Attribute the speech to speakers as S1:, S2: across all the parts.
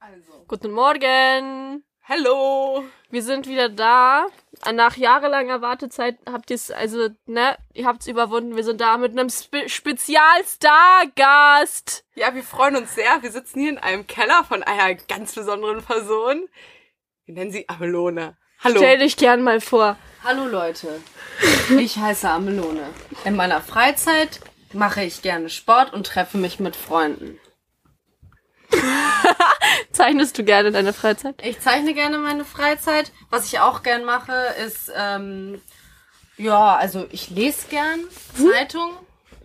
S1: Also.
S2: Guten Morgen!
S1: Hallo!
S2: Wir sind wieder da. Nach jahrelanger Wartezeit habt ihr es, also, ne, ihr habt es überwunden. Wir sind da mit einem Spe Spezialstargast.
S1: Ja, wir freuen uns sehr. Wir sitzen hier in einem Keller von einer ganz besonderen Person. Wir nennen sie Amelone. Hallo.
S2: Stell dich gern mal vor.
S3: Hallo Leute, ich heiße Amelone. In meiner Freizeit mache ich gerne Sport und treffe mich mit Freunden.
S2: Zeichnest du gerne in deiner Freizeit?
S3: Ich zeichne gerne meine Freizeit. Was ich auch gern mache, ist, ähm, ja, also ich lese gern
S1: Hm?
S3: Zeitung,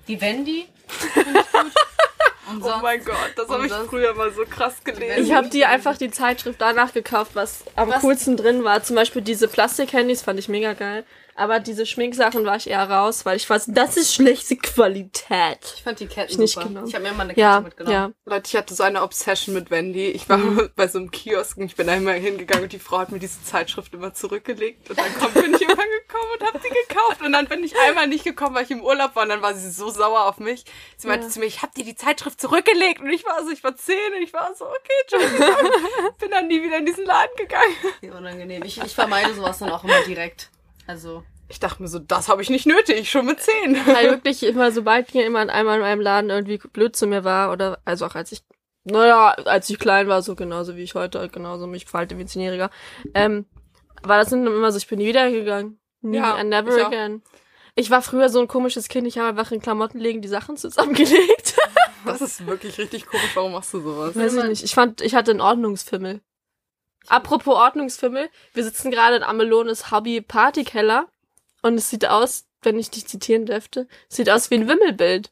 S3: die Wendy. find ich gut. Und
S1: Oh
S3: sonst-
S1: mein Gott, das habe ich
S3: sonst-
S1: früher mal so krass gelesen.
S2: Ich habe dir einfach die Zeitschrift danach gekauft, was am
S3: Äh, Was?
S2: coolsten drin war. Zum Beispiel diese Plastikhandys fand ich mega geil. Aber diese Schminksachen war ich eher raus, weil ich weiß, das ist schlechte Qualität.
S3: ich fand die Ketten
S2: Ich nicht
S3: super.
S2: genommen.
S3: Ich habe mir immer eine Kette
S2: Ja,
S3: mitgenommen.
S2: ja.
S1: Leute, ich hatte so eine Obsession mit Wendy. Ich war bei so einem Kiosk und ich bin da immer hingegangen und die Frau hat mir diese Zeitschrift immer zurückgelegt. Und dann kommt, bin ich immer gekommen und habe sie gekauft. Und dann bin ich einmal nicht gekommen, weil ich im Urlaub war. Und dann war sie so sauer auf mich. Sie meinte zu mir, ich habe dir die Zeitschrift zurückgelegt. Und ich war so, ich war zehn und ich war so, okay, Entschuldigung. bin dann nie wieder in diesen Laden gegangen.
S3: Wie Unangenehm. Ich, ich vermeide sowas dann auch immer direkt. Also,
S1: Ich dachte mir so, das habe ich nicht nötig, schon mit zehn.
S2: Weil wirklich immer, sobald mir jemand einmal in meinem Laden irgendwie blöd zu mir war, oder, also auch als ich, naja, als ich klein war, so genauso wie ich heute, halt genauso mich verhalte wie ein Zehnjähriger, ähm, war das dann immer so, ich bin nie wieder gegangen. Nie,
S1: Ja,
S2: ja, never
S1: ich auch.
S2: again. Ich war früher so ein komisches Kind, ich habe einfach in Klamotten legen die Sachen zusammengelegt.
S1: Das ist wirklich richtig komisch. Warum machst du sowas?
S2: Weiß ich nicht. Ich fand, ich hatte einen Ordnungsfimmel. Apropos Ordnungsfimmel, wir sitzen gerade in Amelones Hobby Partykeller und es sieht aus, wenn ich dich zitieren dürfte, es sieht aus wie ein Wimmelbild.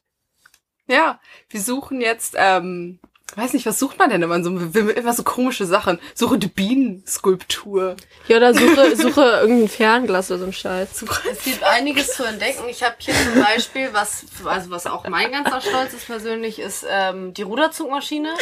S1: Ja, wir suchen jetzt, ähm, weiß nicht, was sucht man denn immer in so einem Wimmel? Immer so komische Sachen. Suche die Bienen-Skulptur.
S2: Ja, oder suche, suche irgendein Fernglas oder so ein Scheiß.
S3: es gibt einiges zu entdecken. Ich habe hier zum Beispiel, was, also was auch mein ganzer Stolz ist persönlich, ist ähm, die Ruderzugmaschine.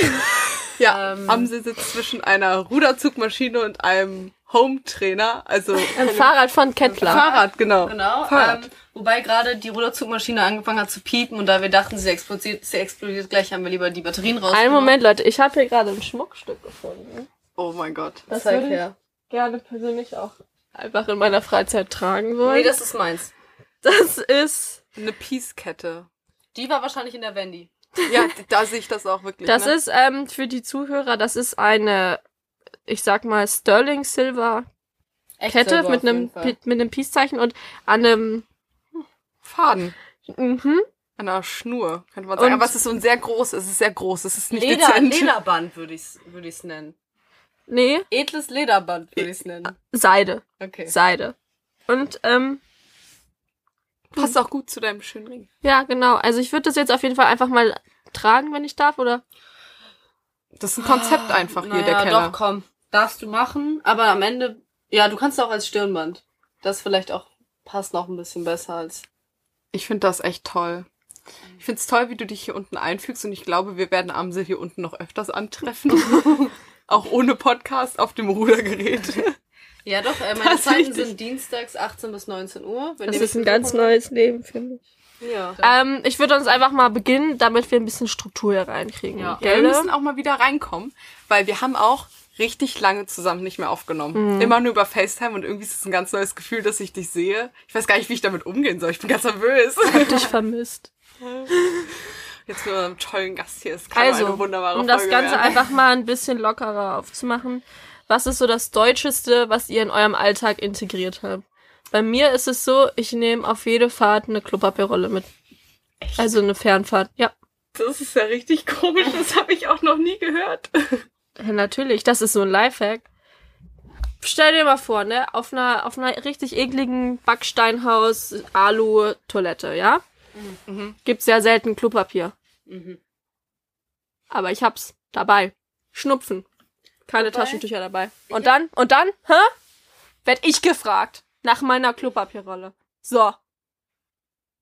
S1: Ja,
S3: Ähm.
S1: Amsel sitzt zwischen einer Ruderzugmaschine und einem Home-Trainer, also
S2: Ein Fahrrad von Kettler.
S1: Fahrrad, genau.
S3: Genau.
S1: Fahrrad.
S3: Ähm, wobei gerade die Ruderzugmaschine angefangen hat zu piepen und da wir dachten, sie explodiert, sie explodiert gleich, haben wir lieber die Batterien raus.
S2: Einen Moment, Leute, ich habe hier gerade ein Schmuckstück gefunden.
S1: oh mein Gott.
S2: Das
S3: Zeig
S2: würde ich
S3: her.
S2: gerne persönlich auch einfach in meiner Freizeit tragen wollen.
S3: Nee, das ist meins.
S2: das ist,
S1: Eine Peace-Kette.
S3: Die war wahrscheinlich in der Wendy.
S1: Ja, da sehe ich das auch wirklich.
S2: das
S1: ne?
S2: ist ähm, für die Zuhörer, das ist eine, ich sag mal, Sterling Silver
S3: Echt
S2: Kette
S3: Silber
S2: mit
S3: auf jeden
S2: einem,
S3: Fall.
S2: mit einem Peace-Zeichen und an einem,
S1: Faden
S2: mhm,
S1: an einer Schnur, könnte man sagen.
S2: Und-
S1: Aber es ist so ein sehr groß, es ist sehr groß, es ist nicht
S3: Leder,
S1: dezent.
S3: Lederband würde ich es würd ich's nennen.
S2: nee,
S3: Edles Lederband würde ich es nennen.
S2: Seide,
S3: Okay.
S2: Seide. Und, ähm,
S1: Passt auch gut zu deinem schönen Ring.
S2: ja, genau, also ich würde das jetzt auf jeden Fall einfach mal tragen, wenn ich darf, oder?
S1: Das ist ein Konzept einfach hier, der
S3: Naja,
S1: Keller.
S3: Ah, doch, komm. Darfst du machen, aber am Ende, ja, du kannst auch als Stirnband. Das vielleicht auch passt noch ein bisschen besser als.
S1: Ich finde das echt toll. Ich finde es toll, wie du dich hier unten einfügst und ich glaube, wir werden Amsel hier unten noch öfters antreffen. Auch ohne Podcast auf dem Rudergerät.
S3: Ja, doch, äh, meine
S1: Das ist
S3: Zeiten
S1: richtig.
S3: sind dienstags 18 bis 19 Uhr. Wenn
S2: Das
S3: ihr
S2: ist ein
S3: mich
S2: ganz
S3: besuchen
S2: neues Leben für mich.
S3: wollt. Ja.
S2: Ähm, ich würde uns einfach mal beginnen, damit wir ein bisschen Struktur hier reinkriegen.
S3: Ja.
S1: Ja, wir
S2: Gell?
S1: müssen auch mal wieder reinkommen, weil wir haben auch richtig lange zusammen nicht mehr
S2: Mhm.
S1: aufgenommen. Immer nur über FaceTime und irgendwie ist es ein ganz neues Gefühl, dass ich dich sehe. Ich weiß gar nicht, wie ich damit umgehen soll. Ich bin ganz nervös.
S2: Hab dich vermisst.
S1: Jetzt mit unserem tollen Gast hier. Es kann also,
S2: Also,
S1: eine wunderbare
S2: um das
S1: Folge
S2: Ganze
S1: werden.
S2: einfach mal ein bisschen lockerer aufzumachen, was ist so das Deutscheste, was ihr in eurem Alltag integriert habt? Bei mir ist es so, ich nehme auf jede Fahrt eine Klopapierrolle mit. Also eine Fernfahrt. Ja,
S1: Das ist ja richtig komisch. Das habe ich auch noch nie gehört.
S2: ja, natürlich. Das ist so ein Lifehack. Stell dir mal vor, ne, auf einer, auf einer richtig ekligen Backsteinhaus-Alu-Toilette, ja?
S1: Mhm.
S2: Gibt's ja selten Klopapier.
S3: Mhm.
S2: Aber ich hab's dabei. Schnupfen. Keine
S3: Dabei?
S2: Taschentücher dabei. Und dann, und dann, hä? Werd ich gefragt. Nach meiner Klopapierrolle. So.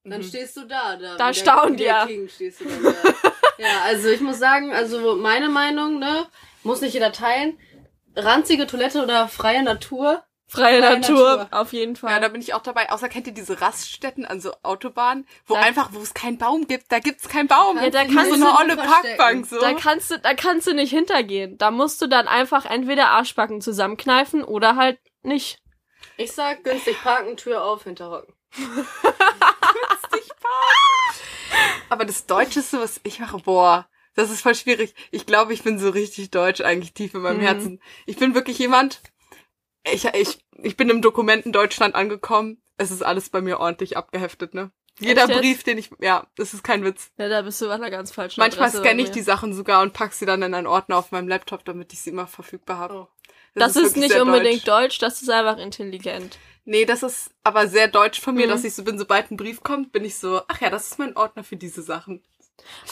S3: Dann
S1: Mhm.
S3: stehst du da. Da,
S2: Da
S3: wie der-
S2: staunt
S3: wie der
S2: ihr.
S3: King stehst du dann da. ja, also ich muss sagen, also meine Meinung, ne, muss nicht jeder teilen. Ranzige Toilette oder freie Natur
S2: Freie,
S3: Freie
S2: Natur,
S3: Natur.
S2: auf jeden Fall.
S1: Ja, da bin ich auch dabei. Außer kennt ihr diese Raststätten an so Autobahnen, wo
S2: Da-
S1: einfach, wo es keinen Baum gibt, da gibt's keinen Baum.
S2: Ja, da
S1: Nur
S2: kannst
S1: so
S2: du
S1: eine olle
S3: verstecken.
S1: Parkbank so.
S2: Da kannst du, da kannst du nicht hintergehen. Da musst du dann einfach entweder Arschbacken zusammenkneifen oder halt nicht.
S3: Ich sag günstig parken, Tür auf, hinterhocken.
S1: Aber das Deutscheste, was ich mache, boah, das ist voll schwierig. Ich glaube, ich bin so richtig deutsch eigentlich tief in meinem
S2: Mhm.
S1: Herzen. Ich bin wirklich jemand, ich, ich, ich bin im Dokumenten Deutschland angekommen. Es ist alles bei mir ordentlich abgeheftet, ne? Jeder
S2: jetzt?
S1: Brief, den ich, ja, es ist kein Witz.
S2: Ja, da bist du an einer ganz falschen
S1: Manchmal
S2: Adresse
S1: scanne
S2: bei
S1: ich
S2: mir.
S1: die Sachen sogar und pack sie dann in einen Ordner auf meinem Laptop, damit ich sie immer verfügbar habe.
S3: Oh.
S2: Das, ist,
S1: wirklich
S2: nicht
S1: sehr
S2: unbedingt
S1: deutsch.
S2: deutsch. das ist einfach intelligent.
S1: Nee, das ist aber sehr deutsch von mir,
S2: Mhm.
S1: dass ich so bin, sobald ein Brief kommt, bin ich so, ach ja, das ist mein Ordner für diese Sachen.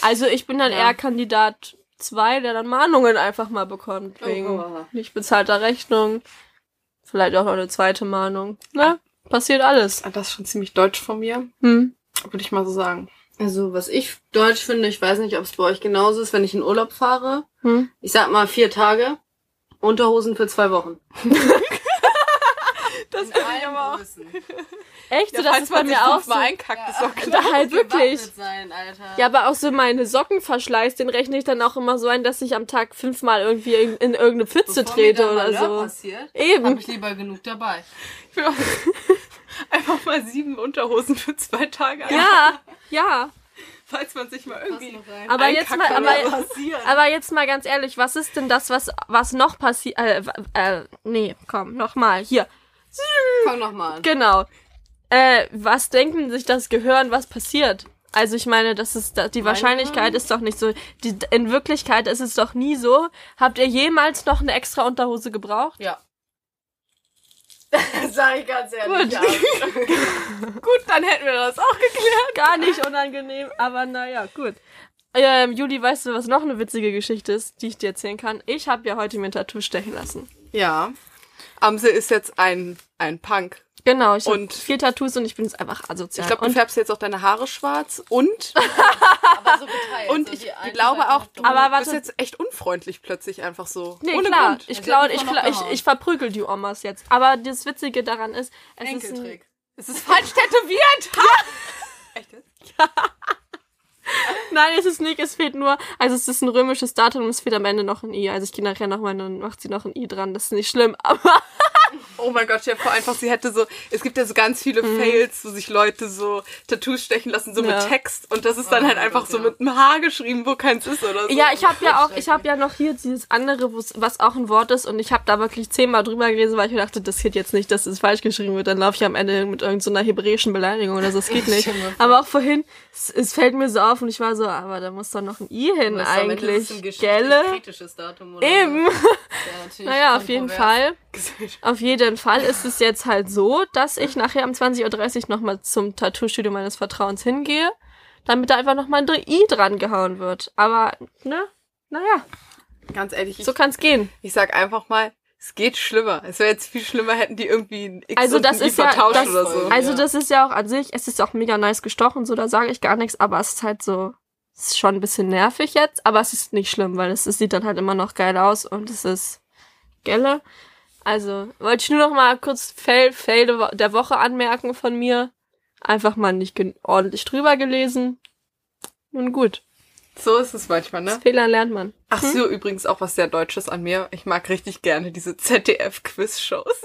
S2: Also ich bin dann
S1: Ja.
S2: eher Kandidat 2, der dann Mahnungen einfach mal bekommt wegen
S3: Oha.
S2: nicht bezahlter Rechnung. Vielleicht auch noch eine zweite Mahnung. Na, passiert alles.
S1: Ah, Das ist schon ziemlich deutsch von mir,
S2: Hm.
S1: würde ich mal so sagen.
S3: Also, was ich deutsch finde, ich weiß nicht, ob es bei euch genauso ist, wenn ich in Urlaub fahre.
S2: Hm.
S3: Ich sag mal vier Tage, Unterhosen für zwei Wochen.
S2: Das
S3: Wissen.
S2: Echt, so,
S1: Ja,
S2: das
S1: falls
S2: ist bei
S1: man sich
S2: mir auch so.
S1: fünfmal einkackt, ist doch klar.
S2: Da halt wirklich.
S3: Sein, Alter.
S2: Ja, aber auch so meine Sockenverschleiß, den rechne ich dann auch immer so ein, dass ich am Tag fünfmal irgendwie in, in irgendeine
S3: Bevor
S2: Pfütze
S3: mir
S2: trete
S3: da
S2: oder
S3: Malheur
S2: so.
S3: Passiert,
S2: Eben.
S3: Hab ich lieber genug dabei.
S1: Ich will auch einfach mal sieben Unterhosen für zwei Tage an,
S2: Ja, ja.
S1: falls man sich mal
S3: Pass
S1: irgendwie.
S3: noch rein.
S2: Aber jetzt mal,
S1: Einkacke oder
S2: aber,
S3: passiert.
S2: aber jetzt mal ganz ehrlich, was ist denn das, was, was noch passiert? Äh, w- äh, nee, komm, nochmal. Hier.
S3: Fang nochmal an.
S2: Genau. Äh, was denken sich das Gehirn, was passiert? Also ich meine, das ist da- die Wahrscheinlichkeit ist doch nicht so. Die, in Wirklichkeit ist es doch nie so. Habt ihr jemals noch eine extra Unterhose gebraucht?
S3: Ja. Sag ich ganz ehrlich.
S2: Gut.
S3: Ja.
S1: Gut, dann hätten wir das auch geklärt.
S2: Gar nicht unangenehm, aber naja, gut. Ähm, Juli, weißt du, was noch eine witzige Geschichte ist, die ich dir erzählen kann? Ich habe ja heute mir ein Tattoo stechen lassen.
S1: Ja. Amsel ist jetzt ein, ein Punk.
S2: Genau, ich habe
S1: Und-
S2: vier Tattoos und ich bin jetzt einfach asozial.
S1: Ich glaube, du
S2: und,
S1: färbst jetzt auch deine Haare schwarz und,
S3: Aber so geteilt.
S1: und
S3: so
S1: ich
S3: die eine
S1: glaube
S3: Seite
S1: auch,
S3: noch
S1: du
S3: drum.
S2: Aber warte.
S1: bist jetzt echt unfreundlich plötzlich einfach so.
S2: nee,
S1: Ohne
S2: klar,
S1: Grund.
S2: ich
S3: Also
S2: glaube,
S3: die
S2: ich,
S3: von
S2: kla- ich,
S3: abgehauen.
S2: ich verprügel die Omas jetzt. Aber das Witzige daran ist, es ist ein,
S3: Enkeltrick.
S1: Es ist falsch tätowiert. Ha! Echt? jetzt?
S2: Nein, es ist nicht, es fehlt nur, also es ist ein römisches Datum und es fehlt am Ende noch ein I. Also ich gehe nachher nochmal und dann macht sie noch ein I dran. Das ist nicht schlimm, aber
S1: Oh mein Gott, ich vor einfach, sie hätte so, es gibt ja so ganz viele Fails, wo sich Leute so Tattoos stechen lassen, so
S2: Ja.
S1: mit Text und das ist dann halt
S3: mein
S1: einfach
S3: Gott,
S1: so
S3: ja.
S1: mit einem Haar geschrieben, wo keins ist oder so.
S2: ja, ich habe ja auch, ich habe ja noch hier dieses andere, wo's- was auch ein Wort ist und ich habe da wirklich zehnmal drüber gelesen, weil ich mir dachte, das geht jetzt nicht, dass es falsch geschrieben wird. Dann laufe ich am Ende mit irgendeiner so einer hebräischen Beleidigung oder so, das geht nicht.
S3: Junge.
S2: Aber auch vorhin, es, es fällt mir so auf und ich war so, aber da muss doch noch ein I hin
S3: Das ist am Ende ist es ein
S2: eigentlich,
S3: geschichtlich
S2: gelle?
S3: kritisches Datum, oder?
S2: Eben.
S3: Ja, natürlich
S2: Naja, auf jeden
S3: kontrovers.
S2: Fall.
S1: Gesellschaft.
S2: Auf jeden Fall ist es jetzt halt so, dass ich nachher um 20.30 Uhr nochmal zum Tattoo-Studio meines Vertrauens hingehe, damit da einfach nochmal ein I dran gehauen wird. Aber, ne? Naja,
S1: Ganz ehrlich, ich,
S2: so kann's gehen.
S1: ich sag einfach mal, es geht schlimmer. Es wäre jetzt viel schlimmer, hätten die irgendwie ein X
S2: Also
S1: und
S2: das
S1: ein I
S2: ist ja,
S1: vertauscht
S2: das,
S1: oder so.
S2: also
S3: Ja.
S2: das ist ja auch an sich, es ist auch mega nice gestochen, so da sage ich gar nichts, aber es ist halt so, es ist schon ein bisschen nervig jetzt, aber es ist nicht schlimm, weil es, es sieht dann halt immer noch geil aus und es ist gelle. Also wollte ich nur noch mal kurz Fail, Fail der Wo- der Woche anmerken von mir. Einfach mal nicht gen- ordentlich drüber gelesen. Nun gut,
S1: so ist es manchmal,
S2: aus
S1: ne?
S2: Fehlern lernt man.
S1: Ach so, übrigens auch was sehr Deutsches an mir. Ich mag richtig gerne diese ZDF-Quiz-Shows.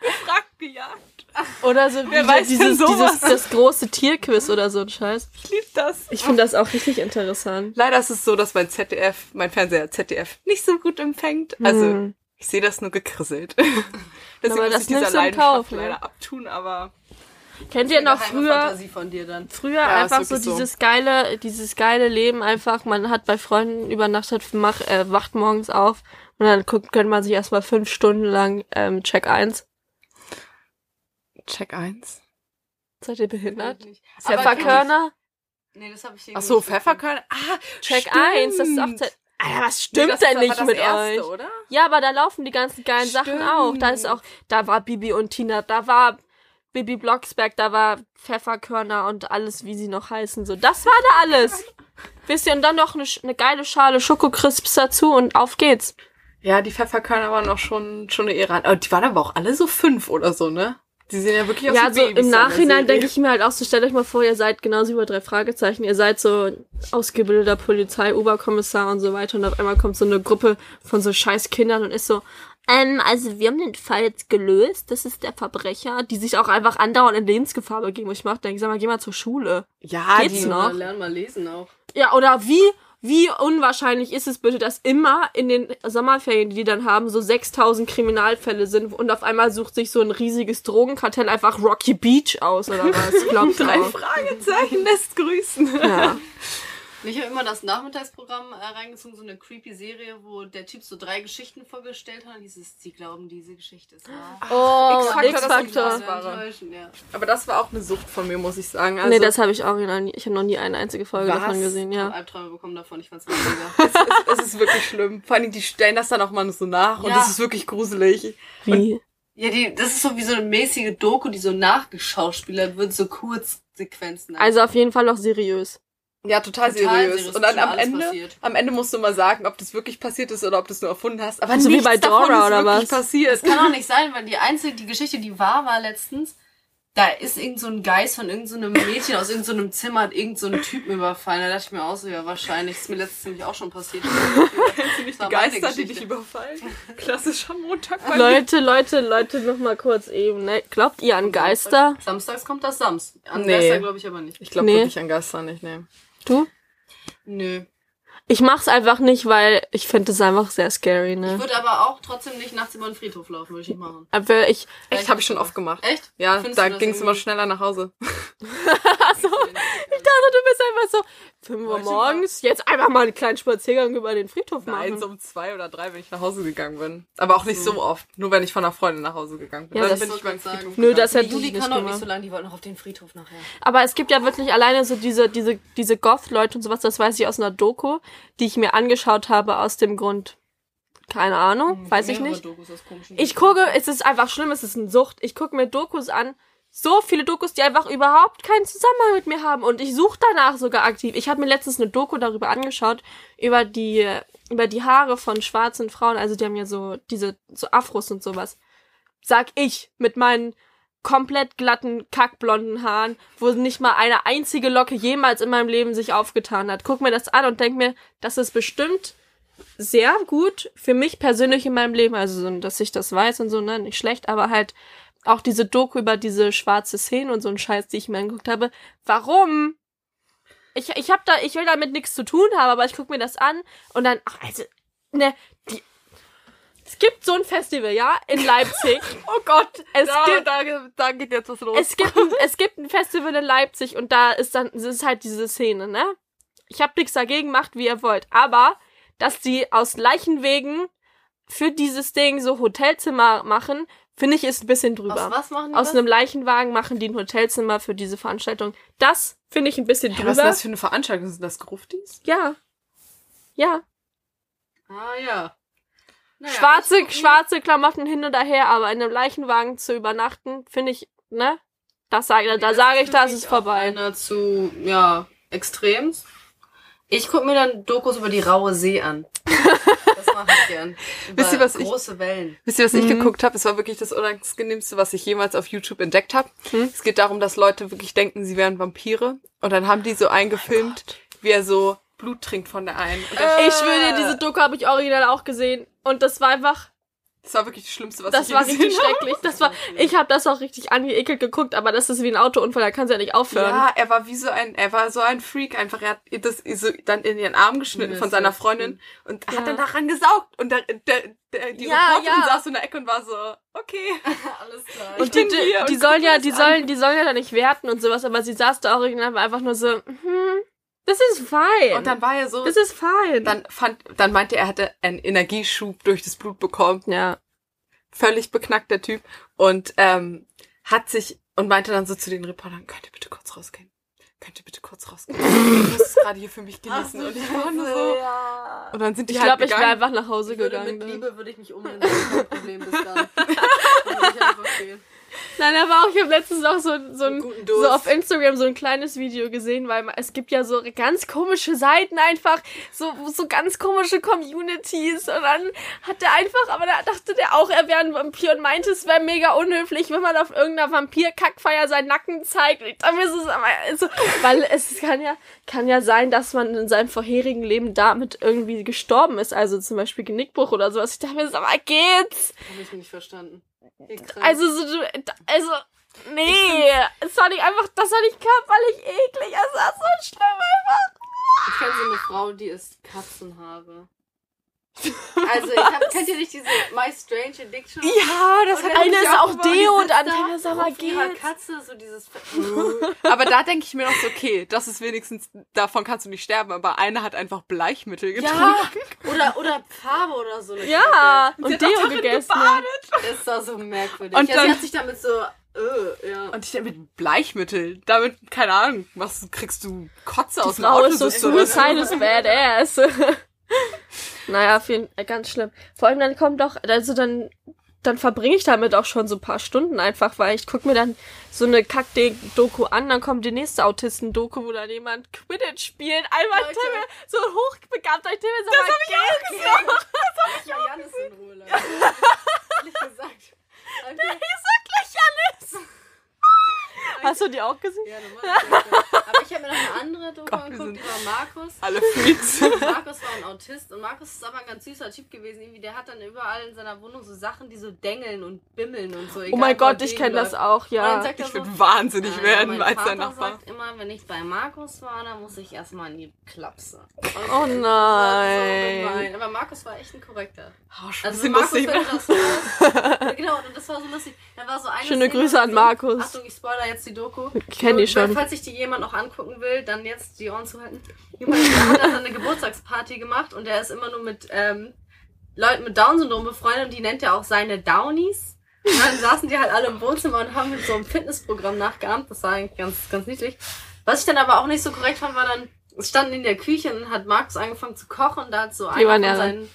S1: Gefragt, gejagt.
S2: Oder so
S1: Wer
S2: wie
S1: weiß denn
S2: dieses,
S1: sowas?
S2: dieses das große Tierquiz oder so ein Scheiß.
S1: Ich lieb das.
S2: Ich finde das auch richtig interessant.
S1: Leider ist es so, dass mein ZDF, mein Fernseher ZDF nicht so gut empfängt. Also
S2: Hm.
S1: ich sehe das nur gekrisselt.
S2: Aber
S1: Deswegen muss
S2: das
S1: ich dieser
S2: nimmst du in
S1: Leidenschaft
S2: Kauf, ne?
S1: leider abtun, aber
S2: Kennt ihr noch
S3: Geheime
S2: früher,
S3: Fantasie von dir dann.
S2: früher
S1: Ja,
S2: einfach
S1: ist
S2: so
S1: wirklich so.
S2: dieses geile, dieses geile Leben einfach, man hat bei Freunden übernachtet, mach, äh, wacht morgens auf und dann guckt, gönnt man sich erstmal fünf Stunden lang ähm, Check 1.
S1: Check 1.
S2: Seid ihr
S3: ne?
S2: behindert?
S3: Aber
S2: Pfefferkörner?
S3: Nee, das habe ich dir
S1: Ach so,
S3: nicht gegeben.
S1: Pfefferkörner. Ah,
S2: Check
S1: stimmt.
S2: 1, das ist auch Zeit. Alter, was
S1: Nee,
S2: stimmt
S1: das ist
S2: denn
S1: aber
S2: nicht
S1: das
S2: mit
S1: erste,
S2: euch?
S1: oder?
S2: Ja, aber da laufen die ganzen geilen Sachen
S1: Stimmt.
S2: auch. Da ist auch, da war Bibi und Tina, da war Bibi Blocksberg, da war Pfefferkörner und alles, wie sie noch heißen. So, das war da alles. Wisst ihr, und dann noch eine, Sch- eine geile Schale Schokocrisps dazu und auf geht's.
S1: Ja, die Pfefferkörner waren auch schon, schon eine Ehre. Aber die waren aber auch alle so fünf oder so, ne? Die sehen ja wirklich aus
S2: ja,
S1: wie
S2: also
S1: Babys
S2: im
S1: in der
S2: Nachhinein
S1: Serie.
S2: denke ich mir halt auch so, stellt euch mal vor, ihr seid genauso wie bei drei Fragezeichen, ihr seid so ausgebildeter Polizei, Oberkommissar und so weiter und auf einmal kommt so eine Gruppe von so scheiß Kindern und ist so, ähm, also wir haben den Fall jetzt gelöst, das ist der Verbrecher, die sich auch einfach andauernd in Lebensgefahr begeben. Und ich mach denke, sag mal, geh mal zur Schule.
S1: Ja,
S2: Geht's
S1: die,
S2: noch?
S3: Ja, lern mal lesen auch.
S2: Ja, oder wie, wie unwahrscheinlich ist es bitte, dass immer in den Sommerferien, die die dann haben, so 6000 Kriminalfälle sind und auf einmal sucht sich so ein riesiges Drogenkartell einfach Rocky Beach aus oder was? Glaubt
S1: drei
S2: drauf.
S1: Fragezeichen lässt grüßen.
S2: Ja.
S3: Ich habe immer das Nachmittagsprogramm äh, reingezogen, so eine creepy Serie, wo der Typ so drei Geschichten vorgestellt hat und hieß es, sie glauben, diese Geschichte ist wahr.
S2: Oh,
S1: X-Factor, das
S2: X-Factor.
S1: Unfassbare.
S3: Sehr enttäuschend, ja.
S1: Aber das war auch eine Sucht von mir, muss ich sagen. Also,
S2: Nee, das habe ich auch noch nie. Ich habe noch nie eine einzige Folge
S1: Was?
S2: davon gesehen,
S3: Ich habe
S2: ja.
S3: Albträume bekommen davon, ich fand's mega.
S1: es, es ist wirklich schlimm. Vor allem, die stellen das dann auch mal so nach und
S3: Ja.
S1: das ist wirklich gruselig.
S2: Wie?
S3: ja, die, das ist so wie so eine mäßige Doku, die so nachgeschauspielert wird, so Kurzsequenzen.
S2: Also auf jeden Fall noch seriös.
S1: Ja,
S3: Total
S1: total, seriös.
S3: seriös,
S1: Und dann
S3: schon
S1: am
S3: alles
S1: Ende,
S3: passiert.
S1: am Ende musst du mal sagen, ob das wirklich passiert ist oder ob du es nur erfunden hast. Aber
S2: So wie
S1: nichts
S2: bei
S1: davon
S2: Dora
S1: ist
S2: oder
S1: wirklich
S2: was?
S1: passiert.
S3: Das kann auch nicht sein, weil die einzige, die Geschichte, die wahr war letztens, da ist irgend so ein Geist von irgend so einem Mädchen aus irgend so einem Zimmer hat irgend so einen Typen überfallen. Da dachte ich mir auch so, ja wahrscheinlich. ist mir letztens nämlich auch schon passiert. Kennst du nicht
S1: Die Geister, die dich überfallen. Klassischer Montag bei mir.
S2: Leute, Leute, Leute, noch mal kurz eben. Ne? Glaubt ihr an Geister?
S3: Samstags kommt das Sams. An
S1: Nee.
S3: Geister glaube ich aber nicht.
S1: Ich glaube
S2: Nee.
S1: wirklich an Geister nicht, ne.
S2: Du?
S3: Nö.
S2: Ich mach's einfach nicht, weil ich finde es einfach sehr scary,
S3: Ich
S2: ne?
S3: würde aber auch trotzdem nicht nachts über den Friedhof laufen, würde ich nicht machen.
S2: Aber ich,
S1: Echt, habe ich schon oft gemacht.
S3: Echt?
S1: Ja,
S3: Findest
S1: da
S3: du das
S1: ging es immer
S3: irgendwie-
S1: schneller nach Hause.
S2: also, ich dachte, du bist einfach so, 5 Uhr
S1: Leute,
S2: morgens, jetzt einfach mal einen kleinen Spaziergang über den Friedhof
S1: Nein,
S2: machen.
S1: so um zwei oder drei, wenn ich nach Hause gegangen bin. Aber auch nicht so oft. Nur wenn ich von einer Freundin nach Hause gegangen bin.
S2: Ja,
S1: dann
S2: das
S1: bin ich
S3: wollte
S1: beim
S3: ich sagen.
S1: Friedhof.
S2: Nö,
S1: gegangen.
S2: das hätte
S3: Juli
S2: ich nicht
S3: kann auch nicht
S2: gemacht.
S3: so lange, die wollen noch auf den Friedhof nachher.
S2: Aber es gibt ja wirklich alleine so diese, diese, diese Goth-Leute und sowas, das weiß ich aus einer Doku, die ich mir angeschaut habe aus dem Grund. Keine
S1: Hm,
S2: Ahnung, weiß ich
S3: Mehrere
S2: nicht.
S3: Dokus aus komischen
S2: Ich gucke, es ist einfach schlimm, es ist eine Sucht. Ich gucke mir Dokus an. So viele Dokus, die einfach überhaupt keinen Zusammenhang mit mir haben. Und ich suche danach sogar aktiv. Ich habe mir letztens eine Doku darüber angeschaut, über die, über die Haare von schwarzen Frauen. Also die haben ja so diese, so Afros und sowas. Sag ich mit meinen komplett glatten, kackblonden Haaren, wo nicht mal eine einzige Locke jemals in meinem Leben sich aufgetan hat. Guck mir das an und denk mir, das ist bestimmt sehr gut für mich persönlich in meinem Leben, also so, dass ich das weiß und so, ne, nicht schlecht, aber halt auch diese Doku über diese schwarze Szene und so ein Scheiß, die ich mir angeguckt habe. Warum? Ich, ich hab da, ich will damit nichts zu tun haben, aber ich guck mir das an und dann, ach, also, ne, die, es gibt so ein Festival, ja, in Leipzig.
S1: Oh Gott,
S2: Es
S1: da,
S2: gibt-
S1: da, da geht jetzt was los.
S2: es gibt, ein, es gibt ein Festival in Leipzig und da ist dann, es ist halt diese Szene, ne? Ich hab nix dagegen, macht wie ihr wollt. Aber, dass die aus Leichenwegen für dieses Ding so Hotelzimmer machen, finde ich ist ein bisschen drüber.
S3: Aus was machen die
S2: Aus
S3: das?
S2: einem Leichenwagen machen die ein Hotelzimmer für diese Veranstaltung. Das finde ich ein bisschen
S1: was ist
S2: drüber.
S1: das für eine Veranstaltung? Sind das Gruftis?
S2: Ja. Ja.
S3: Ah ja. Naja, ich
S2: schwarze,
S3: guck mir-
S2: schwarze Klamotten hin und her, aber in einem Leichenwagen zu übernachten, finde ich, ne? Das sage, da
S3: Das
S2: sage ich,
S3: für
S2: das
S3: mich
S2: ist
S3: auch
S2: vorbei.
S3: Einer zu, ja, Extrems. Ich gucke mir dann Dokus über die raue See an. Das mache ich gern. Über
S1: Wisst ihr, was ich-
S3: große Wellen.
S1: Wisst ihr, was
S2: Mhm.
S1: ich geguckt habe? Es war wirklich das Unangenehmste, was ich jemals auf YouTube entdeckt habe.
S2: Mhm.
S1: Es geht darum, dass Leute wirklich denken, sie wären Vampire. Und dann haben die
S2: Oh
S1: so eingefilmt, wie er so Blut trinkt von der einen. Und das-
S2: Ich schwöre dir, diese Doku habe ich original auch gesehen. Und das war einfach,
S1: das war wirklich das Schlimmste, was
S2: das
S1: ich je
S2: war richtig
S1: gesehen habe.
S2: schrecklich. Das war, ich habe das auch richtig angeekelt geguckt, aber das ist wie ein Autounfall, da kannst du ja nicht aufhören.
S1: Ja, er war wie so ein, er war so ein Freak einfach. Er hat ihr das so dann in den Arm geschnitten
S3: Mir
S1: von
S3: ist
S1: seiner
S3: das-
S1: Freundin und
S2: Ja.
S1: hat dann daran gesaugt. Und der, der, der, die
S2: Ja,
S1: Reporterin
S2: ja.
S1: saß in der Ecke und war so, okay.
S3: Alles klar.
S2: Und die,
S1: bin hier
S2: die,
S1: und
S2: die
S1: guck
S2: sollen
S1: mir
S2: ja,
S1: das
S2: die
S1: an.
S2: sollen, die sollen ja da nicht werten und sowas, aber sie saß da original und war einfach nur so, hm, das ist fein.
S1: Und dann war er so,
S2: das ist fein.
S1: dann fand, dann meinte er, er hätte einen Energieschub durch das Blut bekommen.
S2: ja.
S1: völlig beknackter Typ und ähm, hat sich und meinte dann so zu den Reportern, könnt ihr bitte kurz rausgehen? Könnt ihr bitte kurz rausgehen? Ich muss es gerade hier für mich genießen. und ich war nur so.
S3: ja.
S1: Und dann sind die
S2: Ich
S1: halt
S2: glaube, ich wäre
S1: gegangen.
S2: einfach nach Hause
S3: Ich würde mit
S2: gegangen.
S3: Liebe würde ich mich umwenden. Kein Problem bis dann. Würde ich einfach gehen.
S2: Nein, aber auch, ich habe letztens auch so, so, ein,
S1: guten Durst.
S2: so auf Instagram so ein kleines Video gesehen, weil es gibt ja so ganz komische Seiten einfach, so, so ganz komische Communities und dann hat der einfach, aber da dachte der auch, er wäre ein Vampir und meinte, es wäre mega unhöflich, wenn man auf irgendeiner Vampir-Kackfeier seinen Nacken zeigt. Und ich dachte mir, es ist aber, also, weil es kann ja, kann ja sein, dass man in seinem vorherigen Leben damit irgendwie gestorben ist, also zum Beispiel Genickbruch oder sowas. Ich dachte mir, sag mal, geht's?
S3: Hab ich nicht verstanden. Ihr krank.
S2: Also, so, du, also, nee, es war nicht einfach, das war nicht körperlich eklig, es war so schlimm einfach.
S3: Ich kenne so eine Frau, die isst Katzenhaare. Also, ich hab, kennt ihr nicht diese My Strange Addiction?
S2: Ja, das
S3: Und dann
S2: eine
S3: bin ich
S2: ist auch
S3: aufgewacht, die
S2: Deo und
S3: sitzt
S2: andere ist aber
S3: auf ihrer
S2: geht.
S3: Katze, so dieses.
S1: Aber da denke ich mir noch so, okay, das ist wenigstens, davon kannst du nicht sterben, aber eine hat einfach Bleichmittel getrunken.
S3: Ja, oder, oder Farbe oder so. Eine
S2: Ja, und
S1: hat auch
S2: Deo
S1: darin
S2: gegessen.
S3: Kacke. Das war so merkwürdig.
S1: Und
S3: ja, sie
S1: dann-
S3: hat sich damit so. Äh, ja.
S1: Und ich denke, mit Bleichmittel, damit, keine Ahnung, machst, kriegst du Kotze aus dem
S2: Frau ist so
S1: Autositz oder so.
S2: suicide is badass. naja, auf jeden, äh, ganz schlimm. Vor allem dann kommt doch, also dann, dann verbringe ich damit auch schon so ein paar Stunden einfach, weil ich gucke mir dann so eine Kack-Doku an, dann kommt die nächste Autisten-Doku, wo dann jemand Quidditch spielt. Einmal
S3: Leute.
S2: Timmel, so ein hochbegabter Timmel, das hab ich auch gesagt.
S3: Ja, Jan ist in Ruhe, Leute. Ehrlich gesagt. Okay.
S2: Ist wirklich alles. Hast du die auch gesehen?
S3: Ja, normal. Aber ich habe mir noch eine andere Doku
S1: Gott, wir
S3: angeguckt,
S1: sind-
S3: die war Markus.
S1: Alle Freaks.
S3: Markus war ein Autist und Markus ist aber ein ganz süßer Typ gewesen. Irgendwie, der hat dann überall in seiner Wohnung so Sachen, die so dängeln und bimmeln und so.
S2: Oh mein Gott, ich kenne das auch,
S3: Und dann
S2: ja.
S3: sagt er
S1: Ich
S3: so,
S1: würde wahnsinnig
S3: "Naja,
S1: werden
S3: Äh, mein
S1: als
S3: Vater
S1: dein Nachbar.
S3: sagt immer, wenn ich bei Markus war, dann muss ich erstmal in die Klapse. Und
S2: Oh
S3: So
S2: nein.
S3: gemein. aber Markus war echt ein korrekter.
S1: Oh, schon ein
S3: Also
S1: bisschen
S3: Markus,
S1: lustig.
S3: wenn du das hörst. genau, und das war so lustig. Da war so eine
S2: Schöne Grüße an
S3: so-
S2: Markus.
S3: Achtung, ich spoiler jetzt die Doku.
S2: Ich kenn die
S3: So, weil,
S2: schon.
S3: Falls sich die jemand noch angucken will, dann jetzt die Ohren zuhalten. Jemand hat dann eine Geburtstagsparty gemacht und der ist immer nur mit ähm, Leuten mit Down-Syndrom befreundet und die nennt er auch seine Downies. Und dann saßen die halt alle im Wohnzimmer und haben mit so einem Fitnessprogramm nachgeahmt. Das war eigentlich ganz, ganz niedlich. Was ich dann aber auch nicht so korrekt fand, war dann, es standen in der Küche und dann hat Markus angefangen zu kochen und da hat so einer von
S2: Libanärin.
S3: seinen,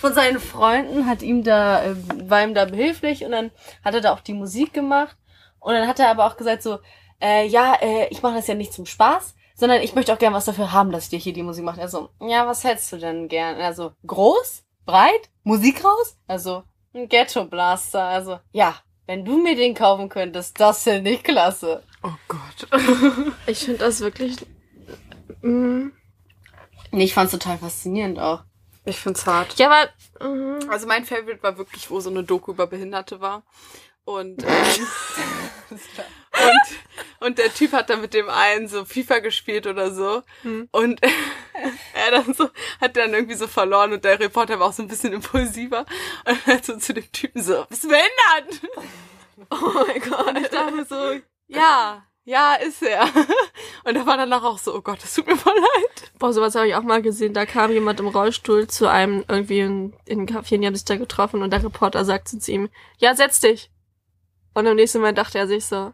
S3: von seinen Freunden hat ihm da, äh, war ihm da behilflich und dann hat er da auch die Musik gemacht und dann hat er aber auch gesagt so, äh, ja, äh, ich mache das ja nicht zum Spaß, sondern ich möchte auch gern was dafür haben, dass ich dir hier die Musik mache. Er so, ja, was hättest du denn gern? Also groß, breit, Musik raus? Also ein Ghetto Blaster. Also ja, wenn du mir den kaufen könntest, das finde ich klasse.
S1: Oh Gott.
S2: Ich finde das wirklich. Mm.
S3: Nee, ich fand's total faszinierend auch.
S1: Ich find's hart.
S2: Ja, aber. Mhm.
S1: Also mein Favorite war wirklich, wo so eine Doku über Behinderte war. Und, ähm, und, und der Typ hat dann mit dem einen so FIFA gespielt oder so. Und er dann so, hat dann irgendwie so verloren und der Reporter war auch so ein bisschen impulsiver. Und hat so zu dem Typen so, bist du behindert?
S2: Oh mein Gott.
S1: Ich dachte mir so, ja, ja, ist er. Und er war danach auch so, oh Gott, das tut mir voll leid.
S2: Boah, sowas habe ich auch mal gesehen. Da kam jemand im Rollstuhl zu einem irgendwie in, in einen Café, und die haben sich da getroffen und der Reporter sagte zu ihm, ja, setz dich. Und im nächsten Mal dachte er sich so,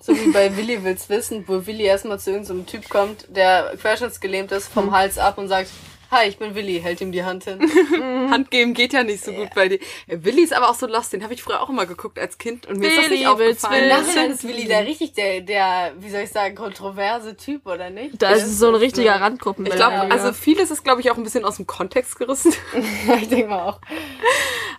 S3: So wie bei Willi will's wissen, wo Willi erstmal zu irgendeinem Typ kommt, der querschnittsgelähmt ist, vom Hals ab und sagt, Hi, ich bin Willi, hält ihm die Hand hin.
S1: Hand geben geht ja nicht so gut bei dir. Äh, Willi ist aber auch so lost, den habe ich früher auch immer geguckt als Kind und mir ist das
S2: Willi
S1: nicht
S2: will's
S1: aufgefallen.
S3: Im
S2: wissen.
S3: Nachhinein ist Willi der richtig, der, der, wie soll ich sagen, kontroverse Typ, oder nicht?
S2: da ist so ein richtiger
S1: Ich
S2: Randgruppenbild.
S1: glaube,
S3: Ja.
S1: also vieles ist, glaube ich, auch ein bisschen aus dem Kontext gerissen.
S3: ich denke mal auch.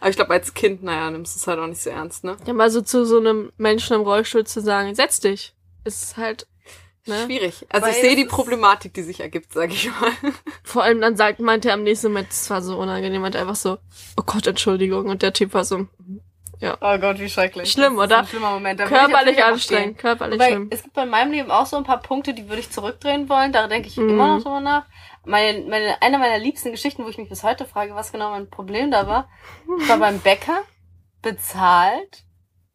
S1: Aber ich glaube, als Kind, naja, nimmst du es halt auch nicht so ernst, ne?
S2: ja, mal so zu so einem Menschen im Rollstuhl zu sagen, setz dich, ist halt, ne?
S1: Schwierig. Also
S3: Weil
S1: ich sehe
S3: das
S1: die
S3: ist-
S1: Problematik, die sich ergibt, sage ich mal.
S2: Vor allem dann sagt, meinte er am nächsten Mal, es war so unangenehm, meinte einfach so, oh Gott, Entschuldigung. Und der Typ war so,
S3: Oh Gott, wie schrecklich.
S2: Schlimm,
S3: Das ist
S2: oder?
S3: Ein schlimmer Moment. Da würde ich jetzt
S2: körperlich
S3: wieder
S2: anstrengend, körperlich
S3: Wobei,
S2: schlimm.
S3: es gibt bei meinem Leben auch so ein paar Punkte, die würde ich zurückdrehen wollen. Da denke ich
S2: Mhm.
S3: immer noch drüber nach. Meine, meine, eine meiner liebsten Geschichten, wo ich mich bis heute frage, was genau mein Problem da war, ich war beim Bäcker, bezahlt,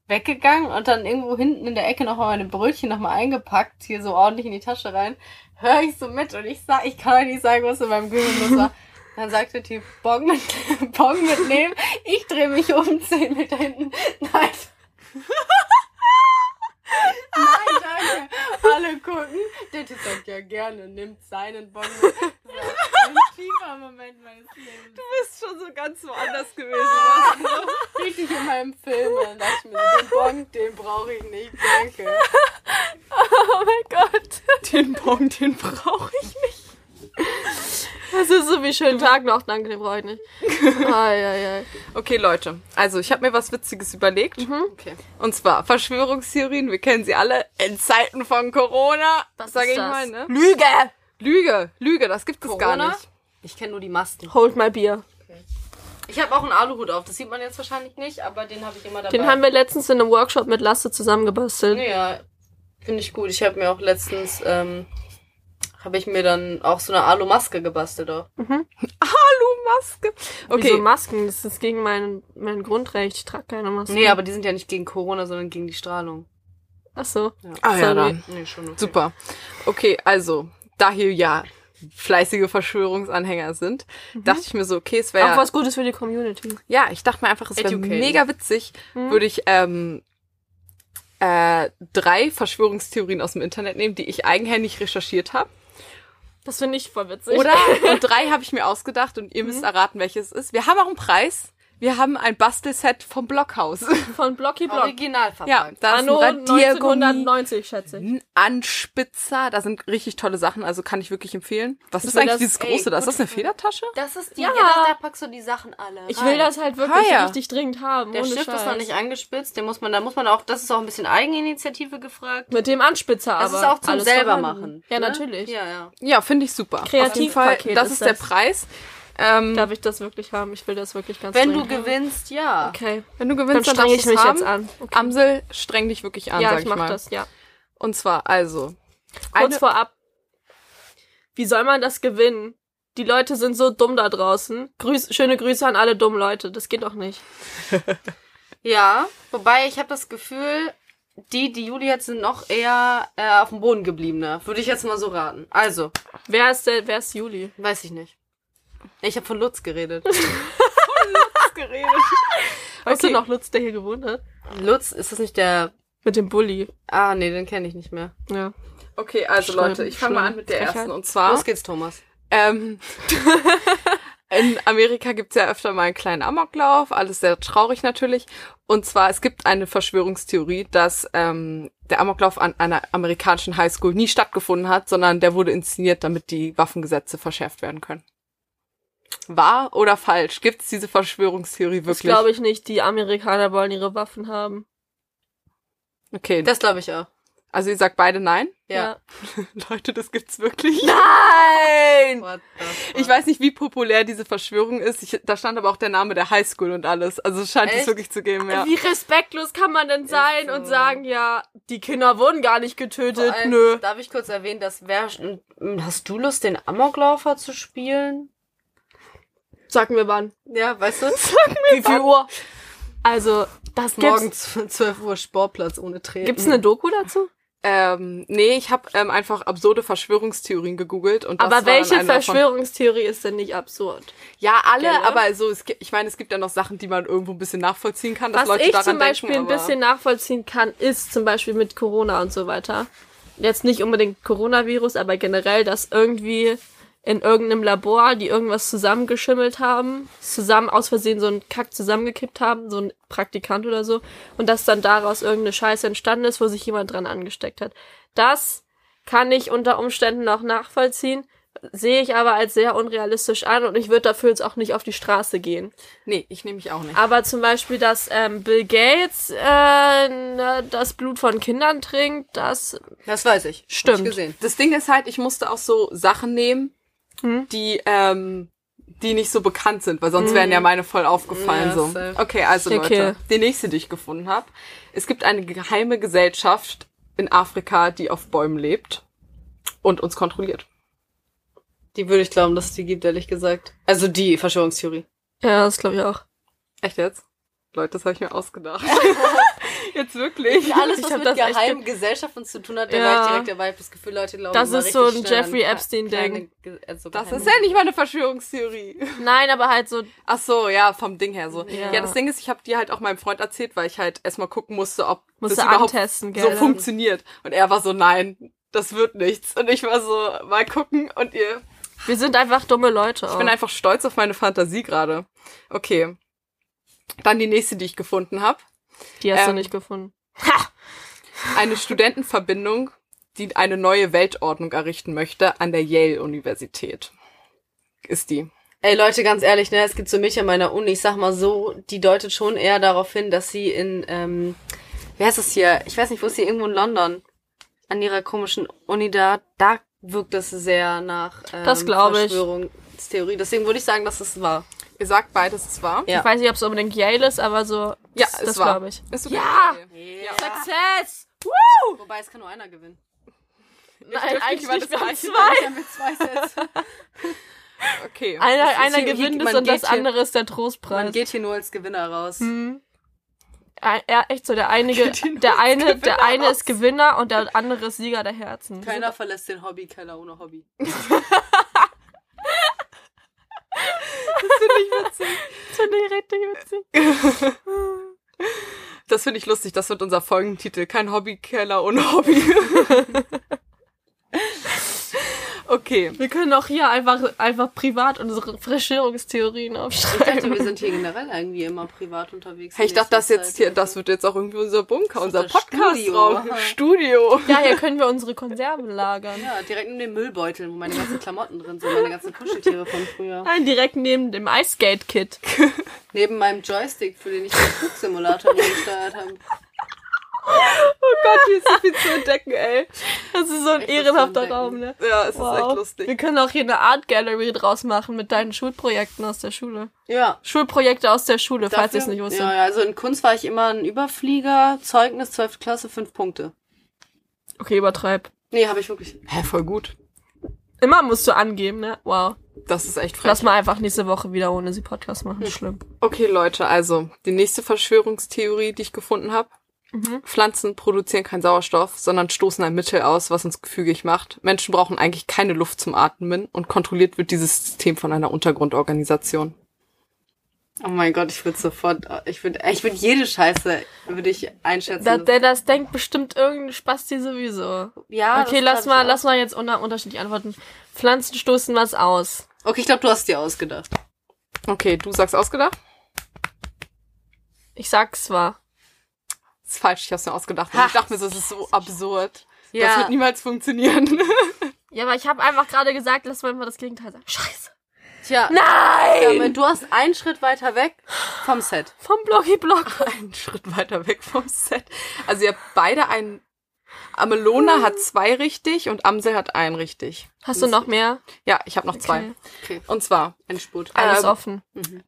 S3: weggegangen und dann irgendwo hinten in der Ecke nochmal meine Brötchen nochmal eingepackt, hier so ordentlich in die Tasche rein. Höre ich so mit und ich sag, ich kann euch nicht sagen, was in meinem Gehirn los war. Dann sagt der Typ, Bon, mit, bon mitnehmen. Ich drehe mich um, zehn Meter hinten. Nein, Nein, danke. Alle gucken. Der Typ sagt ja gerne, nimmt seinen Bon mit. Ja, Fiebermoment meines Lebens.
S1: bist schon so ganz woanders gewesen. Du warst so richtig in meinem Film. Und dann dachte ich mir, so, den Bong, den brauche ich nicht, danke.
S2: Oh mein Gott.
S1: Den Bong, den brauche ich nicht.
S2: Das ist so wie schönen Tag noch. Danke, den brauche ich nicht. Ai, ai, ai.
S1: Okay, Leute. Also, ich habe mir was Witziges überlegt.
S3: Okay.
S1: Und zwar Verschwörungstheorien, wir kennen sie alle. In Zeiten von Corona,
S2: Was
S1: sag
S2: ist
S1: ich
S2: das?
S1: mal, ne?
S3: Lüge!
S1: Lüge, Lüge, das gibt es gar
S3: Corona?
S1: nicht.
S3: Ich kenne nur die Masken.
S2: Hold my beer.
S3: Ich habe auch einen Aluhut auf. Das sieht man jetzt wahrscheinlich nicht, aber den habe ich immer dabei.
S2: Den haben wir letztens in einem Workshop mit Lasse zusammengebastelt.
S3: Ja, finde ich gut. Ich habe mir auch letztens, ähm, habe ich mir dann auch so eine Alu-Maske gebastelt. Auch.
S1: Alu-Maske.
S2: Okay. Wieso
S1: Okay,
S2: Masken? Das ist gegen mein, mein Grundrecht. Ich trage keine Masken.
S3: Nee, aber die sind ja nicht gegen Corona, sondern gegen die Strahlung.
S2: Ach so.
S1: Ah, ja,
S2: Sorry.
S1: dann.
S3: Nee, schon okay.
S1: super. Okay, also, da hier ja fleißige Verschwörungsanhänger sind, dachte ich mir so, okay, es
S2: Auch
S1: wäre...
S2: was Gutes für die Community.
S1: Ja, ich dachte mir einfach, es wäre
S3: Educating.
S1: mega witzig, würde ich ähm, äh, drei Verschwörungstheorien aus dem Internet nehmen, die ich eigenhändig recherchiert habe.
S2: Das finde ich voll witzig.
S1: Oder? Und drei habe ich mir ausgedacht und ihr
S2: Mhm.
S1: müsst erraten, welches es ist. Wir haben auch einen Preis. Wir haben ein Bastelset vom Blockhaus.
S2: Von Blocky Block.
S3: Original
S1: Ja, da ist ein
S2: Anno
S1: Radiergummi,
S2: 1990, schätze ich.
S1: ein Anspitzer. Da sind richtig tolle Sachen, also kann ich wirklich empfehlen. Was ist
S2: will
S1: eigentlich
S2: das-
S1: dieses
S3: ey,
S1: große da? Ist
S3: gut
S1: das eine Federtasche?
S3: Das ist die,
S2: Ja.
S3: ja. da, da packst du die Sachen alle
S2: Ich
S3: rein.
S2: will das halt wirklich
S1: Ah, ja.
S2: richtig dringend haben.
S3: Der
S2: ohne
S3: Stift
S2: Scheiß.
S3: ist noch nicht angespitzt, den muss man, da muss man auch, das ist auch ein bisschen Eigeninitiative gefragt.
S2: Mit dem Anspitzer aber.
S3: Das ist auch zum
S2: alles
S3: selber
S2: vorhanden.
S3: machen.
S2: Ja,
S3: ne?
S2: natürlich.
S3: Ja, ja.
S1: Ja, finde ich super. Auf jeden Fall,
S2: Kreativpaket
S1: das
S2: ist
S1: ist der
S2: das.
S1: Preis. Ähm,
S2: Darf ich das wirklich haben? Ich will das wirklich ganz
S3: Wenn du
S2: dringend haben.
S3: gewinnst, ja.
S2: Okay.
S1: wenn du
S2: Dann
S1: gewinnst, dann,
S2: strenge ich
S1: darfst du
S2: mich
S1: es haben.
S2: jetzt an. Okay.
S1: Amsel, streng dich wirklich an,
S2: ja,
S1: sag
S2: ich mach
S1: mal.
S2: das, ja.
S1: Und zwar, also.
S2: Kurz
S1: eine-
S2: vorab. Wie soll man das gewinnen? Die Leute sind so dumm da draußen. Grüß, schöne Grüße an alle dummen Leute. Das geht doch nicht.
S3: Ja, wobei ich habe das Gefühl, die, die Juli hat, sind noch eher äh, auf dem Boden geblieben, ne? Würde ich jetzt mal so raten. Also,
S2: Wer ist der, wer ist Juli?
S3: weiß ich nicht. Ich habe von Lutz geredet.
S2: Weißt
S1: Okay.
S2: du noch Lutz, der hier gewohnt hat?
S3: Lutz, ist das nicht der.
S2: Mit dem Bulli.
S3: Ah, nee, den kenne ich nicht mehr.
S2: Ja.
S1: Okay, also
S2: Schlimm,
S1: Leute, ich fange
S2: schlimm.
S1: mal an mit der
S2: Frechheit.
S1: ersten. Und zwar,
S3: Los geht's, Thomas.
S1: ähm, in Amerika gibt's ja öfter mal einen kleinen Amoklauf, alles sehr traurig natürlich. Und zwar, es gibt eine Verschwörungstheorie, dass ähm, der Amoklauf an einer amerikanischen Highschool nie stattgefunden hat, sondern der wurde inszeniert, damit die Waffengesetze verschärft werden können. Wahr oder falsch? Gibt's diese Verschwörungstheorie
S2: Das
S1: wirklich?
S2: glaube ich nicht. Die Amerikaner wollen ihre Waffen haben.
S1: okay,
S3: Das glaube ich auch.
S1: also ihr sagt beide nein?
S3: Ja.
S1: Leute, das gibt's wirklich.
S3: Nein!
S1: Ich weiß nicht, wie populär diese Verschwörung ist. Ich, da stand aber auch der Name der Highschool und alles. Also es scheint es
S3: Echt?
S1: wirklich zu geben, ja.
S2: Wie respektlos kann man denn sein
S3: so.
S2: und sagen, ja, die Kinder wurden gar nicht getötet? Nö.
S3: Darf ich kurz erwähnen, dass wer. hm, Hast du Lust, den Amoklaufer zu spielen?
S2: Sag mir wann.
S3: Ja, weißt du?
S2: Wie viel Uhr? Also, das gibt's.
S3: Morgens 12 Uhr Sportplatz ohne Tränen.
S2: Gibt's
S1: Mhm.
S2: eine Doku dazu?
S1: Ähm, nee, ich habe ähm, einfach absurde Verschwörungstheorien gegoogelt und das war
S2: Aber
S1: dann
S2: welche
S1: eine davon.
S2: Verschwörungstheorie ist denn nicht absurd?
S1: Ja, alle,
S2: Gell, ne?
S1: aber so es gibt, ich meine, es gibt ja noch Sachen, die man irgendwo ein bisschen nachvollziehen kann, dass
S2: Was
S1: Leute
S2: ich
S1: daran
S2: zum Beispiel
S1: denken,
S2: ein bisschen nachvollziehen kann, ist zum Beispiel mit Corona und so weiter. Jetzt nicht unbedingt Coronavirus, aber generell, dass irgendwie in irgendeinem Labor die irgendwas zusammengeschimmelt haben, zusammen aus Versehen so einen Kack zusammengekippt haben, so ein Praktikant oder so, und dass dann daraus irgendeine Scheiße entstanden ist, wo sich jemand dran angesteckt hat. Das kann ich unter Umständen noch nachvollziehen, sehe ich aber als sehr unrealistisch an und ich würde dafür jetzt auch nicht auf die Straße gehen.
S1: Aber, nee, ich nehme mich auch nicht.
S2: Aber zum Beispiel, dass ähm, Bill Gates äh, ne, das Blut von Kindern trinkt, das
S3: Das weiß ich. Hab
S2: Stimmt.
S3: ich gesehen.
S1: Das Ding ist halt, ich musste auch so Sachen nehmen, die ähm, die nicht so bekannt sind, weil sonst wären ja meine voll aufgefallen
S3: Ja,
S1: so.
S3: safe.
S1: Okay, also Leute,
S2: Okay.
S1: die nächste, die ich gefunden habe. Es gibt eine geheime Gesellschaft in Afrika, die auf Bäumen lebt und uns kontrolliert.
S3: Die würde ich glauben, dass es die gibt, ehrlich gesagt. Also die Verschwörungstheorie.
S2: ja, das glaube ich auch.
S1: Echt jetzt? Leute, das habe ich mir ausgedacht. jetzt wirklich.
S3: Alles,
S2: Ich
S3: was
S2: hab
S3: mit
S2: das echt
S3: geheimen Gesellschaften zu tun hat, da
S2: Ja.
S3: war ich direkt dabei. Ich hab Das Gefühl, Leute glauben
S2: Das
S3: immer
S2: ist so
S3: richtig
S2: ein
S3: schnell an
S2: Jeffrey
S3: ke-
S2: Epstein-Ding.
S3: kleine Ge- Also
S1: Das
S3: geheime-
S1: ist ja nicht meine Verschwörungstheorie.
S2: Nein, aber halt so,
S1: Ach so, ja, vom Ding her so. Ja,
S2: Ja.
S1: das Ding ist, ich habe dir halt auch meinem Freund erzählt, weil ich halt erstmal gucken musste, ob
S2: musst
S1: das
S2: du
S1: überhaupt
S2: antesten,
S1: so
S2: gell?
S1: funktioniert. Und er war so, nein, das wird nichts. Und ich war so, mal gucken. Und ihr,
S2: Wir sind einfach dumme Leute.
S1: Ich bin einfach stolz auf meine Fantasie gerade. Okay. Dann die nächste, die ich gefunden habe.
S2: Die hast du
S1: ähm,
S2: nicht gefunden.
S1: Eine Studentenverbindung, die eine neue Weltordnung errichten möchte an der Yale-Universität. Ist die.
S3: Ey Leute, ganz ehrlich, ne, es gibt so mich an meiner Uni, ich sag mal so, die deutet schon eher darauf hin, dass sie in, ähm, wer ist das hier? Ich weiß nicht, wo ist sie? Irgendwo in London. An ihrer komischen Uni da, da wirkt das sehr nach ähm,
S2: Das glaub ich.
S3: Verschwörungstheorie. Deswegen würde ich sagen, dass es war.
S1: Ihr sagt beides, es war.
S3: Ja.
S2: Ich weiß nicht, ob es unbedingt Yale ist, aber so.
S1: Ja,
S2: das,
S1: es
S2: das
S1: war.
S2: glaube ich.
S1: Ist okay.
S2: Ja!
S3: Ja.
S2: Success!
S3: Wobei es kann nur einer gewinnen.
S2: Nein, eigentlich nicht, wir haben
S3: Ich
S2: zwei.
S3: habe jetzt zwei Sets.
S1: Okay.
S2: Einer,
S3: Es ist
S2: einer
S3: hier-
S2: gewinnt
S3: man
S2: es und das
S3: geht hier-
S2: andere ist der
S3: Man
S2: Trostpreis.
S3: geht hier nur als Gewinner raus.
S1: Hm.
S2: Mhm. Ein- Ja, echt so, der einige,
S1: Geht die nur
S2: der
S1: als
S2: eine, der
S1: Gewinner
S2: eine
S1: raus?
S2: ist Gewinner und der andere ist Sieger der Herzen.
S3: Keiner verlässt den Hobbykeller ohne Hobby.
S2: Das finde ich richtig witzig.
S1: Das finde ich lustig. Das wird unser Folgentitel. Kein Hobbykeller ohne Hobby. okay.
S2: Wir können auch hier einfach, einfach privat unsere
S3: Ich
S2: Verschwörungstheorien
S3: dachte,
S2: aufschreiben.
S3: wir sind hier generell irgendwie immer privat unterwegs.
S1: Hey, ich dachte, das jetzt hier, das wird jetzt auch irgendwie unser Bunker, unser Podcastraum, Studio.
S2: Ja, hier können wir unsere Konserven lagern.
S3: Ja, direkt in den Müllbeutel, wo meine ganzen Klamotten drin sind, meine ganzen Kuscheltiere von früher.
S2: Nein, direkt neben dem Ice-Skate-Kit.
S3: Neben meinem Joystick, für den ich den Flugsimulator gesteuert habe.
S1: Oh Gott, hier ist so viel zu entdecken, ey.
S2: Das ist so ein
S3: Echt, das
S2: ehrenhafter
S3: zu entdecken.
S2: Raum, ne?
S1: Ja, es ist echt
S2: Wow. Wir
S1: lustig.
S2: können auch hier eine Art Gallery draus machen mit deinen Schulprojekten aus der Schule.
S3: Ja.
S2: Schulprojekte aus der Schule, falls ihr es
S3: Dafür-
S2: nicht wusstet.
S3: Ja, ja, also in Kunst war ich immer ein Überflieger, Zeugnis, 12. Klasse, 5 Punkte.
S2: Okay, übertreib.
S3: Nee, habe ich wirklich.
S1: Hä, voll gut.
S2: Immer musst du angeben, ne? Wow.
S1: Das ist echt frech.
S2: Lass mal einfach nächste Woche wieder ohne sie Podcast machen. Schlimm.
S1: Okay, Leute, also die nächste Verschwörungstheorie, die ich gefunden habe.
S2: Mhm.
S1: Pflanzen produzieren keinen Sauerstoff, sondern stoßen ein Mittel aus, was uns gefügig macht. Menschen brauchen eigentlich keine Luft zum Atmen und kontrolliert wird dieses System von einer Untergrundorganisation.
S3: Oh mein Gott, ich würde sofort, ich würde, ich würde jede Scheiße, würde ich einschätzen.
S2: Da, der das denkt bestimmt irgendein Spasti sowieso.
S3: ja,
S2: okay,
S3: das
S2: lass
S3: glaub ich
S2: mal,
S3: auch.
S2: lass mal jetzt unter, unterschiedliche Antworten. Pflanzen stoßen was aus.
S3: Okay, ich glaube, du hast dir ausgedacht.
S1: Okay, du sagst ausgedacht?
S2: Ich sag's zwar.
S1: ist falsch, ich hab's mir ausgedacht. Und
S3: Ha.
S1: ich dachte mir so, es ist so absurd. Das
S3: Ja.
S1: wird niemals funktionieren.
S2: Ja, aber ich habe einfach gerade gesagt, lass mal einfach das Gegenteil sagen. Scheiße.
S3: Tja,
S2: Nein!
S3: Damit, du hast einen Schritt weiter weg vom Set.
S2: Vom Bloggy Blog.
S1: Einen Schritt weiter weg vom Set. Also ihr habt beide einen. Amelona hat zwei richtig und Amsel hat einen richtig.
S2: Hast du noch mehr?
S1: Ja, ich habe noch zwei.
S2: Okay. Ähm.
S3: Okay,
S1: Und zwar,
S3: Endspurt.
S2: Alles
S1: Ähm,
S2: offen.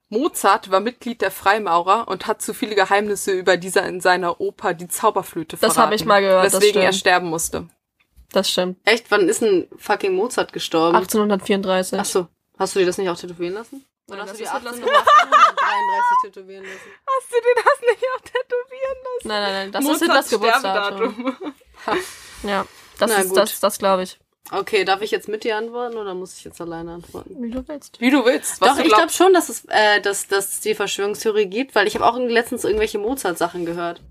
S1: Mozart war Mitglied der Freimaurer und hat zu viele Geheimnisse über dieser in seiner Oper die Zauberflöte
S2: Das
S1: verraten.
S2: hab ich mal gehört, das
S1: Deswegen er
S2: stimmt.
S1: sterben musste.
S2: Das stimmt.
S3: Echt, wann ist ein fucking Mozart gestorben?
S2: 1834.
S3: Ach so, hast du dir das nicht auch tätowieren lassen?
S2: Nein, das ist
S3: Atlas 1833 tätowieren lassen?
S1: Hast du dir das nicht auch tätowieren lassen?
S2: Nein, nein, nein. Das
S1: Mozarts
S2: ist Hitlers Geburtsdatum.
S1: Sterbedatum.
S2: Ja. Das
S3: Na
S2: ist
S3: gut.
S2: das, das glaube ich.
S3: Okay, darf ich jetzt mit dir antworten oder muss ich jetzt alleine antworten?
S2: Wie du willst.
S1: Wie du willst. Was
S3: Doch,
S1: du
S3: ich glaube
S1: glaubst.
S3: schon, dass es, äh, dass, dass es die Verschwörungstheorie gibt, weil ich habe auch letztens irgendwelche Mozart-Sachen gehört.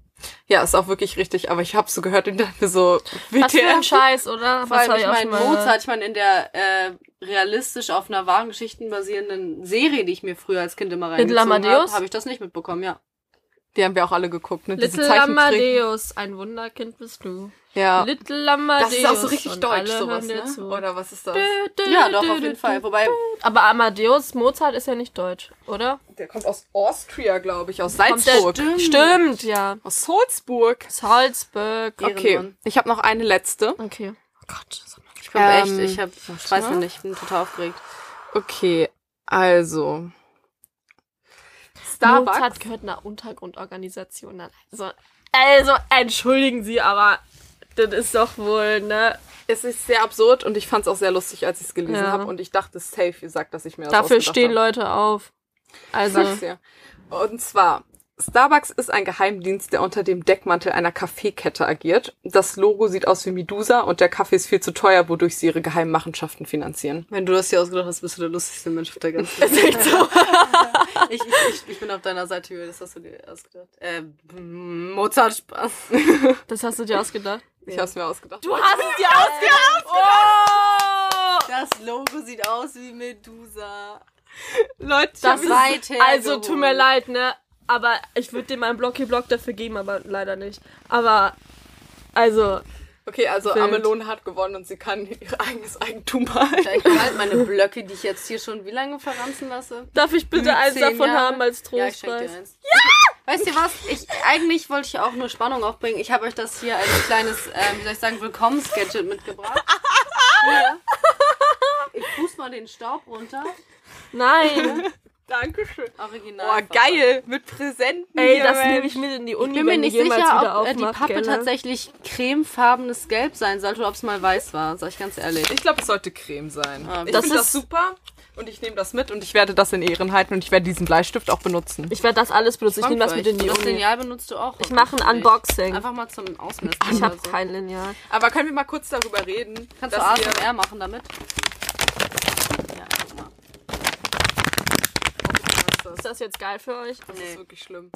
S1: ja, ist auch wirklich richtig, aber ich habe so gehört und dachte mir so,
S2: Was für ein
S1: WTF.
S2: Scheiß, oder?
S3: Vor
S2: Was
S3: allem,
S2: hab
S3: ich
S2: auch
S3: meine,
S2: schon mal gehört.
S3: Mozart, ich meine, in der äh, realistisch auf einer wahren Geschichten basierenden Serie, die ich mir früher als Kind immer
S2: Little
S3: reingezogen habe,
S2: Amadeus?
S3: habe ich das nicht mitbekommen, ja.
S1: Die haben wir auch alle geguckt, ne? Diese
S2: Little
S1: Zeichentrick-
S2: Amadeus, ein Wunderkind bist du.
S1: Ja.
S2: Little Amadeus.
S1: Das ist auch so richtig
S2: und
S1: deutsch,
S2: alle
S1: sowas,
S2: hören dir
S1: ne?
S2: zu.
S1: Oder was ist das?
S2: Dü, dü,
S3: Ja,
S2: dü,
S3: doch,
S2: dü,
S3: auf
S2: dü,
S3: jeden
S2: dü.
S3: Fall. Wobei,
S2: Aber Amadeus, Mozart ist ja nicht deutsch, oder?
S1: Der kommt aus Austria, glaube ich, aus
S2: Kommt der-
S1: Salzburg.
S3: Stimmt.
S2: Stimmt, ja.
S1: Aus Salzburg.
S2: Salzburg.
S1: Okay,
S3: Ehrenmann.
S1: ich habe noch eine letzte.
S2: Okay. Oh Gott. das hat man-
S3: Ich bin echt,
S1: Ähm,
S3: ich hab, ich weiß noch nicht, ich bin total aufgeregt.
S1: Okay, also. Starbucks.
S2: Mozart gehört einer Untergrundorganisation. Nein, Also, also, entschuldigen Sie, aber das ist doch wohl, ne?
S1: Es ist sehr absurd und ich fand es auch sehr lustig, als ich es gelesen
S2: Ja.
S1: habe. Und ich dachte, safe, ihr sagt, dass ich mir das
S2: Dafür
S1: ausgedacht
S2: stehen
S1: hab.
S2: Leute auf. Also,
S1: Sag's dir. Und zwar, Starbucks ist ein Geheimdienst, der unter dem Deckmantel einer Kaffeekette agiert. Das Logo sieht aus wie Medusa und der Kaffee ist viel zu teuer, wodurch sie ihre geheimen Machenschaften finanzieren.
S3: Wenn du das hier ausgedacht hast, bist du der lustigste Mensch auf der ganzen Welt. ich, ich, ich, ich bin auf deiner Seite, Julia, das hast du dir ausgedacht. Äh, Mozart Spaß.
S2: das hast du dir ausgedacht.
S1: Ich hab's mir ausgedacht.
S2: Du hast es dir ausgedacht!
S3: Das Logo sieht aus wie Medusa.
S1: Leute, ich hab
S2: Das
S1: mich-
S3: weit hergeholt.
S2: also tut mir leid, ne? Aber ich würde dir meinen Blocky Block dafür geben, aber leider nicht. Aber also
S1: okay, also
S2: Bild.
S1: Amelone hat gewonnen und sie kann ihr eigenes Eigentum behalten.
S3: Ich behalte meine Blöcke, die ich jetzt hier schon wie lange verranzen lasse.
S2: darf ich bitte eins
S3: Zehn
S2: davon
S3: Jahre.
S2: haben als
S3: Ja, ich schenke
S2: Trostpreis?
S3: dir eins. Weißt du was? Ich, eigentlich wollte ich ja auch nur Spannung aufbringen. Ich habe euch das hier als kleines, ähm, wie soll ich sagen, Willkommens-Gadget mitgebracht. Ja. Ich puste mal den Staub runter.
S2: Nein.
S1: Dankeschön.
S3: Original.
S1: Boah, geil, mit Präsenten.
S2: Ey,
S1: hier,
S2: das
S1: Mensch.
S2: nehme ich mit in die Uni,
S3: Ich bin mir
S2: wenn
S3: nicht
S2: die jemals
S3: sicher,
S2: wieder
S3: ob äh,
S2: aufmacht, ne?
S3: die Pappe
S2: gerne.
S3: tatsächlich cremefarbenes Gelb sein sollte oder ob es mal weiß war, sag ich ganz ehrlich.
S1: Ich glaube, es sollte Creme sein.
S3: Ah,
S1: ich
S3: das
S1: finde das
S3: ist-
S1: super und ich nehme das mit und ich werde das in Ehren halten und ich werde diesen Bleistift auch benutzen.
S2: Ich werde das alles benutzen. Ich nehme das mit in die
S3: Das
S2: Uni.
S3: Lineal benutzt du auch.
S2: Ich mache ein
S3: hoffentlich.
S2: Unboxing.
S3: Einfach mal zum Ausmessen.
S2: Ich
S3: oder
S2: habe
S3: so.
S2: kein Lineal.
S1: Aber können wir mal kurz darüber reden?
S3: Kannst du
S1: dass wir-
S3: ASMR machen damit? Ja, guck mal.
S2: Ist das jetzt geil für euch?
S1: Das
S3: Nee.
S1: ist wirklich schlimm.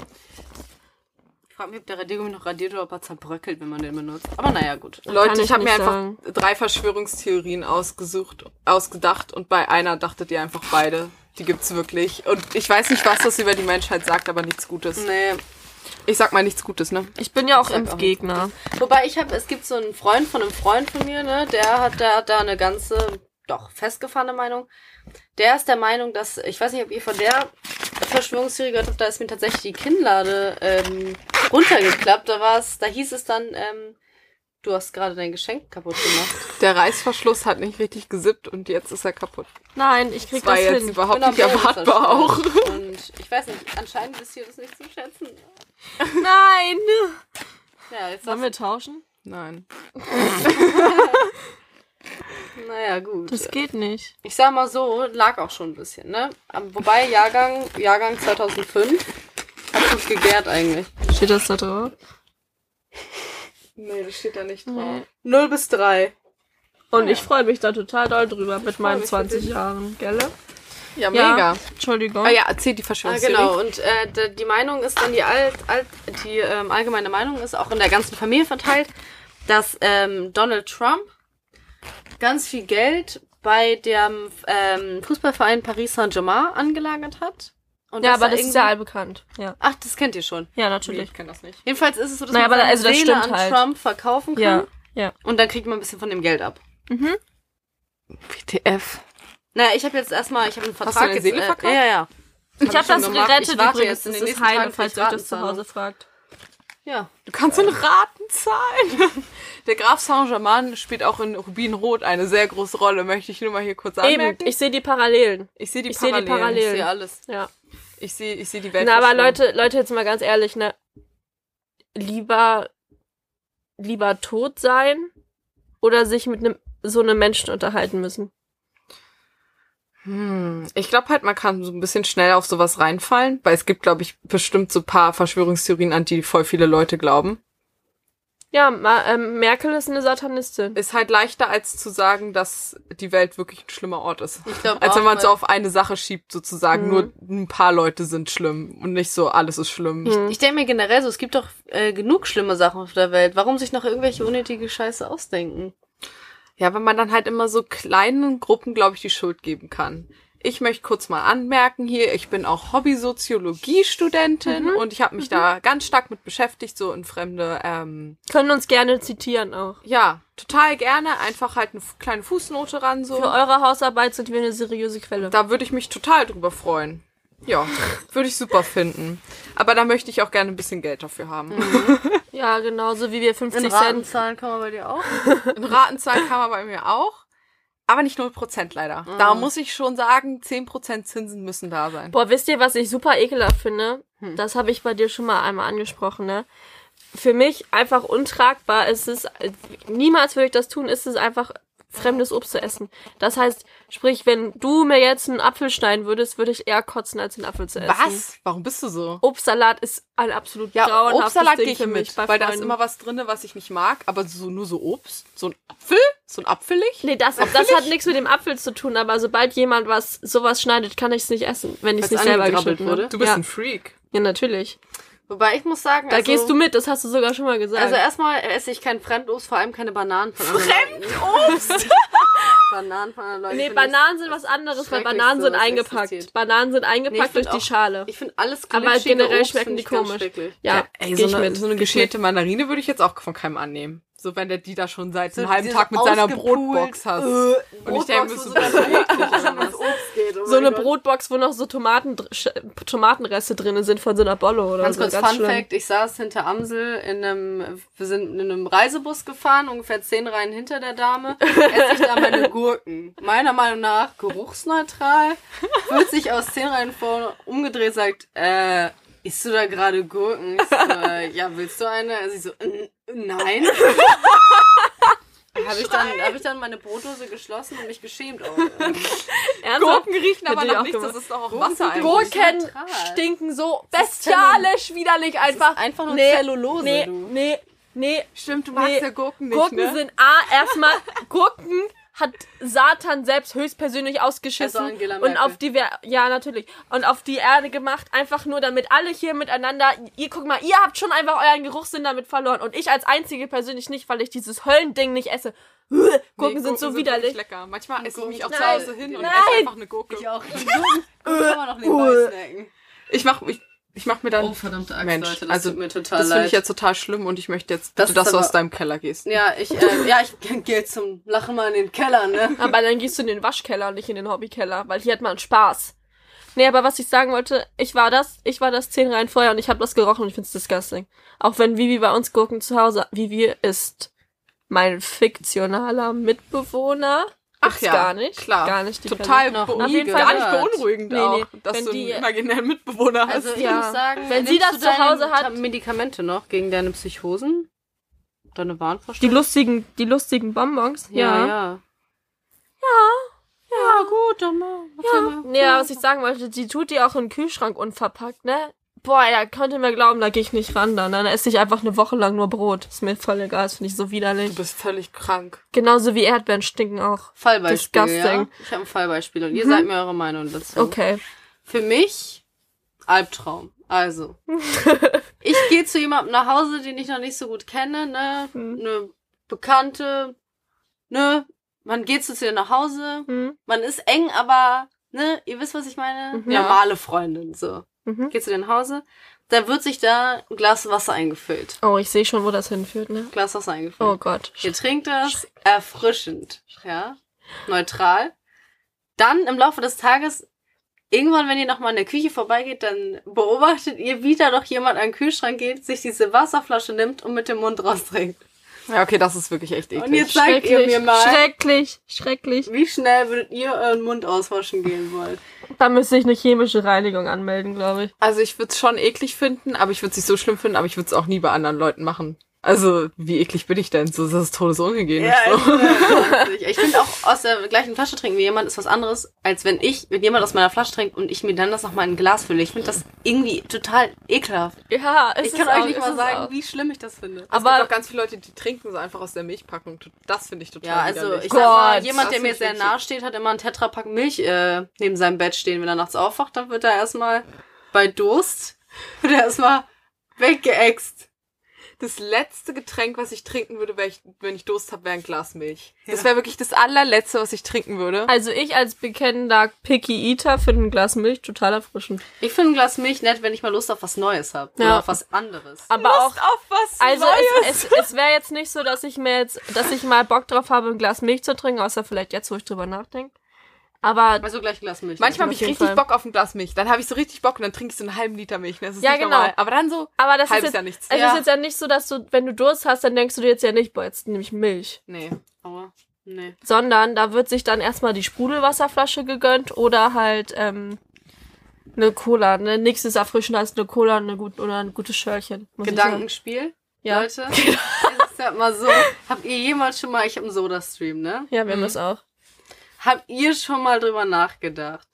S3: Ich frage mich, ob der Radiergummi noch radiert oder ob er zerbröckelt, wenn man den benutzt. Aber naja, gut.
S1: Leute, ich,
S2: ich
S1: habe mir
S2: nicht
S1: einfach
S2: sagen.
S1: drei Verschwörungstheorien ausgesucht, ausgedacht und bei einer dachtet ihr einfach beide. Die gibt's wirklich. Und ich weiß nicht, was das über die Menschheit sagt, aber nichts Gutes.
S3: Nee.
S1: Ich sag mal nichts Gutes, ne?
S2: Ich bin ja auch
S3: sag auch
S2: Impfgegner.
S3: Wobei ich habe, es gibt so einen Freund von einem Freund von mir, ne, der hat da, da eine ganze, doch festgefahrene Meinung. Der ist der Meinung, dass, ich weiß nicht, ob ihr von der Verschwörungstheorie gehört habt, da ist mir tatsächlich die Kinnlade ähm, runtergeklappt. Da war es, da hieß es dann, ähm, du hast gerade dein Geschenk kaputt gemacht.
S1: Der Reißverschluss hat nicht richtig gesippt und jetzt ist er kaputt.
S2: Nein, ich krieg
S1: Das war
S2: das
S1: jetzt
S2: hin.
S1: überhaupt
S3: am
S1: nicht
S3: Boden
S1: erwartbar auch.
S3: zerstört. Und ich weiß nicht, anscheinend wisst ihr das nicht zu schätzen.
S2: Nein!
S3: Ja, jetzt
S2: Sollen
S3: sagst
S2: wir tauschen?
S1: Nein.
S3: du, naja, gut.
S2: Das geht nicht.
S3: ich sag mal so, lag auch schon ein bisschen, ne? Am- Wobei Jahrgang, Jahrgang 2005 hat gut gegärt eigentlich.
S2: Steht das da drauf?
S1: Nee, das steht da nicht
S2: Nee.
S3: 0 bis 3. Ah,
S2: Und ich freue mich da total doll drüber mit meinen
S1: mich für
S2: 20
S1: dich.
S2: Jahren, gell? Ja.
S1: Ja, mega.
S2: Entschuldigung.
S1: Ah ja, erzähl die
S3: Ah,
S1: Verschwörungstheorie.
S3: genau. Und äh, d- die Meinung ist dann, die, alt, alt, die ähm, allgemeine Meinung ist auch in der ganzen Familie verteilt, dass ähm, Donald Trump ganz viel Geld bei dem ähm, Fußballverein Paris Saint-Germain angelagert hat. Und
S2: ja,
S3: dass
S2: aber
S3: er
S2: das ist
S3: irgendwie-
S2: ja allbekannt. Ja,
S3: Ach, das kennt ihr schon.
S2: ja natürlich.
S1: kann das nicht.
S3: Jedenfalls ist es so, dass
S2: Naja,
S3: man
S2: aber da-
S3: seine
S2: also das
S3: Seele
S2: stimmt
S3: an
S2: halt.
S3: Trump verkaufen kann.
S2: Ja, ja.
S3: Und dann kriegt man ein bisschen von dem Geld ab.
S1: WTF.
S3: Naja, ich habe jetzt erstmal, ich habe einen Vertrag
S1: Hast du deine
S3: jetzt, äh,
S1: Seele verkauft?
S3: ja, ja.
S2: Ich habe
S3: schon
S2: das
S3: gemacht.
S2: gerettet
S3: Ich warte
S2: übrigens.
S3: jetzt in
S2: Das
S3: den
S2: ist
S3: nächsten
S2: heil,
S3: Tagen,
S2: falls
S3: krieg
S2: ihr euch
S3: ich
S2: das zu
S3: Ratenzahlung.
S2: Hause fragt.
S3: Ja.
S1: Du kannst in Raten zahlen. Der Graf Saint-Germain spielt auch in Rubinrot eine sehr große Rolle, möchte ich nur mal hier kurz anmerken.
S2: Eben, ich sehe die Parallelen.
S1: ich sehe die,
S2: ich sehe die
S3: Ich
S2: Parallelen.
S3: sehe alles.
S2: Ja.
S1: Ich sehe ich sehe die Welt.
S2: Na, aber
S1: verschwimmen.
S2: Leute, Leute, jetzt mal ganz ehrlich, ne? Lieber, lieber tot sein oder sich mit einem so einem Menschen unterhalten müssen.
S1: Hm. Ich glaube halt, man kann so ein bisschen schnell auf sowas reinfallen, weil es gibt, glaube ich, bestimmt so ein paar Verschwörungstheorien, an die voll viele Leute glauben.
S2: Ja, Ma ähm, Merkel ist eine Satanistin.
S1: Ist halt leichter, als zu sagen, dass die Welt wirklich ein schlimmer Ort ist.
S3: Ich glaube
S1: Als
S3: auch,
S1: wenn man so
S3: weil-
S1: auf eine Sache schiebt, sozusagen.
S2: Mhm.
S1: Nur ein paar Leute sind schlimm und nicht so, alles ist schlimm.
S2: Mhm.
S3: Ich denke mir generell so, es gibt doch äh, genug schlimme Sachen auf der Welt. Warum sich noch irgendwelche unnötige Scheiße ausdenken?
S1: Ja, wenn man dann halt immer so kleinen Gruppen, glaube ich, die Schuld geben kann. Ich möchte kurz mal anmerken hier, ich bin auch Hobby-Soziologie-Studentin und ich habe mich da ganz stark mit beschäftigt, so in fremde, ähm,
S2: Können uns gerne zitieren auch.
S1: ja, total gerne, einfach halt eine f- kleine Fußnote ran,
S2: Für
S1: so.
S2: eure Hausarbeit sind wir eine seriöse Quelle.
S1: Da würde ich mich total drüber freuen. Ja, würde ich super finden. Aber da möchte ich auch gerne ein bisschen Geld dafür haben.
S2: Mhm. Ja, genauso wie wir 50
S3: In
S2: Cent.
S3: Ratenzahlen kann man bei dir auch.
S1: In Ratenzahl kam er bei mir auch. Aber nicht 0% leider. Da muss ich schon sagen, 10% Zinsen müssen da sein.
S2: Mhm. Boah, wisst ihr, was ich super ekelhaft finde? Das habe ich bei dir schon mal einmal angesprochen, ne? Für mich einfach untragbar ist es, niemals würde ich das tun, ist es einfach fremdes Obst zu essen. Das heißt, sprich, wenn du mir jetzt einen Apfel schneiden würdest, würde ich eher kotzen, als den Apfel zu essen.
S1: Was? Warum bist du
S2: Oh,
S1: so?
S2: Obstsalat ist ein absolut
S1: Ja,
S2: grauenhaftes
S1: Obstsalat
S2: Ding
S1: gehe ich
S2: für mich
S1: mit,
S2: bei
S1: weil da ist
S2: Freunden.
S1: immer was drinne, was ich nicht mag, aber so nur so Obst, so ein Apfel, so ein Apfellich.
S2: Nee, das, das hat nichts mit dem Apfel zu tun, aber sobald jemand was sowas schneidet, kann ich es nicht essen, wenn ich es
S3: Weil's
S2: nicht selber
S3: angegrabbelt
S2: geschnitten
S3: wurde?
S2: wurde.
S1: Du bist
S2: ja.
S1: ein Freak.
S2: ja, natürlich.
S3: Wobei ich muss sagen,
S2: Da gehst du mit, das hast du sogar schon mal gesagt.
S3: Also erstmal esse ich kein Fremdobst, vor allem keine Bananen von anderen Leuten.
S2: Oh,
S1: Fremdobst!
S3: Bananen von anderen Leuten.
S2: nee,
S3: Ich finde
S2: Bananen sind was anderes, weil
S3: schrecklich
S2: Bananen
S3: so,
S2: sind
S3: was
S2: eingepackt.
S3: existiert.
S2: Bananen sind
S3: Nee,
S2: eingepackt
S3: ich
S2: durch
S3: find
S2: die
S3: auch-
S2: Schale.
S3: das- Ich finde alles
S2: Aber
S3: glitschige
S2: generell
S3: Obst
S2: schmecken
S3: finde
S2: die
S3: ich ganz
S2: komisch.
S3: schrecklich.
S2: Ja,
S1: Ey,
S2: geh
S1: so
S2: ich
S1: eine,
S2: mit.
S1: so eine geschälte Mandarine würde ich jetzt auch von keinem annehmen. So wenn der die da schon seit einem halben
S3: diese
S1: Tag mit seiner
S3: ausgepult,
S1: Brotbox
S2: äh,
S1: hast. Und ich
S3: äh, Brotbox,
S1: denke, mir
S3: wo
S1: so,
S3: so das Brötchen an das
S1: das
S3: Obst geht. oh
S2: So
S3: mein
S2: eine
S3: Gott.
S2: Brotbox, wo noch so Tomaten, dr- Sch- Tomatenreste drinnen sind von so einer Bolle oder
S3: Ganz
S1: Also
S2: so.
S3: kurz Fun
S2: ganz schlimm.
S3: Fact, ich saß hinter Amsel in einem, wir sind in einem Reisebus gefahren, ungefähr zehn Reihen hinter der Dame, esse ich da meine Gurken. Meiner Meinung nach geruchsneutral, wird sich aus zehn Reihen vorne umgedreht, sagt, äh, isst du da gerade Gurken? Ich so, äh, ja, willst du eine? Also ich so, "N- nein. Habe ich, dann, hab ich dann meine Brotdose geschlossen und mich geschämt auch.
S2: Ernsthaft?
S1: Gurken riechen aber
S2: Hätte ich
S1: nach
S2: auch
S1: nichts, das
S2: gemacht.
S1: ist doch auch Wasser
S3: sind
S1: eigentlich.
S2: Gurken
S3: neutral.
S2: stinken so
S3: ist
S2: bestialisch widerlich einfach.
S3: einfach nur Zellulose,
S2: Nee,
S3: du. ne?
S2: nee, nee.
S1: Stimmt, du
S2: Nee, Gurken ne? sind A, erstmal, Gurken hat Satan selbst höchstpersönlich ausgeschissen
S3: Also Angela
S2: und
S3: Merkel.
S2: auf die, Wer- ja natürlich, und auf die Erde gemacht, einfach nur damit alle hier miteinander, ihr guck mal, ihr habt schon einfach euren Geruchssinn damit verloren und ich als einzige persönlich nicht, weil ich dieses Höllending nicht esse. Gurken, sind so widerlich.
S1: wirklich lecker. Manchmal esse ich mich auch
S3: Gurken
S1: zu
S3: sind-
S1: Hause hin und
S2: Nein.
S1: esse einfach eine Gurke.
S3: Ich auch. Die Gurken kann man noch
S2: Äh,
S3: nebenbei snacken.
S1: Ich mach, ich, ich mach mir dann...
S3: Oh, verdammte Axt,
S1: Mensch,
S3: Leute, das
S1: also
S3: tut mir total
S1: das finde
S3: leid.
S1: ich jetzt total schlimm und ich möchte jetzt,
S3: Das
S1: bitte, dass
S3: ist
S1: du aus
S3: aber-
S1: deinem Keller gehst.
S3: ja, ich, äh, ja, ich gehe zum Lachen mal in den Keller, ne?
S2: Aber dann gehst du in den Waschkeller und nicht in den Hobbykeller, weil hier hat man Spaß. Nee, aber was ich sagen wollte, ich war das, ich war das zehn Reihen vorher und ich habe das gerochen und ich find's disgusting. Auch wenn Vivi bei uns Gurken zu Hause, Vivi ist mein fiktionaler Mitbewohner.
S1: Ach
S2: Gibt's
S1: ja,
S2: gar nicht.
S1: klar.
S2: Gar nicht. Die
S1: Total
S3: noch
S1: beunruhigend.
S2: Auf jeden Fall
S1: gar nicht
S3: gehört.
S1: beunruhigend
S2: Nee,
S1: auch,
S2: nee,
S1: dass
S2: wenn
S1: du einen
S2: die-
S1: imaginären Mitbewohner hast.
S3: Also ich
S2: Ja.
S3: muss sagen,
S2: Wenn sie
S3: nimmst
S2: das
S3: du
S2: zu Hause
S3: deine
S2: hat-
S3: Medikamente noch gegen deine Psychosen? Deine
S2: Die
S3: Wahnvorstellungen?
S2: lustigen, die lustigen Bonbons. Ja.
S3: ja. Ja, ja gut, dann mal. Ja.
S2: Nee, aber was ich sagen wollte, die tut die auch in den Kühlschrank unverpackt, ne? Boah, ja, könnt ihr mir glauben, da gehe ich nicht ran dann. Dann esse ich einfach eine Woche lang nur Brot. Ist mir voll egal, das finde ich so widerlich.
S1: Du bist völlig krank.
S2: Genauso wie Erdbeeren stinken auch.
S3: Fallbeispiel, ja?
S2: Disgusting. Mhm.
S3: Ich habe ein Fallbeispiel und ihr sagt mir eure Meinung dazu.
S2: Okay.
S3: Für mich Albtraum. Also, ich gehe zu jemandem nach Hause, den ich noch nicht so gut kenne, ne?
S2: Hm.
S3: Eine Bekannte, ne? Man geht zu dir nach Hause,
S2: Mhm.
S3: man ist eng, aber, ne? Ihr wisst, was ich meine?
S2: Mhm.
S3: Normale Freundin, so.
S2: Mhm.
S3: Geht zu dir nach Hause, da wird sich da ein Glas Wasser eingefüllt.
S2: Oh, ich sehe schon, wo das hinführt, ne?
S3: Glas Wasser eingefüllt.
S2: Oh Gott.
S3: Ihr trinkt das erfrischend, ja, neutral. Dann im Laufe des Tages, irgendwann, wenn ihr nochmal in der Küche vorbeigeht, dann beobachtet ihr, wie da doch jemand an den Kühlschrank geht, sich diese Wasserflasche nimmt und mit dem Mund raustrinkt.
S1: Ja, okay, das ist wirklich echt eklig.
S3: Und jetzt zeigt ihr mir mal,
S2: schrecklich, schrecklich.
S3: wie schnell würdet ihr euren Mund auswaschen gehen wollen.
S2: Da müsste ich eine chemische Reinigung anmelden, glaube ich.
S1: Also ich würde es schon eklig finden, aber ich würde es nicht so schlimm finden, aber ich würde es auch nie bei anderen Leuten machen. Also, wie eklig bin ich denn? So, das ist todesunhygienisch.
S3: Ja,
S1: so.
S3: ich, ich finde auch aus der gleichen Flasche trinken wie jemand ist was anderes, als wenn ich, wenn jemand aus meiner Flasche trinkt und ich mir dann das nochmal in ein Glas fülle. Ich finde das irgendwie total ekelhaft.
S2: Ja, es
S3: Ich kann euch nicht mal
S2: es
S3: sagen,
S2: auch.
S3: wie schlimm ich das finde.
S1: Aber es gibt
S2: Aber
S1: auch ganz viele Leute, die trinken so einfach aus der Milchpackung. Das finde ich total
S3: Ja, also
S1: widerlich.
S3: ich sag mal,
S2: Gott,
S3: jemand, der
S1: das
S3: mir
S1: ist
S3: sehr
S1: wirklich-
S3: nahe steht, hat immer einen Tetrapack Milch äh, neben seinem Bett stehen. Wenn er nachts aufwacht, dann wird er erstmal bei Durst wird er erstmal weggeäxt.
S1: Das letzte Getränk, was ich trinken würde, wär ich, wenn ich Durst habe, wäre ein Glas Milch. Das wäre wirklich das allerletzte, was ich trinken würde.
S2: also ich als bekennender Picky Eater finde ein Glas Milch total erfrischend.
S3: Ich finde ein Glas Milch nett, wenn ich mal Lust auf was Neues habe.
S2: Ja.
S3: Oder auf was anderes.
S2: Aber auch
S1: auf was
S2: also es, es, es wäre jetzt nicht so, dass ich mir jetzt, dass ich mal Bock drauf habe, ein Glas Milch zu trinken, außer vielleicht jetzt, wo ich drüber nachdenke. Aber
S3: Also gleich ein Glas Milch.
S1: Manchmal habe
S2: Auf
S1: ich
S2: jeden
S1: richtig
S2: Fall.
S1: Bock auf ein Glas Milch. Dann habe ich so richtig Bock und dann trinke ich so einen halben Liter Milch. Das ist
S2: Ja,
S1: nicht
S2: genau.
S1: normal. Aber dann so.
S2: Aber das
S1: Halb
S2: ist jetzt,
S1: ist ja nichts.
S2: Es
S3: Ja.
S2: ist jetzt ja nicht so, dass du, wenn du Durst hast, dann denkst du dir jetzt ja nicht, boah, jetzt nehme ich Milch.
S1: Nee.
S3: Aua. Nee.
S2: Sondern da wird sich dann erstmal die Sprudelwasserflasche gegönnt oder halt ähm, eine Cola. Ne? Nichts ist erfrischender als eine Cola und eine gut, oder ein gutes Schörlchen. muss ich sagen.
S3: Gedankenspiel.
S2: Ja.
S3: Leute. Es ist ja mal so. Habt ihr jemals schon mal, ich habe einen Soda-Stream, ne?
S2: Ja, wir haben das auch.
S3: Habt ihr schon mal drüber nachgedacht,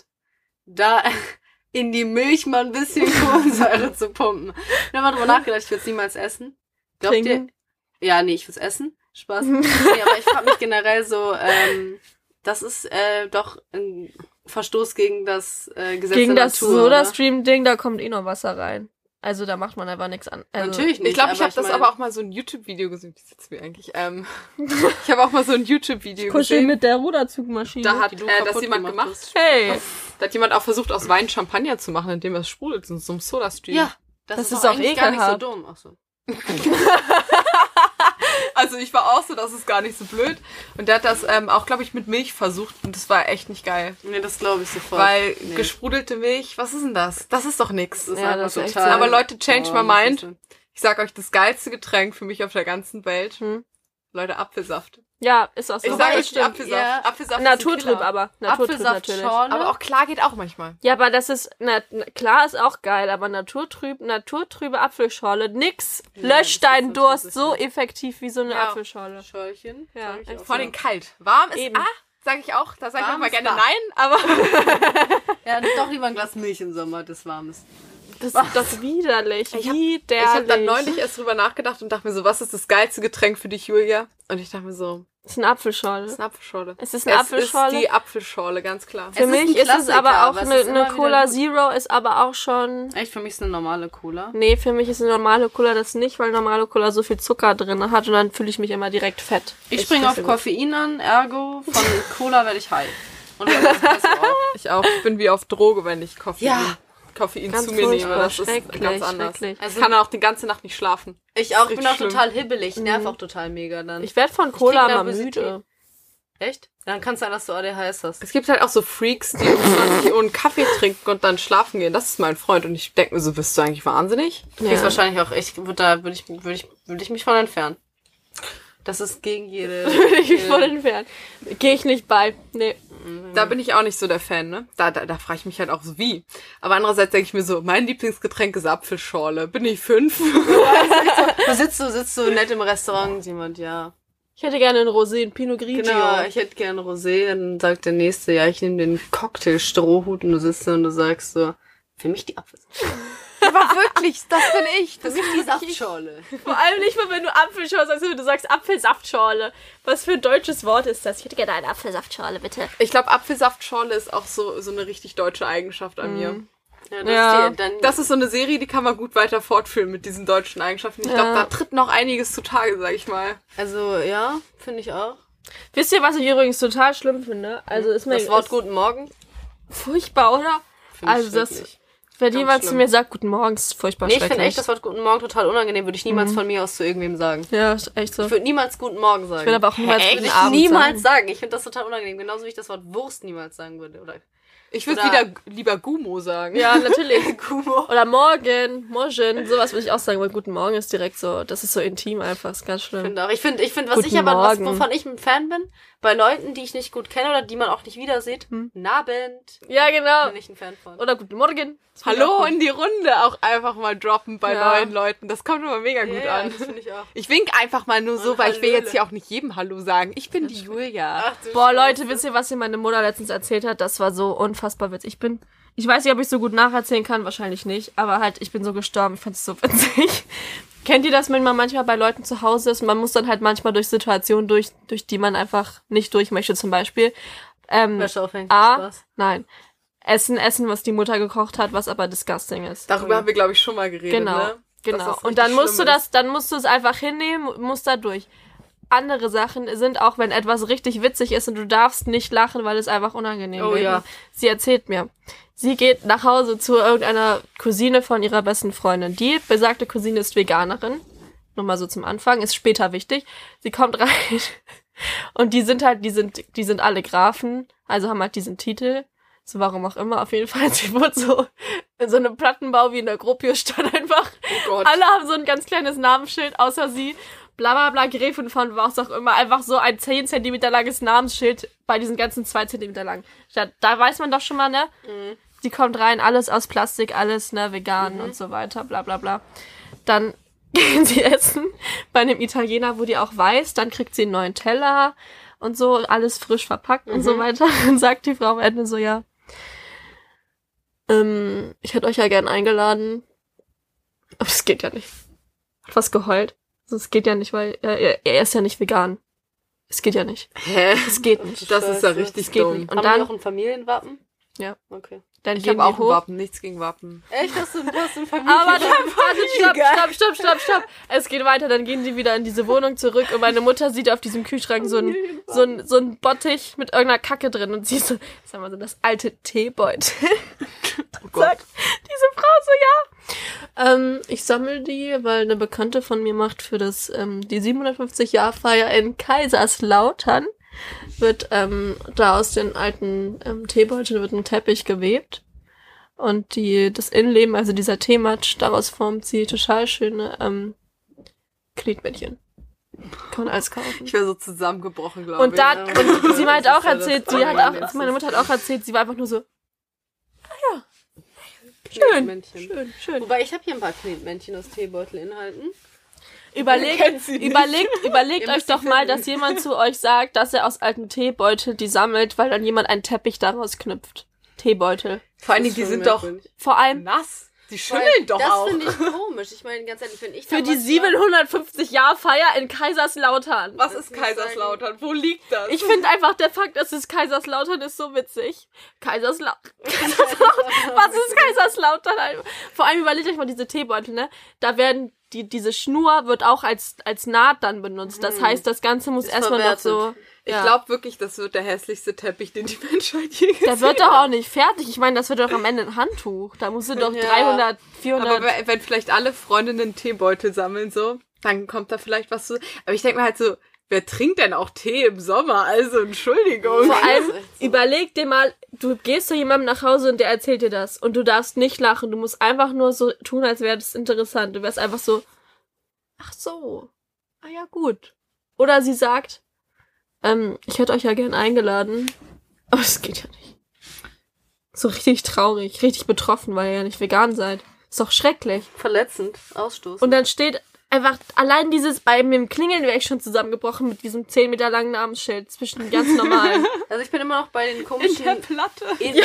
S3: da in die Milch mal ein bisschen Kohlensäure zu pumpen? Ich hab mal drüber nachgedacht, ich würde es niemals essen. Glaubt
S2: Trinken.
S3: ihr? Ja, nee, ich würde es essen. Spaß. Nee, aber ich frage mich generell so, ähm, das ist äh, doch ein Verstoß gegen das äh, Gesetz
S2: Gegen
S3: der
S2: das
S3: Natur. oder?
S2: Soda-Stream-Ding, da kommt eh noch Wasser rein. Also da macht man einfach nichts an. Also,
S3: Natürlich nicht.
S1: ich glaube, ich
S3: aber
S1: habe das
S3: mein,
S1: aber auch mal so ein YouTube-Video gesehen. Wie sitzt mir eigentlich? Ähm, ich habe auch mal so ein YouTube-Video
S2: Kuscheln
S1: gesehen.
S2: mit der Ruderzugmaschine.
S1: Da hat
S3: die du
S1: äh, das
S3: kaputt
S1: jemand
S3: gemacht
S1: gemacht.
S3: hast.
S2: hey,
S1: Da hat jemand auch versucht, aus Wein Champagner zu machen, indem er es sprudelt in so einem Soda-Stream.
S3: Ja, das, ist, auch eigentlich gar nicht so
S2: ekelhaft.
S3: dumm. Ach so.
S1: Also ich war auch so, das ist gar nicht so blöd. Und der hat das ähm, auch, glaube ich, mit Milch versucht und das war echt nicht geil.
S3: Nee, das glaube ich sofort.
S1: Weil
S3: nee.
S1: gesprudelte Milch, was ist denn das? Das ist doch nix.
S3: Das ist
S2: Ja,
S3: einfach
S2: das ist echt
S3: total.
S2: so.
S1: Aber Leute, change
S3: Oh,
S1: my
S3: das
S1: mind.
S3: ist so.
S1: Ich sag euch, das geilste Getränk für mich auf der ganzen Welt.
S2: Hm.
S1: Leute, Apfelsaft.
S2: ja, ist auch so.
S1: Ich
S3: Wobei
S1: sage
S3: ich-
S1: euch, Apfelsaft.
S3: ja.
S1: Apfelsaft ist ein
S2: Naturtrüb,
S1: Killer.
S2: aber Naturtrüb natürlich.
S3: Apfelsaftschorle.
S1: Aber auch klar geht auch manchmal.
S2: Ja, aber das ist na, na, klar ist auch geil, aber Naturtrüb, naturtrübe Apfelschorle, nix
S3: Ja,
S2: löscht
S3: das ist
S2: deinen Durst
S3: natürlich
S2: so effektiv wie so eine
S1: Ja.
S2: Apfelschorle.
S3: Schäulchen.
S2: Ja,
S3: sag ich
S2: echt
S3: auch
S1: Vor
S3: so.
S1: allem kalt. Warm ist
S2: Eben.
S1: ah, sag ich auch. Da sage ich auch
S3: Warm
S1: mal
S3: ist
S1: gerne
S3: wahr.
S1: nein, aber
S3: Ja, doch lieber ein Glas Milch im Sommer, das warmes.
S2: Das ist doch widerlich,
S1: Ich hab-
S2: widerlich.
S1: ich habe dann neulich erst drüber nachgedacht und dachte mir so, was ist das geilste Getränk für dich, Julia? Und ich dachte mir so,
S2: Das ist eine Apfelschorle.
S1: das ist eine Apfelschorle.
S2: Es ist eine
S1: Es
S2: Apfelschorle.
S1: ist die Apfelschorle, ganz klar.
S2: Für
S3: Es ist ein
S2: mich ist es
S3: Klassiker,
S2: aber auch
S3: aber es
S2: eine,
S3: ist immer
S2: eine
S3: wieder
S2: Cola
S3: gut.
S2: Zero ist aber auch schon.
S3: Echt, für mich ist eine normale Cola.
S2: Nee, für mich ist eine normale Cola das nicht, weil normale Cola so viel Zucker drin hat und dann fühle ich mich immer direkt fett.
S3: Ich springe auf
S2: deswegen-
S3: Koffein an, ergo von Cola werde ich high. Und das ist besser auch.
S1: Ich auch. Ich bin wie auf Droge, wenn ich Koffein,
S3: Ja.
S1: Koffein
S2: Ganz
S1: zu mir nehme.
S2: furchtbar,
S1: Das ist
S2: schrecklich,
S1: ganz anders.
S2: schrecklich.
S1: Also, ich kann auch die ganze Nacht nicht schlafen.
S3: Ich auch,
S1: Richtig
S3: bin auch
S1: schlimm.
S3: total hibbelig, nerv auch total mega dann.
S2: Ich werde von
S3: krieg
S2: Cola immer
S3: Nervosität.
S2: müde.
S3: Echt? Dann kann es sein, dass du ADHS hast.
S1: Es gibt halt auch so Freaks, die um 20 Uhr einen Kaffee trinken und dann schlafen gehen. Das ist mein Freund. Und ich denke mir so, bist du eigentlich wahnsinnig?
S3: Ja. Ist wahrscheinlich auch echt, würd da würde ich, würde ich, würde ich mich von entfernen. Das ist gegen jede.
S2: Bin ich
S3: jede-
S2: voll entfernt. Gehe ich nicht bei. Nee.
S1: Da bin ich auch nicht so der Fan, ne? Da, da, da frage ich mich halt auch so, wie. Aber andererseits denke ich mir so, mein Lieblingsgetränk ist Apfelschorle. Bin ich fünf?
S3: Du sitzt so, sitzt so nett im Restaurant, jemand, ja.
S2: Ich hätte gerne einen Rosé, einen Pinot Grigio.
S3: Genau, ich hätte gerne Rosé, dann sagt der Nächste, ja, ich nehme den Cocktail Strohhut und du sitzt da und du sagst so, für mich die Apfelsaft.
S1: Aber wirklich, das bin ich.
S3: Für mich die Saftschorle.
S2: Vor allem nicht mal, wenn du Apfelschorle sagst, sondern du sagst Apfelsaftschorle. Was für ein deutsches Wort ist das? Ich hätte gerne eine Apfelsaftschorle, bitte.
S1: Ich glaube, Apfelsaftschorle ist auch so, so eine richtig deutsche Eigenschaft an mir.
S3: Mhm. Ja, das
S2: Ja.
S3: ist die, dann,
S1: Das ist so eine Serie, die kann man gut weiter fortführen mit diesen deutschen Eigenschaften. Ich glaube,
S2: Ja.
S1: da tritt noch einiges zutage, sag ich mal.
S3: also, ja, finde ich auch.
S2: Wisst ihr, was ich übrigens total schlimm finde? Also ist mir
S3: Das Wort
S2: ist
S3: Guten Morgen.
S2: furchtbar, oder?
S3: Find ich
S2: also das,
S3: schrecklich.
S2: wenn jemand zu
S1: schlimm.
S2: mir sagt, guten Morgen, ist furchtbar
S3: Nee, ich
S2: schrecklich.
S3: finde echt das Wort Guten Morgen total unangenehm, würde ich niemals von mir aus zu irgendwem sagen.
S2: ja, ist echt so.
S3: Ich würde niemals Guten Morgen sagen.
S2: Ich will aber auch niemals
S3: Echt?
S2: guten
S3: Würde ich
S2: Abend
S3: niemals
S2: sagen.
S3: sagen. Ich finde das total unangenehm. Genauso wie ich das Wort Wurst niemals sagen würde. Oder
S1: Ich würde
S3: Oder-
S1: wieder lieber Gumo sagen.
S2: Ja, natürlich.
S3: Kumo.
S2: Oder morgen, morgen, sowas würde ich auch sagen, weil guten Morgen ist direkt so, das ist so intim einfach, ist ganz schlimm.
S3: Finde auch. Ich finde, ich finde, was
S2: Guten
S3: ich aber, was,
S2: Morgen.
S3: wovon ich ein Fan bin, bei Leuten, die ich nicht gut kenne oder die man auch nicht wieder sieht,
S2: Hm.
S3: Nabend.
S2: Ja, genau.
S3: Bin ich ein Fan von.
S2: Oder guten Morgen.
S1: Hallo in die Runde auch einfach mal droppen bei
S2: Ja.
S1: neuen Leuten. Das kommt immer mega gut
S3: ja,
S1: an.
S3: das finde ich auch.
S1: Ich wink einfach mal nur so,
S3: Und
S1: weil ich will
S3: Hallöle.
S1: jetzt hier auch nicht jedem Hallo sagen. Ich bin die Julia.
S3: Ach, du
S2: Boah,
S3: Scheiße.
S2: Leute, wisst ihr, was mir meine Mutter letztens erzählt hat? Das war so unfassbar witzig. Ich bin, ich weiß nicht, ob ich so gut nacherzählen kann, wahrscheinlich nicht, aber halt, ich bin so gestorben. Ich fand es so witzig. Kennt ihr das, wenn man manchmal bei Leuten zu Hause ist und man muss dann halt manchmal durch Situationen durch, durch die man einfach nicht durch möchte, zum Beispiel? Ähm,
S3: Wäsche aufhängen.
S2: A,
S3: Spaß.
S2: nein. Essen, Essen, was die Mutter gekocht hat, was aber disgusting ist.
S1: Darüber haben wir, glaube ich, schon mal geredet.
S2: Genau,
S1: Ne? Dass
S2: genau.
S1: das
S2: Und dann
S1: richtig
S2: musst du
S1: schlimm
S2: das, dann musst du es einfach hinnehmen, musst da durch. Andere Sachen sind auch, wenn etwas richtig witzig ist und du darfst nicht lachen, weil es einfach unangenehm
S3: Oh
S2: wird.
S3: ja.
S2: Sie erzählt mir, sie geht nach Hause zu irgendeiner Cousine von ihrer besten Freundin. Die besagte Cousine ist Veganerin. Nur mal so zum Anfang, ist später wichtig. Sie kommt rein und die sind halt, die sind, die sind alle Grafen, also haben halt diesen Titel. So warum auch immer, auf jeden Fall, sie wurde so in so einem Plattenbau wie in der Gropiusstadt einfach
S1: ist. Oh Gott.
S2: alle haben so ein ganz kleines Namensschild, außer sie. Bla bla bla, Gräfin von was auch immer. Einfach so ein 10 cm langes Namensschild bei diesen ganzen 2 cm lang. Da, da weiß man doch schon mal, ne? Die kommt rein, alles aus Plastik, alles, ne, vegan und so weiter, bla bla bla. Dann gehen sie essen bei einem Italiener, wo die auch weiß, dann kriegt sie einen neuen Teller und so, alles frisch verpackt und so weiter. Dann sagt die Frau am Ende so, ja, ähm, ich hätte euch ja gern eingeladen, aber das geht ja nicht. Hat was geheult. Also es geht ja nicht, weil er, er, er ist ja nicht vegan. Es geht ja nicht.
S1: Hä?
S2: Es geht nicht.
S1: Das ist ja
S3: Scheiße.
S1: richtig
S2: geht
S1: dumm.
S2: nicht.
S3: Und
S2: Und
S3: haben dann,
S2: dann-
S3: die auch ein Familienwappen?
S2: Ja.
S3: Okay.
S2: Denn ich
S1: Ich habe
S2: habe auch hoch.
S1: Wappen, nichts gegen Wappen.
S3: Echt, hast du, du hast eine Familie?
S2: Aber dann, warte, stopp, stopp, stopp, stopp, stopp. Es geht weiter, dann gehen die wieder in diese Wohnung zurück und meine Mutter sieht auf diesem Kühlschrank so einen so ein, so ein Bottich mit irgendeiner Kacke drin und sie so, sag mal so, das alte Teebeutel.
S1: Oh Gott.
S2: Sagt diese Frau so, ja. Ähm, ich sammle die, weil eine Bekannte von mir macht für das, ähm, die 750-Jahr-Feier in Kaiserslautern wird ähm, da aus den alten ähm, Teebeuteln wird ein Teppich gewebt. Und die, das Innenleben, also dieser Teematsch, daraus formt sie total schöne ähm, Gliedmännchen. Kann man alles kaufen.
S1: Ich wäre so zusammengebrochen, glaube ich.
S2: Und da,
S3: ja.
S2: und sie hat
S1: Das ist
S2: auch
S1: ja das
S2: erzählt, sie hat auch,
S1: Allerletzte.
S2: meine Mutter hat auch erzählt, sie war einfach nur so, schön,
S3: Knetmännchen.
S2: schön, schön.
S3: Wobei ich habe hier ein paar Knetmännchen aus Teebeutelinhalten.
S2: Überlegt, überlegt, überlegt
S3: Ihr
S2: euch
S3: müsst
S2: doch
S3: sie
S2: mal,
S3: finden.
S2: dass jemand zu euch sagt, dass er aus alten Teebeutel die sammelt, weil dann jemand einen Teppich daraus knüpft. Teebeutel.
S1: Vor allen Dingen, die sind doch
S2: Vor allem
S1: nass. Die schimmeln doch
S3: das
S1: auch.
S3: finde ich komisch. Ich meine, ganz ehrlich, wenn ich
S2: für die
S3: damals-
S2: 750-Jahr-Feier in Kaiserslautern.
S1: Was
S3: Das
S1: ist
S3: muss ich
S1: Kaiserslautern? Wo liegt das?
S2: Ich finde einfach der Fakt, dass es Kaiserslautern ist, so witzig. Kaiserslautern. Was ist Kaiserslautern? Vor allem überlegt euch mal diese Teebeutel, ne? Da werden die, diese Schnur wird auch als, als Naht dann benutzt. Das heißt, das Ganze muss
S3: Hm. Ist
S2: erstmal noch so.
S3: verwertet.
S1: Ich
S2: ja.
S1: glaube wirklich, das wird der hässlichste Teppich, den die Menschheit je gesehen
S2: Der
S1: hat.
S2: wird doch auch nicht fertig. Ich meine, das wird doch am Ende ein Handtuch. Da musst du doch
S3: Ja.
S2: 300,
S1: Aber
S2: 400.
S1: we- wenn vielleicht alle Freundinnen einen Teebeutel sammeln, so, dann kommt da vielleicht was zu. Aber ich denke mir halt so, wer trinkt denn auch Tee im Sommer? Also, Entschuldigung.
S2: Vor
S3: Das
S2: allem,
S3: ist echt so.
S2: überleg dir mal, du gehst zu jemandem nach Hause und der erzählt dir das. Und du darfst nicht lachen. Du musst einfach nur so tun, als wäre das interessant. Du wärst einfach so, ach so. Ah ja, gut. Oder sie sagt, ähm, ich hätte euch ja gern eingeladen. Aber es geht ja nicht. So richtig traurig, richtig betroffen, weil ihr ja nicht vegan seid. Ist doch schrecklich.
S3: Verletzend, Ausstoß.
S2: Und dann steht einfach allein dieses, bei mir im Klingeln wäre ich schon zusammengebrochen mit diesem 10 Meter langen Namensschild zwischen den ganz normalen.
S3: also ich bin immer noch bei den
S1: in
S3: komischen,
S1: der Platte.
S3: in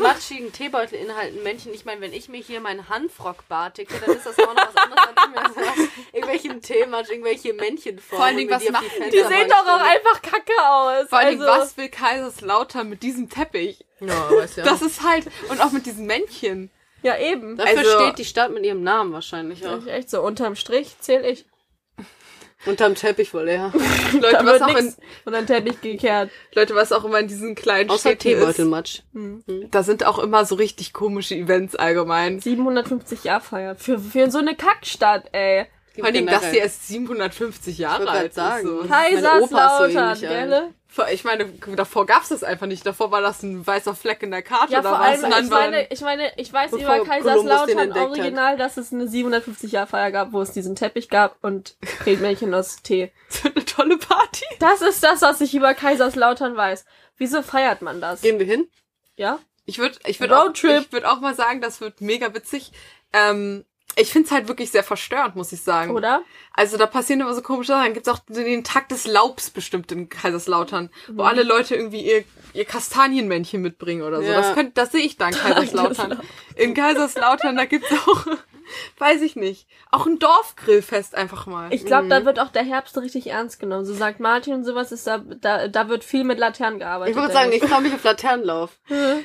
S3: matschigen Teebeutelinhalten Männchen. Ich meine, wenn ich mir hier meinen Hanfrock bartige, dann ist das auch noch was anderes als ich mir so irgendwelchen Teematsch, irgendwelche Männchen
S1: Vor allen Dingen, was
S3: die auf
S1: machen die?
S2: Die
S3: Fensterbank
S2: sehen doch auch
S3: stellen.
S2: einfach kacke aus.
S1: Vor allem,
S2: also,
S1: was will Kaiserslautern mit diesem Teppich?
S3: Ja, weiß ja.
S1: Das ist halt, und auch mit diesen Männchen.
S2: Ja, eben.
S3: Dafür
S1: also-
S3: steht die Stadt mit ihrem Namen wahrscheinlich auch.
S2: Ist echt so, unterm Strich zähle ich.
S3: Unterm Teppich wohl, ja.
S1: Leute
S2: Da
S1: was,
S2: wird
S1: auch in,
S2: nix und dann Teppich gekehrt.
S1: Leute, was auch immer in diesen kleinen
S3: Außer
S1: Städten ist.
S3: Teebeutelmatsch.
S1: Da sind auch immer so richtig komische Events allgemein.
S2: 750 Jahr feier für, für so eine Kackstadt, ey.
S1: Vor allen Dingen, dass sie erst 750 Jahre
S3: wollte
S1: alt ist.
S3: grad sagen.
S1: So.
S2: Kaiserslautern,
S3: ähnlich
S2: gell?
S1: Vor- Ich meine, davor gab's das einfach nicht. Davor war das ein weißer Fleck in der Karte
S2: Ja,
S1: oder
S2: vor
S1: was.
S2: allem,
S1: Und dann
S2: ich
S1: waren-
S2: meine, ich meine, ich weiß
S3: Bevor
S2: über
S3: Kolumbus den
S2: Kaiserslautern
S3: entdeckt hat.
S2: original, dass es eine 750 Jahr feier gab, wo es diesen Teppich gab und Redmännchen aus Tee.
S1: Das wird eine tolle Party.
S2: Das ist das, was ich über Kaiserslautern weiß. Wieso feiert man das?
S3: Gehen wir hin?
S2: Ja?
S1: Ich würde ich würd auch,
S2: Roadtrip.
S1: ich würd auch mal sagen, das wird mega witzig. Ähm, ich find's halt wirklich sehr verstörend, muss ich sagen.
S2: Oder?
S1: Also da passieren immer so komische Sachen. Dann gibt's auch den Tag des Laubs bestimmt in Kaiserslautern,
S2: Mhm.
S1: wo alle Leute irgendwie ihr, ihr Kastanienmännchen mitbringen oder so.
S3: Ja.
S1: Das, könnt, das sehe ich da in Kaiserslautern. In Kaiserslautern, da gibt's auch, weiß ich nicht, auch ein Dorfgrillfest einfach mal.
S2: Ich glaube, da wird auch der Herbst richtig ernst genommen. So sagt Martin und sowas ist da, da, da wird viel mit Laternen gearbeitet.
S3: Ich würde sagen, ich
S2: denke
S3: komme nicht auf Laternenlauf.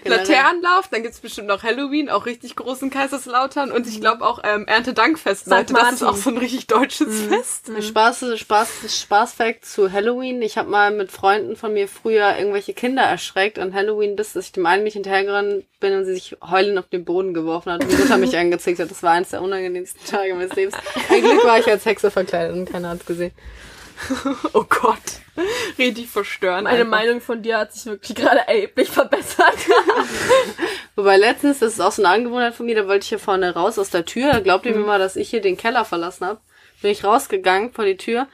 S1: Laternenlauf, dann gibt's bestimmt noch Halloween, auch richtig groß in Kaiserslautern und ich glaube auch ähm, Erntedankfest.
S2: St.
S1: Leute, das ist
S2: Mhm. Martin. Mhm.
S1: auch so ein richtig deutsches Fest.
S3: Spaß, Spaß, Spaßfact zu Halloween. Ich habe mal mit Freunden von mir früher irgendwelche Kinder erschreckt an Halloween, bis ich dem einen Mädchen hinterhergerannt bin und sie sich heulend auf den Boden geworfen hat und die Mutter mich angezickt hat. Das war eins der unangenehmsten Tage meines Lebens. Ein Glück war ich als Hexe verkleidet und keiner hat's gesehen.
S1: Oh Gott, richtig verstörend.
S2: Meine
S1: einfach.
S2: Meinung von dir hat sich wirklich gerade erheblich verbessert.
S3: Wobei letztens, das ist auch so eine Angewohnheit von mir, da wollte ich hier vorne raus aus der Tür. Da glaubt ihr mir mal, dass ich hier den Keller verlassen hab. Bin ich rausgegangen vor die Tür.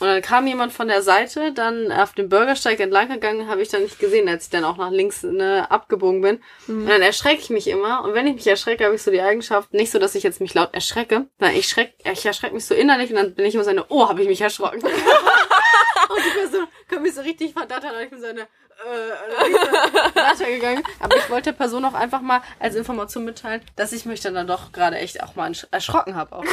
S3: Und dann kam jemand von der Seite, dann auf dem Bürgersteig entlang gegangen, habe ich dann nicht gesehen, als ich dann auch nach links ne, abgebogen bin. Und dann erschrecke ich mich immer. Und wenn ich mich erschrecke, habe ich so die Eigenschaft, nicht so, dass ich jetzt mich laut erschrecke, sondern ich, schreck, ich erschrecke mich so innerlich und dann bin ich immer so eine, oh, habe ich mich erschrocken. und die Person kommt mir so richtig verdattert und ich bin so eine, äh, äh, weitergegangen. Aber ich wollte der Person auch einfach mal als Information mitteilen, dass ich mich dann, dann doch gerade echt auch mal ersch- erschrocken habe. auch.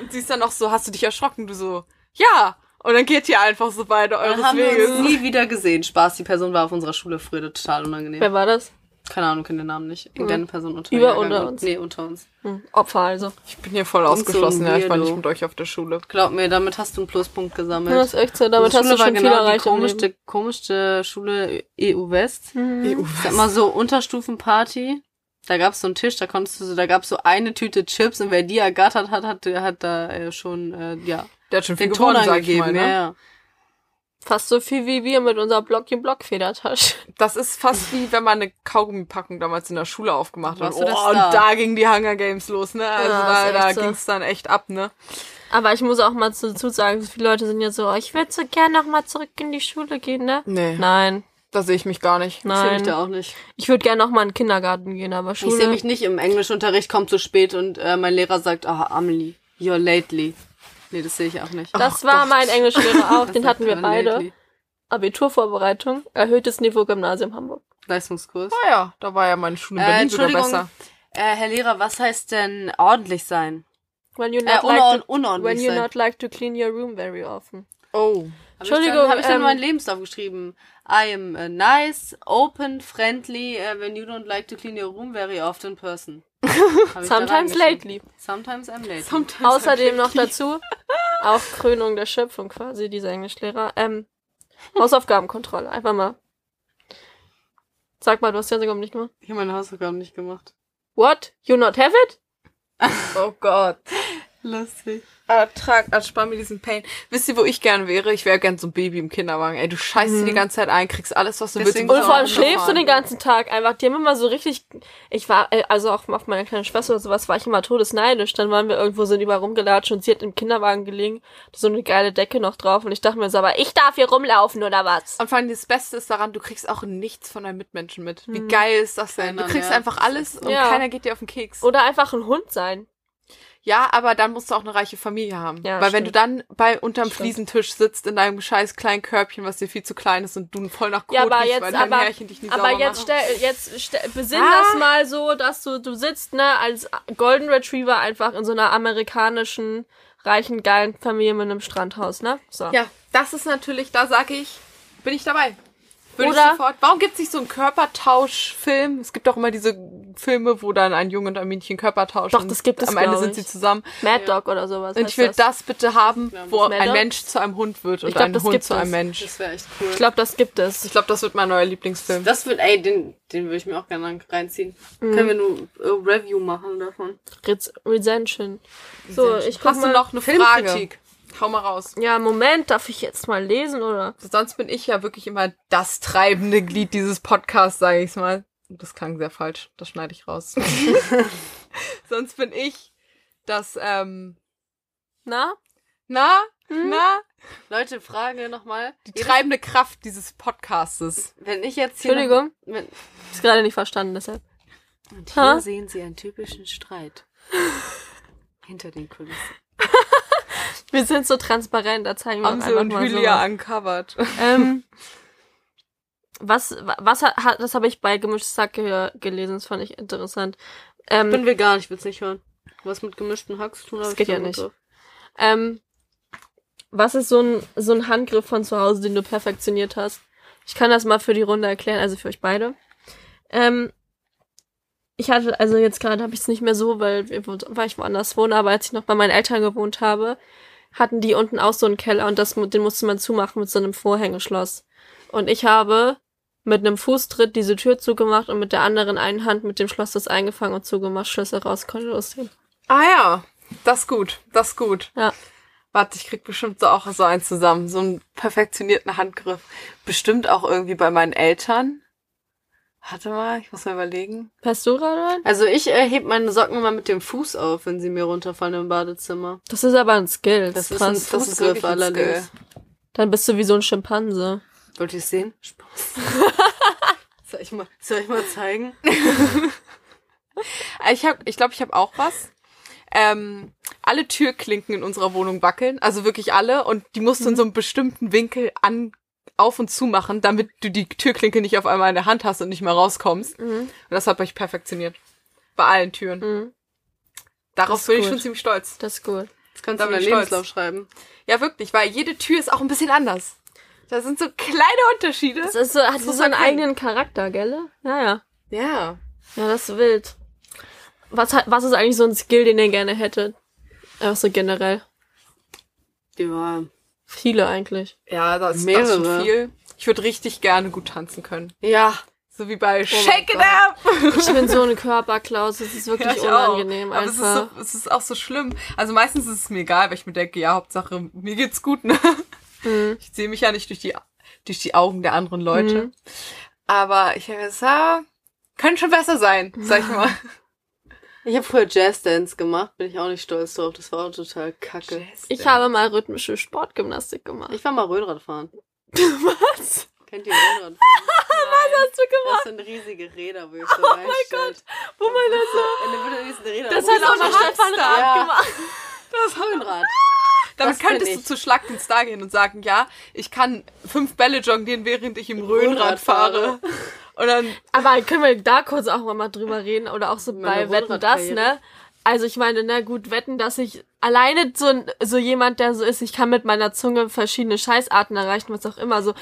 S1: Und sie ist dann auch so, hast du dich erschrocken? Du so, ja. Und dann geht ihr einfach so beide
S3: Dann
S1: eures
S3: haben wir uns
S1: Weges.
S3: nie wieder gesehen. Spaß, die Person war auf unserer Schule früher total unangenehm.
S2: Wer war das?
S3: Keine Ahnung, kenne den Namen nicht. Irgendeine Person unter
S2: Über-
S3: mir.
S2: unter uns?
S3: Nee, unter uns.
S2: Hm. Opfer also.
S1: Ich bin hier voll
S3: Irgend so ein
S1: ausgeschlossen, ja. Ich war
S3: Weirdo.
S1: nicht mit euch auf der Schule.
S3: Glaub mir, damit hast du einen Pluspunkt gesammelt.
S2: Ja, das ist echt so. Damit
S3: Unsere
S2: hast du
S3: Schule war
S2: schon viel
S3: genau die
S2: erreicht. im Leben. Hm.
S3: Komischste, komischste Schule EU West.
S1: EU.
S3: Ich Sag mal so Unterstufenparty. Da gab's so einen Tisch, da konntest du so, da gab's so eine Tüte Chips und wer die ergattert hat, hat, hat da äh, schon äh, ja,
S1: Der hat schon viel
S3: den Ton
S1: gewonnen, sag ich mal.
S3: angegeben. Ja,
S1: Ne?
S3: ja.
S2: Fast so viel wie wir mit unserer blockchen block federtasche
S1: Das ist fast wie, wenn man eine Kaugummipackung damals in der Schule aufgemacht hat.
S3: Warst
S1: Oh,
S3: du
S1: und
S3: das da?
S1: da gingen die Hunger Games los, ne? Also
S2: Ja,
S1: da,
S2: ist
S1: da
S2: echt so.
S1: ging's dann echt ab, ne?
S2: Aber ich muss auch mal dazu sagen, viele Leute sind jetzt so, oh, ich würde so gern noch mal zurück in die Schule gehen, ne?
S1: Nee.
S2: Nein,
S1: Da sehe ich mich gar nicht.
S3: Sehe mich
S2: nein.
S3: da auch nicht.
S2: Ich würde gern noch mal in den Kindergarten gehen, aber
S3: Ich sehe
S2: Schule.
S3: mich nicht im Englischunterricht, kommt zu spät und äh, mein Lehrer sagt, ah, Amelie, you're lately. Nee, das sehe ich auch nicht.
S2: das war mein Englischlehrer auch, den hatten wir
S3: You're
S2: beide.
S3: lately.
S2: Abiturvorbereitung, erhöhtes Niveau Gymnasium Hamburg.
S3: Leistungskurs.
S1: Ah ja, da war ja meine Schule in
S3: Äh,
S1: Berlin sogar
S3: Entschuldigung,
S1: besser.
S3: Äh, Herr Lehrer, was heißt denn ordentlich sein?
S2: When you
S3: Äh,
S2: not like
S3: unord
S2: to, when
S3: unordentlich
S2: you
S3: sein.
S2: not like to clean your room very often.
S1: Oh.
S2: Entschuldigung,
S3: Habe ich dann
S2: ähm,
S3: meinen Lebenslauf geschrieben? I am äh, nice, open, friendly, uh, when you don't like to clean your room very often person. Hab ich da reingeschrieben.
S2: Sometimes lately.
S3: Sometimes I'm lately.
S2: Außerdem noch dazu, auch Krönung der Schöpfung quasi, dieser Englischlehrer. Ähm, Hausaufgabenkontrolle, einfach mal. Sag mal, du hast die Hausaufgaben nicht gemacht.
S3: ich habe meine Hausaufgaben nicht gemacht.
S2: What? You not have it?
S1: Oh Gott.
S3: Lustig.
S1: Ertrag, erspar mir diesen Pain. Wisst ihr, wo ich gern wäre? Ich wäre gern so ein Baby im Kinderwagen. Ey, du scheißt dir die ganze Zeit ein, kriegst alles, was du
S3: Deswegen
S1: willst.
S2: Und
S3: Ja,
S2: Mhm. vor allem
S3: wunderbar.
S2: schläfst du den ganzen Tag einfach. Die haben immer so richtig. Ich war, äh, also auch auf meine kleine Schwester oder sowas, war ich immer todesneidisch. Dann waren wir irgendwo, sind überall rumgelatscht und sie hat im Kinderwagen gelegen, so eine geile Decke noch drauf. Und ich dachte mir so, aber ich darf hier rumlaufen oder was?
S1: Und vor allem das Beste ist daran, du kriegst auch nichts von deinen Mitmenschen mit.
S2: Mhm.
S1: Wie geil ist das denn? Du
S3: Keiner,
S1: kriegst
S3: ja.
S1: einfach alles und
S2: Ja.
S1: keiner geht dir auf den Keks.
S2: Oder einfach ein Hund sein.
S1: ja, aber dann musst du auch eine reiche Familie haben.
S2: Ja,
S1: Weil wenn du
S2: stimmt.
S1: dann bei unterm
S2: Stimmt.
S1: Fliesentisch sitzt in deinem scheiß kleinen Körbchen, was dir viel zu klein ist und du voll nach Kot
S2: Ja, aber
S1: riechst,
S2: jetzt,
S1: weil dein
S2: aber,
S1: Härchen dich nie
S2: aber
S1: sauber
S2: jetzt,
S1: macht.
S2: stell, jetzt stell, besinn
S1: Ah.
S2: das mal so, dass du, du sitzt, ne, als Golden Retriever einfach in so einer amerikanischen, reichen, geilen Familie mit einem Strandhaus, ne? So.
S1: Ja, das ist natürlich, da sage ich, bin ich dabei. Würde ich
S2: Oder-
S1: sofort. Warum gibt es nicht so einen Körpertauschfilm? Es gibt doch immer diese Filme, wo dann ein Junge und ein Mädchen Körper tauschen.
S2: Doch, das gibt es,
S1: Am Ende
S2: glaub
S1: sind
S2: ich.
S1: sie zusammen.
S2: Mad Dog oder sowas.
S1: Und
S2: heißt
S1: ich will das, bitte haben, wo
S2: Mad
S1: ein
S2: Dog?
S1: Mensch zu einem Hund wird und
S2: Ich glaub,
S1: ein
S2: das
S1: Hund
S2: gibt
S1: zu einem
S2: es.
S1: Mensch.
S3: Das wäre echt cool.
S2: Ich glaube, das gibt es.
S1: Ich glaube, das wird mein neuer Lieblingsfilm.
S3: das wird, ey, den, den würde ich mir auch gerne reinziehen. Können wir nur äh, Review machen davon.
S2: Rez- Resention. So, ich guck
S1: Hast
S2: mal.
S1: du noch eine Frage?
S3: Filmkritik.
S1: Hau mal raus.
S2: Ja, Moment, darf ich jetzt mal lesen oder?
S1: Sonst bin ich ja wirklich immer das treibende Glied dieses Podcasts, sage ich mal. Das klang sehr falsch, das schneide ich raus. Sonst bin ich das, ähm,
S2: Na?
S1: na,
S2: Hm?
S1: na,
S3: Leute, Frage nochmal.
S1: die treibende Kraft dieses Podcastes.
S3: Wenn ich jetzt hier.
S2: Entschuldigung,
S3: Noch, wenn,
S2: ist gerade nicht verstanden deshalb.
S3: Und hier
S2: Ha?
S3: sehen Sie einen typischen Streit. Hinter den Kulissen.
S2: Wir sind so transparent, da zeigen wir doch
S1: Amsel
S2: einfach
S1: Mhm. und
S2: mal
S1: Julia
S2: so.
S1: uncovered.
S2: Ähm, was was hat das habe ich bei gemischtes Hack ge gelesen, das fand ich interessant.
S3: Ich
S2: Ähm,
S3: bin vegan, ich will's nicht hören. Was mit gemischten Hacks zu tun
S2: Das
S3: hab ich
S2: geht ja
S3: keinen
S2: nicht.
S3: Bock drauf.
S2: ähm, was ist so ein so ein Handgriff von zu Hause, den du perfektioniert hast? Ich kann das mal für die Runde erklären, also für euch beide. Ähm, ich hatte, also jetzt gerade habe ich es nicht mehr so, weil, wir, wo- weil ich woanders wohne, aber als ich noch bei meinen Eltern gewohnt habe, hatten die unten auch so einen Keller und das, mu- den musste man zumachen mit so einem Vorhängeschloss. Und ich habe mit einem Fußtritt diese Tür zugemacht und mit der anderen einen Hand mit dem Schloss das eingefangen und zugemacht, Schlüssel raus, konnte losgehen.
S1: Ah ja, das ist gut, das ist gut.
S2: Ja.
S1: Warte, ich krieg bestimmt so auch so einen zusammen, so einen perfektionierten Handgriff. Bestimmt auch irgendwie bei meinen Eltern. Warte mal, ich muss mal überlegen.
S2: Weißt du gerade?
S3: Also ich äh, heb meine Socken immer mit dem Fuß auf, wenn sie mir runterfallen im Badezimmer.
S2: Das ist aber ein Skill.
S3: Das ist ein
S2: krass.
S1: Das ist
S3: Fußgriff
S1: wirklich ein Skill.
S3: allerdings.
S2: Dann bist du wie so ein Schimpanse.
S3: Wollt ihr sehen? Spaß. soll, ich mal, soll ich mal zeigen?
S1: Ich glaube, ich, glaub, ich habe auch was. Ähm, alle Türklinken in unserer Wohnung wackeln, also wirklich alle, und die musst du
S2: Mhm.
S1: in so einem bestimmten Winkel an auf und zu machen, damit du die Türklinke nicht auf einmal in der Hand hast und nicht mehr rauskommst. Und das habe ich perfektioniert. Bei allen Türen.
S2: Mhm. Das
S1: Darauf
S2: ist
S1: bin ich
S2: gut.
S1: schon ziemlich stolz.
S2: Das ist gut.
S3: Das kannst du in deinen
S1: Da bin ich stolz.
S3: Lebenslauf schreiben.
S1: Ja, wirklich, weil jede Tür ist auch ein bisschen anders. Da sind so kleine Unterschiede.
S2: Das ist so, hat
S1: muss
S2: so einen
S1: man können.
S2: eigenen Charakter, gell? Ja, ja.
S1: Ja.
S2: Ja, das ist wild. Was, hat, was ist eigentlich so ein Skill, den ihr gerne hättet? Einfach so generell.
S3: Ja.
S2: Viele eigentlich.
S1: Ja, das ist
S3: Mehrere.
S1: das ist schon viel. Ich würde richtig gerne gut tanzen können.
S3: Ja.
S1: So wie bei
S2: Oh mein
S1: Shake It
S2: Gott.
S1: Up!
S2: Ich bin so eine Körperklaus, es ist wirklich
S1: ich auch.
S2: unangenehm.
S1: Aber es ist, so,
S2: Einfach.
S1: es ist auch so schlimm. Also meistens ist es mir egal, weil ich mir denke, ja, Hauptsache, mir geht's gut, ne? Ich sehe mich ja nicht durch die, durch die Augen der anderen Leute.
S2: Mhm.
S1: Aber ich habe gesagt, ah, könnte schon besser sein, sag ich mal.
S3: Ich habe früher Jazzdance gemacht, bin ich auch nicht stolz drauf. Das war auch total kacke.
S2: Ich habe mal rhythmische Sportgymnastik gemacht.
S3: Ich war mal Röhnrad fahren.
S2: Was?
S3: Kennt ihr Röhnrad fahren?
S2: Was hast du
S3: Das
S2: gemacht?
S3: sind riesige Räder, wo ich so Oh mein Gott.
S2: Oh mein Gott.
S3: So, in der Mitte Räder.
S2: Das
S3: Wo
S2: hat
S3: die
S2: auch
S3: so
S2: eine
S1: Hamster.
S2: Stefan-Rad
S3: Ja.
S2: gemacht.
S1: das habe
S3: Röhnrad.
S1: Damit
S3: Das bin
S1: könntest du
S3: ich.
S1: zu Schlag den Star gehen und sagen, ja, ich kann fünf Bälle jonglieren, während ich im Röhnrad fahre. Und dann,
S2: Aber können wir da kurz auch mal drüber reden? Oder auch so
S3: Meine
S2: bei Wetten das,
S3: Rundradkarriere.
S2: ne? Also ich meine, na gut, wetten, dass ich alleine so, ein- so jemand, der so ist, ich kann mit meiner Zunge verschiedene Scheißarten erreichen, was auch immer. So,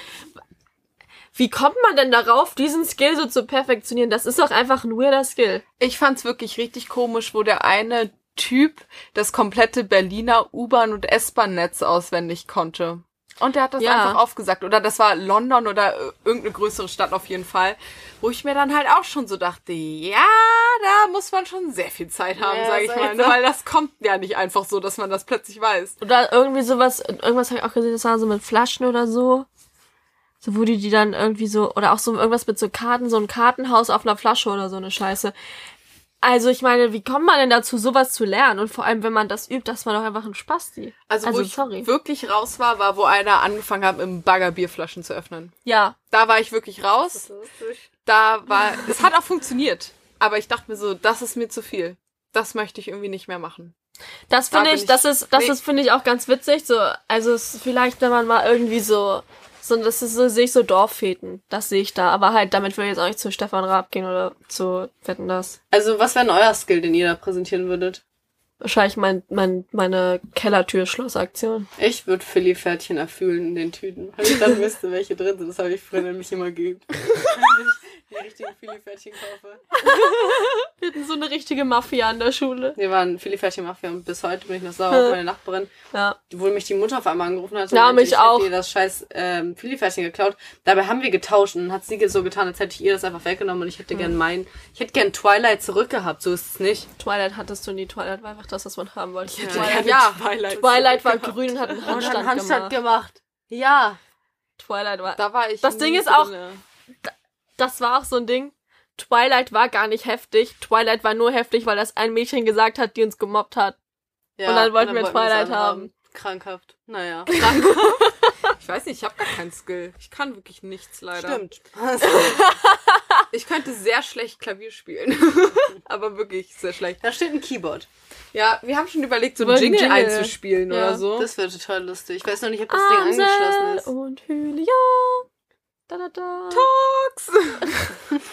S2: wie kommt man denn darauf, diesen Skill so zu perfektionieren? Das ist doch einfach ein weirder Skill.
S1: ich fand's wirklich richtig komisch, wo der eine Typ das komplette Berliner U-Bahn- und S-Bahn-Netz auswendig konnte. Und der hat das
S2: Ja.
S1: einfach aufgesagt. Oder das war London oder äh, irgendeine größere Stadt auf jeden Fall. Wo ich mir dann halt auch schon so dachte, ja, da muss man schon sehr viel Zeit haben,
S3: Ja,
S1: sage ich
S3: sag
S1: mal.
S3: ich
S1: Ne?
S3: so.
S1: Weil das kommt ja nicht einfach so, dass man das plötzlich weiß.
S2: Oder irgendwie sowas, irgendwas habe ich auch gesehen, das war so mit Flaschen oder so. So wurde die dann irgendwie so, oder auch so irgendwas mit so Karten, so ein Kartenhaus auf einer Flasche oder so eine Scheiße. Also ich meine, wie kommt man denn dazu, sowas zu lernen? Und vor allem, wenn man das übt, dass man doch einfach ein Spasti.
S1: Also, wo ich
S2: sorry.
S1: wirklich raus war, war, wo einer angefangen hat, im Bagger Bierflaschen zu öffnen.
S2: Ja.
S1: Da war ich wirklich raus. Da war, es hat auch funktioniert. Aber ich dachte mir so, das ist mir zu viel. Das möchte ich irgendwie nicht mehr machen.
S2: Das
S1: Da
S2: finde
S1: bin
S2: ich,
S1: ich-
S2: das ist, das
S1: nee.
S2: ist, finde ich auch ganz witzig. So, also es ist vielleicht, wenn man mal irgendwie so, so das ist so, sehe ich so Dorffäten. Das sehe ich da. Aber halt, damit will ich jetzt auch nicht zu Stefan Raab gehen oder zu Wetten das.
S3: Also, was wäre denn euer Skill, den ihr da präsentieren würdet?
S2: Wahrscheinlich mein, mein, meine Kellertürschlossaktion.
S3: Ich würde Philly-Pferdchen erfüllen in den Tüten. Wenn ich dann wüsste, welche drin sind, das habe ich früher nämlich immer geübt. Wenn ich die richtigen Philly-Pferdchen kaufe.
S2: Wir hatten so eine richtige Mafia an der Schule.
S3: Wir waren Philly-Pferdchen-Mafia und bis heute bin ich noch sauer auf meine Nachbarin.
S2: Ja.
S3: obwohl mich die Mutter auf einmal angerufen hat.
S2: Ja,
S3: und meinte,
S2: mich
S3: ich hätte
S2: auch.
S3: ihr das scheiß ähm, Filifährchen geklaut. Dabei haben wir getauscht und dann hat sie so getan, als hätte ich ihr das einfach weggenommen und ich hätte gern meinen. Ich hätte gern Twilight zurückgehabt, so ist es nicht.
S2: Twilight hattest du nie. Twilight war einfach das, was man haben wollte.
S1: Ja,
S2: Twilight,
S1: ja.
S2: Twilight war grün und hat einen
S3: Und
S2: Handstand,
S3: dann Handstand
S2: gemacht.
S3: gemacht. Ja.
S2: Twilight war...
S1: Da war ich.
S2: Das
S1: nie
S2: Ding ist auch-
S1: drinne.
S2: Das war auch so ein Ding. Twilight war gar nicht heftig. Twilight war nur heftig, weil das ein Mädchen gesagt hat, die uns gemobbt hat.
S3: ja.
S2: Und dann wollten wir
S3: wir's
S2: Twilight
S3: anhaben.
S2: haben.
S3: Krankhaft. Naja.
S1: Ich weiß nicht, ich habe gar keinen Skill. Ich kann wirklich nichts leider.
S3: Stimmt.
S1: Ich könnte sehr schlecht Klavier spielen. Aber wirklich sehr schlecht.
S3: da steht ein Keyboard.
S1: Ja, wir haben schon überlegt, so einen
S2: Wollen
S1: Jingle,
S2: Jingle.
S1: einzuspielen
S2: Ja.
S1: oder so.
S3: Das wäre total lustig. Ich weiß noch nicht, ob das Ding angeschlossen
S2: Amsel
S3: ist.
S2: und Julia. Da, da, da.
S1: Box.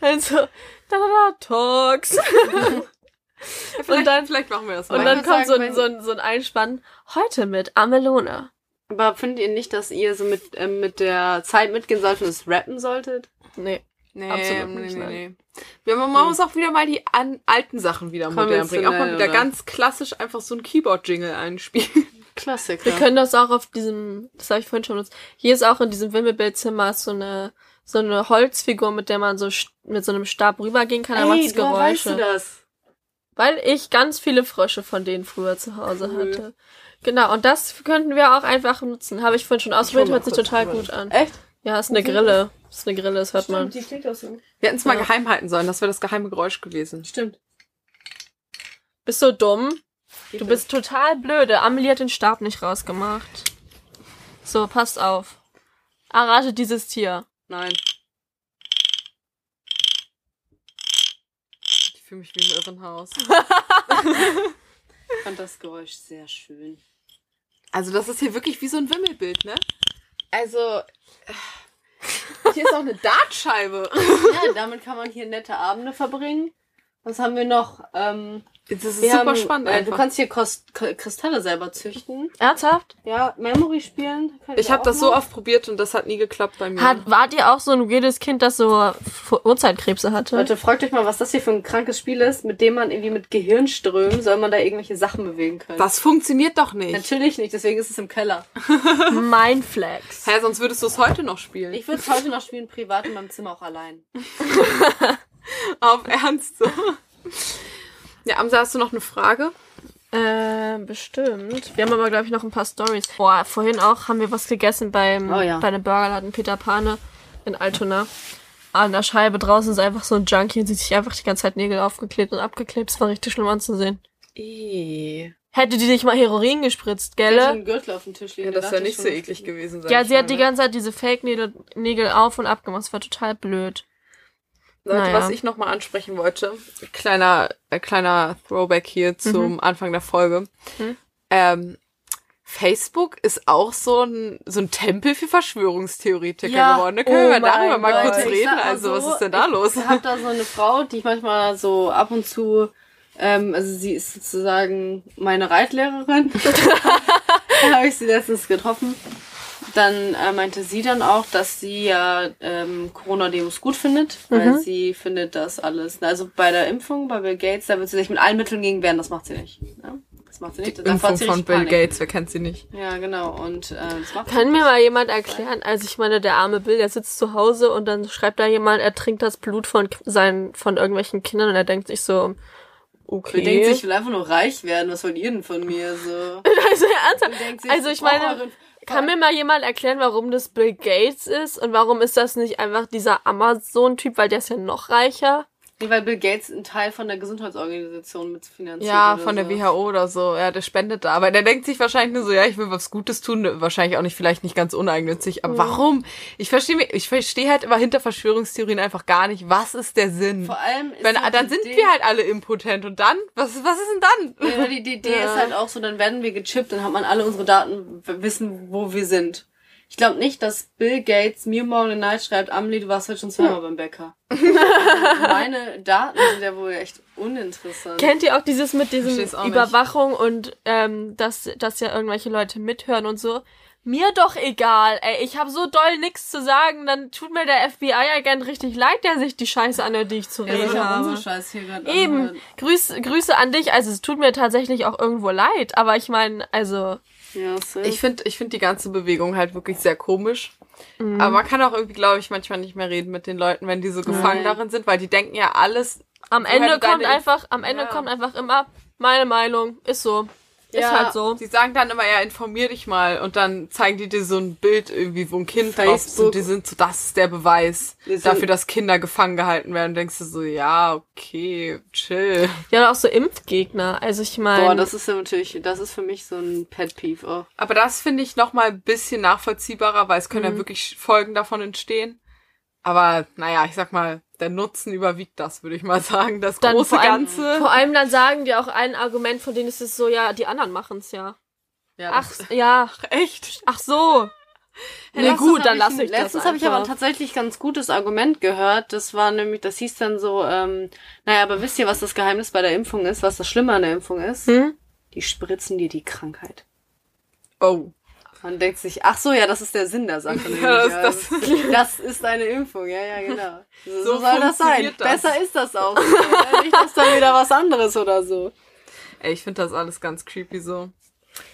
S2: Also, da, da, da, Talks.
S1: Vielleicht,
S2: dann-
S1: vielleicht machen wir das
S2: Und
S1: mal.
S2: dann
S3: ich würd
S2: kommt so
S3: sagen,
S2: ein, so, ein, so ein Einspann. Heute mit Amelone.
S3: Aber findet ihr nicht, dass ihr so mit, ähm, mit der Zeit mitgehen sollt und es rappen solltet?
S2: Nee.
S1: Nee,
S2: Absolut
S1: nee,
S2: nicht,
S1: nee,
S2: nein.
S1: nee. Wir haben, man muss auch wieder mal die an, alten Sachen wieder modern bringen. Auch mal
S3: Konventionell,
S1: wieder
S3: oder?
S1: ganz klassisch einfach so ein Keyboard-Jingle einspielen.
S3: Klassiker.
S2: Wir können das auch auf diesem, das habe ich vorhin schon benutzt. Hier ist auch in diesem Wimmelbildzimmer so eine, so eine Holzfigur, mit der man so st- mit so einem Stab rübergehen kann, dann macht es
S3: woher weißt
S2: Geräusche.
S3: du das?
S2: Weil ich ganz viele Frösche von denen früher zu Hause
S3: Cool.
S2: hatte. Genau, und das könnten wir auch einfach nutzen. Habe ich vorhin schon ausprobiert,
S3: mal
S2: hört sich
S3: kurz Mhm.
S2: total
S3: rein.
S2: gut an.
S3: Echt?
S2: Ja, ist eine Grille. Ist eine Grille, das hört man.
S3: die klingt auch so.
S1: Wir hätten es mal
S2: Ja.
S1: geheim halten sollen. Das wäre das geheime Geräusch gewesen.
S3: Stimmt.
S2: Bist so dumm. Du bist total blöde. Amelie hat den Stab nicht rausgemacht. So, passt auf. Arrage dieses Tier.
S3: Nein.
S1: Ich fühle mich wie im Irrenhaus.
S3: Ich fand das Geräusch sehr schön.
S1: Also das ist hier wirklich wie so ein Wimmelbild, ne? Also äh, hier ist auch eine Dartscheibe.
S3: Ja, damit kann man hier nette Abende verbringen. Was haben wir noch? Ähm,
S1: Das ist
S3: wir
S1: super
S3: haben,
S1: spannend
S3: äh,
S1: einfach.
S3: Du kannst hier Kost K Kristalle selber züchten.
S2: Ernsthaft?
S3: Ja, Memory spielen. könnt
S1: ich
S3: ihr
S1: habe
S3: auch
S1: das so
S3: mal.
S1: oft probiert und das hat nie geklappt bei mir.
S2: Hat, wart ihr auch so ein weirdes Kind, das so Fu- Urzeitkrebse hatte?
S3: Leute, fragt euch mal, was das hier für ein krankes Spiel ist, mit dem man irgendwie mit Gehirnströmen soll man da irgendwelche Sachen bewegen können.
S1: das funktioniert doch nicht.
S3: Natürlich nicht, deswegen ist es im Keller.
S2: Mindflex.
S1: Hä, sonst würdest du es heute noch spielen.
S3: Ich würde es heute noch spielen, privat in meinem Zimmer auch allein.
S1: Auf Ernst. so. Ja, Amsa, hast du noch eine Frage?
S2: Äh, bestimmt. Wir haben aber, glaube ich, noch ein paar Stories. Boah, vorhin auch haben wir was gegessen beim,
S3: Oh ja.
S2: bei einem Burgerladen Peter Pane in Altona. An der Scheibe draußen ist einfach so ein Junkie und sieht sich einfach die ganze Zeit Nägel aufgeklebt und abgeklebt. Es war richtig schlimm anzusehen. Hätte die sich mal Heroin gespritzt,
S3: Ich hatte
S2: gell?
S3: einen Gürtel auf dem Tisch liegen.
S1: Ja, das ist
S3: da
S1: ja
S3: dachte ich
S1: nicht so
S3: schon,
S1: eklig gewesen sein.
S2: Ja, sie hat die
S1: Schweine.
S2: ganze Zeit diese Fake-Nägel Nägel auf und abgemacht. Es war total blöd.
S1: Leute,
S2: Naja.
S1: was ich nochmal ansprechen wollte, kleiner, äh, kleiner Throwback hier
S3: Mhm.
S1: zum Anfang der Folge.
S2: Mhm.
S1: Ähm, Facebook ist auch so ein, so ein Tempel für Verschwörungstheoretiker
S3: Ja,
S1: geworden. Ne? Können
S2: oh
S1: wir darüber
S2: mein
S1: mal
S2: Gott.
S1: kurz
S3: Ich
S1: reden?
S3: sag mal
S1: Also, was
S3: so,
S1: ist denn da los?
S3: Ich habe da so eine Frau, die ich manchmal so ab und zu, ähm, also sie ist sozusagen meine Reitlehrerin. da habe ich sie letztens getroffen. Dann äh, meinte sie dann auch, dass sie ja ähm, Corona-Demos gut findet, weil
S1: Mhm.
S3: sie findet das alles. Also bei der Impfung, bei Bill Gates, da wird sie sich mit allen Mitteln gegen wehren, das macht sie nicht. Ne? Das macht sie nicht. Davor hat
S1: Impfung
S3: sie
S1: von
S3: richtig
S1: Bill
S3: Panik.
S1: Gates, wer kennt sie nicht?
S3: Ja, genau. Und äh, das macht sie
S2: Kann mir
S3: nicht.
S2: mal jemand erklären, also ich meine, der arme Bill, der sitzt zu Hause und dann schreibt da jemand, er trinkt das Blut von k- seinen, von irgendwelchen Kindern und er denkt sich so, okay.
S3: Sie denkt sich, ich will einfach nur reich werden. Was wollt ihr denn von mir? So.
S2: also, ernsthaft,
S3: Sie denkt sich,
S2: also ich
S3: brauche
S2: meine,
S3: euren-
S2: kann mir mal jemand erklären, warum das Bill Gates ist und warum ist das nicht einfach dieser Amazon-Typ, weil der ist ja noch reicher?
S3: Nee, weil Bill Gates einen Teil von der Gesundheitsorganisation mitfinanziert.
S1: Ja,
S3: oder
S1: von der
S3: so.
S1: WHO oder so. Ja, der spendet da. Aber der denkt sich wahrscheinlich nur so, ja, ich will was Gutes tun. Wahrscheinlich auch nicht, vielleicht nicht ganz uneigennützig.
S3: Mhm.
S1: Aber warum? Ich verstehe mir- ich verstehe halt immer hinter Verschwörungstheorien einfach gar nicht. Was ist der Sinn?
S3: Vor allem ist
S1: Wenn,
S3: halt
S1: dann
S3: die
S1: sind
S3: Idee-
S1: wir halt alle impotent und dann? Was, was ist denn dann?
S3: Ja, die die Idee ist halt auch so, dann werden wir gechippt, dann hat man alle unsere Daten, w- wissen, wo wir sind. Ich glaube nicht, dass Bill Gates mir morgen eine Night schreibt, Amelie, du warst heute schon
S1: Hm.
S3: zweimal beim Bäcker. Meine Daten sind ja wohl echt uninteressant.
S2: Kennt ihr auch dieses mit diesem
S1: Versteh's auch nicht.
S2: Überwachung und ähm, dass, dass ja irgendwelche Leute mithören und so? Mir doch egal, ey, ich habe so doll nix zu sagen, dann tut mir der FBI-Agent richtig leid, der sich die Scheiße anhört, die ich zu
S3: ja, das
S2: reden
S3: ist ja
S2: habe.
S3: Also, unsere Scheiß hier gerade.
S2: Eben,
S3: anhören.
S2: Grüß, Grüße an dich, also es tut mir tatsächlich auch irgendwo leid, aber ich meine, also,
S3: Ja, safe.
S1: Ich finde ich find die ganze Bewegung halt wirklich sehr komisch. Aber man kann auch irgendwie, glaube ich, manchmal nicht mehr reden mit den Leuten, wenn die so gefangen
S3: Nein.
S1: darin sind, weil die denken ja alles.
S2: am
S1: Du
S2: Ende
S1: hättest
S2: kommt
S1: deine-
S2: einfach, am Ende
S1: Ja.
S2: kommt einfach immer meine Meinung, ist so, ist
S3: Ja.
S2: halt so.
S1: Sie sagen dann immer, ja, informier dich mal. Und dann zeigen die dir so ein Bild irgendwie, wo ein Kind drauf ist. Und
S3: Facebook.
S1: die sind so, das ist der Beweis
S3: Wir sind-
S1: dafür, dass Kinder gefangen gehalten werden. Und denkst du so, ja, okay, chill.
S2: Ja, und auch so Impfgegner, also ich
S3: Boah,
S2: meine,
S3: das ist ja natürlich, das ist für mich so ein Pet Peeve oh. auch.
S1: Aber das finde ich noch mal ein bisschen nachvollziehbarer, weil es können
S2: Mhm.
S1: ja wirklich Folgen davon entstehen. Aber naja, ich sag mal, der Nutzen überwiegt das, würde ich mal sagen. Das
S2: dann
S1: große
S2: vor allem,
S1: Ganze.
S2: vor allem dann sagen die auch ein Argument, von denen ist es so, ja, die anderen machen's ja.
S1: Ja,
S2: Ach,
S1: das-
S2: ja,
S1: echt.
S2: ach so. Na
S3: Letztens
S2: gut,
S3: hab
S2: dann lass
S3: ein-
S2: ich das
S3: Letztens habe ich
S2: einfach.
S3: aber ein tatsächlich ganz gutes Argument gehört. Das war nämlich, das hieß dann so, ähm, naja, aber wisst ihr, was das Geheimnis bei der Impfung ist, was das Schlimme an der Impfung ist?
S2: Hm?
S3: Die spritzen dir die Krankheit.
S1: Oh.
S3: Man denkt sich, ach so, ja, das ist der Sinn der Sache. nämlich.
S1: das-
S3: Ja,
S1: das-
S3: das ist eine Impfung, ja, ja, genau. So,
S1: So
S3: so soll das sein.
S1: funktioniert das.
S3: Besser ist das auch. so. Ja, Nicht, dass dann wieder was anderes oder so.
S1: Ey, ich finde das alles ganz creepy so.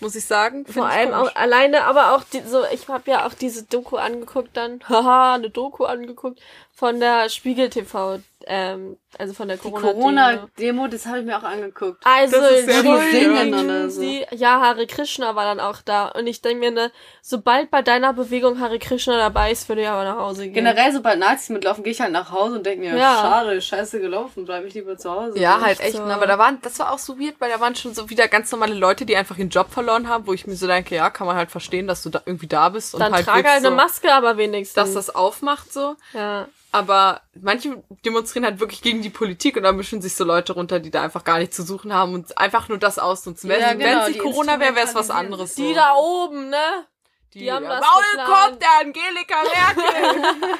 S1: Muss ich sagen. Find
S2: Vor
S1: ich
S2: allem
S1: komisch.
S2: auch alleine, aber auch die, so, ich habe ja auch diese Doku angeguckt dann, haha, eine Doku angeguckt von der Spiegel TV, ähm, also von der
S3: Die
S2: Corona.
S3: Corona-Demo, das habe ich mir auch angeguckt.
S2: Also
S1: Das ist sehr
S2: entschuldigen
S3: bescheuert. oder so.
S2: Sie, ja, Hare Krishna war dann auch da und ich denke mir, ne, sobald bei deiner Bewegung Hare Krishna dabei ist, würde ich aber nach Hause gehen.
S3: Generell, sobald Nazis mitlaufen, gehe ich halt nach Hause und denke mir,
S2: Ja.
S3: schade, scheiße gelaufen, bleibe ich lieber zu Hause.
S1: Ja, halt echt.
S2: so.
S1: ne, Aber da waren, das war auch so weird, weil da waren schon so wieder ganz normale Leute, die einfach ihren Job verloren haben, wo ich mir so denke, ja, kann man halt verstehen, dass du da irgendwie da bist und
S2: dann
S1: halt
S2: trage
S1: wirkst
S2: halt eine
S1: so,
S2: Maske aber wenigstens.
S1: dass das aufmacht so.
S2: ja.
S1: Aber manche demonstrieren halt wirklich gegen die Politik und da mischen sich so Leute runter, die da einfach gar nichts zu suchen haben und einfach nur das ausnutzen. Wenn
S3: Ja,
S1: sie-
S3: genau,
S1: wenn sie
S3: die
S1: Corona wäre, wäre es was
S3: instrumentalisieren
S1: anderes.
S2: Die
S1: so.
S2: da oben, ne? die haben das
S1: Maul
S2: geplant.
S1: kommt der Angelika Merkel!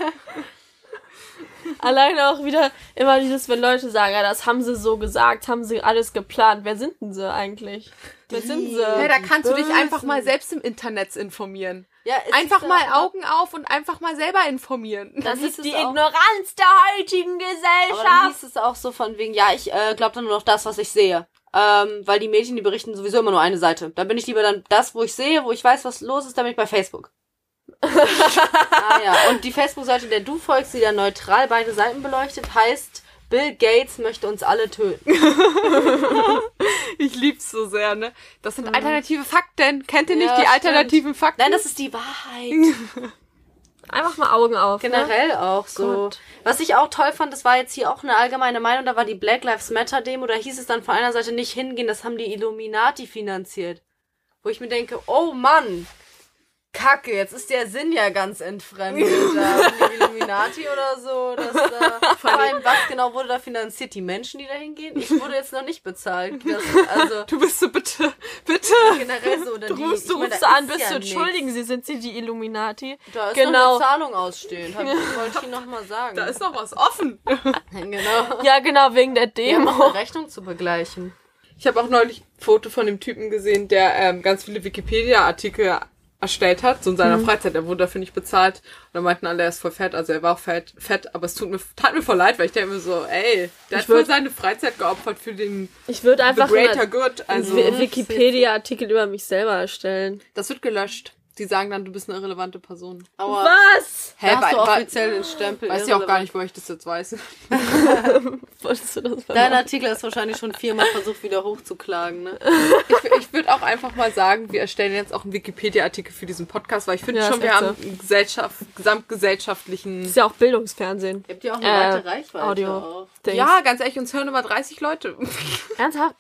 S2: Alleine auch wieder immer dieses, wenn Leute sagen, ja, das haben sie so gesagt, haben sie alles geplant. Wer sind denn sie eigentlich? Wer sind sie?
S1: Hey, da kannst du dich einfach mal selbst im Internet informieren.
S3: Ja, es
S1: Einfach
S3: ist, äh,
S1: mal Augen auf und einfach mal selber informieren.
S2: Das
S3: hieß
S2: ist die
S3: es auch.
S2: Ignoranz der heutigen
S3: Aber dann
S2: Gesellschaft.
S3: hieß es auch so von wegen, ja, ich äh, glaube dann nur noch das, was ich sehe. Ähm, weil die Mädchen, die berichten sowieso immer nur eine Seite. Da bin ich lieber dann das, wo ich sehe, wo ich weiß, was los ist, dann bin ich bei Facebook. ah ja, und die Facebook-Seite, der du folgst, die dann neutral beide Seiten beleuchtet, heißt Bill Gates möchte uns alle töten.
S1: Ich lieb's so sehr, ne? Das sind alternative Fakten. Kennt ihr nicht
S3: Hm. Ja,
S1: die
S3: stimmt.
S1: alternativen Fakten?
S3: Nein, das ist die Wahrheit.
S2: Einfach mal Augen auf. Ne?
S3: Generell auch so.
S2: Gott.
S3: Was ich auch toll fand, das war jetzt hier auch eine allgemeine Meinung, da war die Black Lives Matter Demo, da hieß es dann von einer Seite nicht hingehen, das haben die Illuminati finanziert. Wo ich mir denke, oh Mann, Kacke, jetzt ist der Sinn ja ganz entfremdet. da haben die Illuminati oder so. Dass da, vor allem, was genau wurde da finanziert? Die Menschen, die da hingehen? Ich wurde jetzt noch nicht bezahlt. Das, also
S1: Du bist so bitte, bitte.
S3: generell so. Oder
S2: Du
S3: die,
S2: rufst,
S3: ich
S2: du
S3: meine,
S2: rufst
S3: da
S2: an,
S3: ist
S2: bist
S3: ja
S2: du,
S3: nix.
S2: entschuldigen Sie, sind Sie die Illuminati?
S3: Da ist
S2: genau.
S3: noch eine Zahlung ausstehend. Hab, wollte ich Ihnen noch mal sagen.
S1: Da ist noch was offen.
S3: genau.
S2: Ja, genau, wegen der
S3: Wir haben
S2: Demo.
S3: auch eine Rechnung zu begleichen.
S1: Ich habe auch neulich ein Foto von dem Typen gesehen, der ähm, ganz viele Wikipedia-Artikel erstellt hat, so in seiner Freizeit. Er wurde dafür nicht bezahlt. Und dann meinten alle, er ist voll fett. Also er war auch fett, fett aber es tut mir, tat mir voll leid, weil ich denke mir so, ey,
S2: Ich
S1: der hat voll
S2: würd-
S1: seine Freizeit geopfert für den
S2: Ich würde
S1: the
S2: einfach
S1: greater
S2: einen
S1: good. Also
S2: Wi- Wikipedia-Artikel über mich selber erstellen.
S1: das wird gelöscht. Die sagen dann, du bist eine irrelevante Person.
S3: Aber
S2: Was?
S1: Hä,
S3: hast du
S1: weil- weil-
S3: offiziell den Stempel.
S1: Weiß ja auch gar nicht, wo ich das jetzt weiß.
S2: Wolltest du das mal
S3: Dein
S2: machen?
S3: Artikel ist wahrscheinlich schon viermal versucht, wieder hochzuklagen, ne?
S1: Ich, ich würde auch einfach mal sagen, wir erstellen jetzt auch einen Wikipedia-Artikel für diesen Podcast, weil ich finde
S2: Ja,
S1: schon,
S2: ist echt
S1: wir haben einen Gesellschaft, gesamtgesellschaftlichen.
S2: Das ist ja auch Bildungsfernsehen.
S3: Ihr habt ja auch
S2: Äh,
S3: eine weite Reichweite
S2: Audio.
S3: auch.
S2: Dings.
S1: Ja, ganz ehrlich, uns hören immer 30 Leute.
S2: Ernsthaft?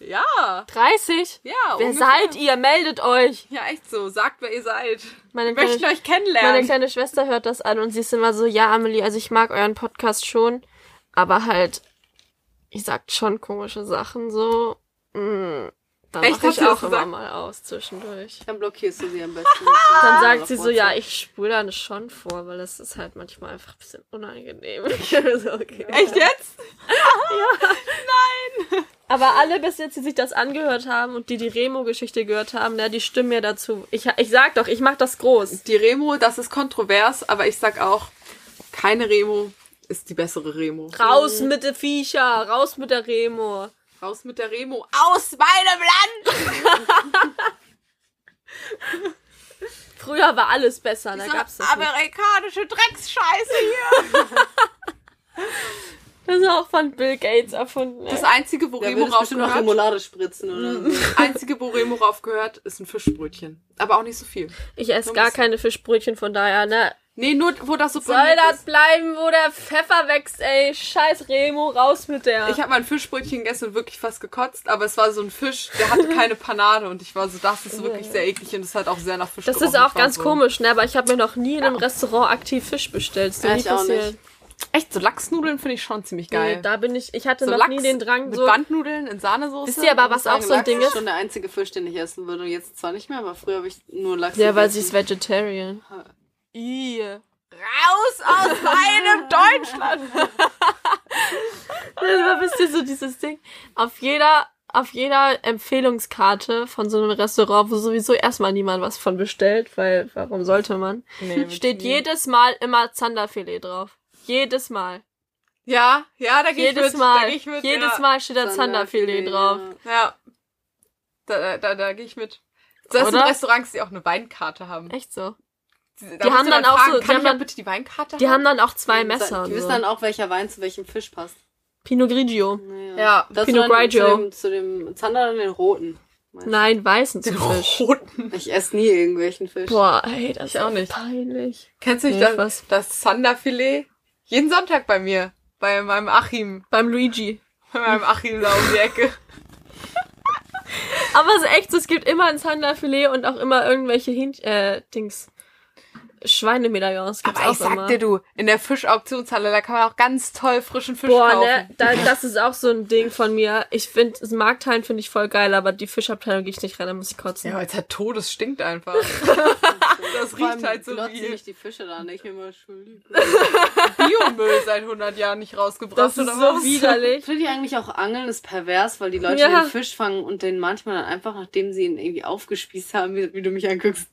S1: ja,
S2: 30?
S1: ja.
S2: Wer
S1: ungefähr.
S2: seid ihr? Meldet euch!
S1: Ja, echt so. Sagt, wer ihr seid.
S2: Meine
S1: Wir möchten
S2: kleine-
S1: euch
S2: Meine
S1: kennenlernen.
S2: kleine Schwester hört das an und sie ist immer so, ja, Amelie, also ich mag euren Podcast schon, aber halt, ihr sagt schon komische Sachen so. Mm, dann mache
S1: Echt,
S2: ich
S1: hat sie das
S2: auch immer
S1: gesagt?
S2: mal aus zwischendurch. Ah.
S3: Dann blockierst du sie am besten.
S2: Dann sagt sie so, ja, ich spule dann schon vor, weil das ist halt manchmal einfach ein bisschen unangenehm. Ich so, okay.
S1: echt jetzt?
S2: Aber alle bis jetzt, die sich das angehört haben und die die Remo-Geschichte gehört haben, ne, die stimmen ja dazu. Ich, ich sag doch, ich mach das groß.
S1: Die Remo, das ist kontrovers, aber ich sag auch, keine Remo ist die bessere Remo.
S2: Raus mit der Viecher, raus mit der Remo.
S1: Raus mit der Remo. Aus meinem Land!
S2: Früher war alles besser, da gab's das nicht.
S1: amerikanische Drecksscheiße hier.
S2: Das ist auch von Bill Gates erfunden.
S1: Das
S2: Ey.
S1: einzige, wo
S3: Da
S1: Remo
S3: würdest du bestimmt noch
S1: raufgehört,
S3: Remoulade spritzen oder so.
S1: das einzige, wo Remo raufgehört, ist ein Fischbrötchen. Aber auch nicht so viel.
S2: Ich esse gar keine Fischbrötchen, von daher, ne?
S1: Nee, nur wo das so
S2: Soll
S1: ist.
S2: das bleiben, wo der Pfeffer wächst, ey? Scheiß Remo, raus mit der.
S1: Ich habe mal ein Fischbrötchen gegessen und wirklich fast gekotzt, aber es war so ein Fisch, der hatte keine Panade und ich war so, das ist wirklich sehr eklig und es hat auch sehr nach Fisch
S2: das ist
S1: gerochen.
S2: auch
S1: Ich war
S2: ganz
S1: so,
S2: komisch, ne? Aber ich habe mir noch nie in einem Restaurant aktiv Fisch bestellt. Ist mir
S3: Ja,
S2: nie
S3: ich auch
S2: passiert.
S1: Echt, so Lachsnudeln finde ich schon ziemlich geil.
S2: Nee, da bin ich, ich hatte
S1: so
S2: noch
S1: Lachs
S2: nie den Drang,
S1: mit
S2: so
S1: Bandnudeln in Sahnesoße.
S2: Wisst ihr aber,
S1: Und
S2: was auch so ein
S3: Lachs
S2: Ding
S3: ist
S2: ist?
S3: schon der einzige Fisch, den ich essen würde. Und jetzt zwar nicht mehr, aber früher habe ich nur Lachs
S2: Ja, weil sie
S3: gegessen.
S2: ist Vegetarian. I.
S1: Raus aus meinem Deutschland!
S2: Das war ein bisschen so dieses Ding. Auf jeder, auf jeder Empfehlungskarte von so einem Restaurant, wo sowieso erstmal niemand was von bestellt, weil warum sollte man, steht jedes Mal immer Zanderfilet drauf. Jedes Mal.
S1: Ja, ja, da gehe ich
S2: Jedes
S1: mit. Da
S2: Mal.
S1: geh ich mit
S2: jedes
S1: ja.
S2: Mal steht da Zanderfilet drauf.
S1: Ja. Da, da, da, da gehe ich mit. Das sind
S2: Oder?
S1: Restaurants, die auch eine Weinkarte haben.
S2: Echt so.
S1: Da musst
S2: Die haben
S1: du
S2: dann auch
S1: fragen,
S2: so- die
S1: Kann
S2: haben
S1: ich auch
S2: dann-
S1: bitte die Weinkarte
S2: Die haben dann auch zwei Messer.
S3: Messer. Die
S2: Und
S3: wissen
S2: so.
S3: dann auch, welcher Wein zu welchem Fisch passt.
S2: Pinot Grigio.
S3: Naja.
S1: Ja,
S3: das
S2: Pinot
S3: war dann
S2: Grigio.
S3: Zu dem, zu dem Zander dann den roten.
S2: Nein, weißen zu Fisch.
S1: roten.
S3: Ich esse nie irgendwelchen Fisch.
S2: Boah, ey, das
S1: Oh, Ich
S2: ist
S1: auch nicht.
S2: peinlich.
S1: Kennst du nicht
S2: Nee,
S1: das,
S2: Spaß.
S1: das Sanderfilet? Jeden Sonntag bei mir. Bei meinem Achim.
S2: Beim Luigi.
S1: Bei meinem Achim da um die Ecke.
S2: Aber es ist echt so, es gibt immer ein Zanderfilet und auch immer irgendwelche Hin äh, Dings. Schweinemedaillons gibt's
S1: Aber
S2: auch
S1: ich sag
S2: immer.
S1: dir du, in der Fischauktionshalle, da kann man auch ganz toll frischen Fisch
S2: Boah,
S1: kaufen.
S2: ne, da, das ist auch so ein Ding von mir. Ich finde, das Markthallen finde ich voll geil, aber die Fischabteilung gehe ich nicht rein, da muss ich kotzen.
S1: Ja, weil es halt Todes stinkt einfach. Das riecht halt so
S3: Glotzt
S1: wie
S3: mich die Fische da nicht immer entschuldigt.
S1: Biomüll seit 100 Jahren nicht rausgebracht
S2: Das ist
S1: oder
S2: so
S1: was?
S2: widerlich.
S3: Finde ich eigentlich auch Angeln ist pervers, weil die Leute
S2: Ja.
S3: den Fisch fangen und den manchmal dann einfach, nachdem sie ihn irgendwie aufgespießt haben, wie, wie du mich anguckst.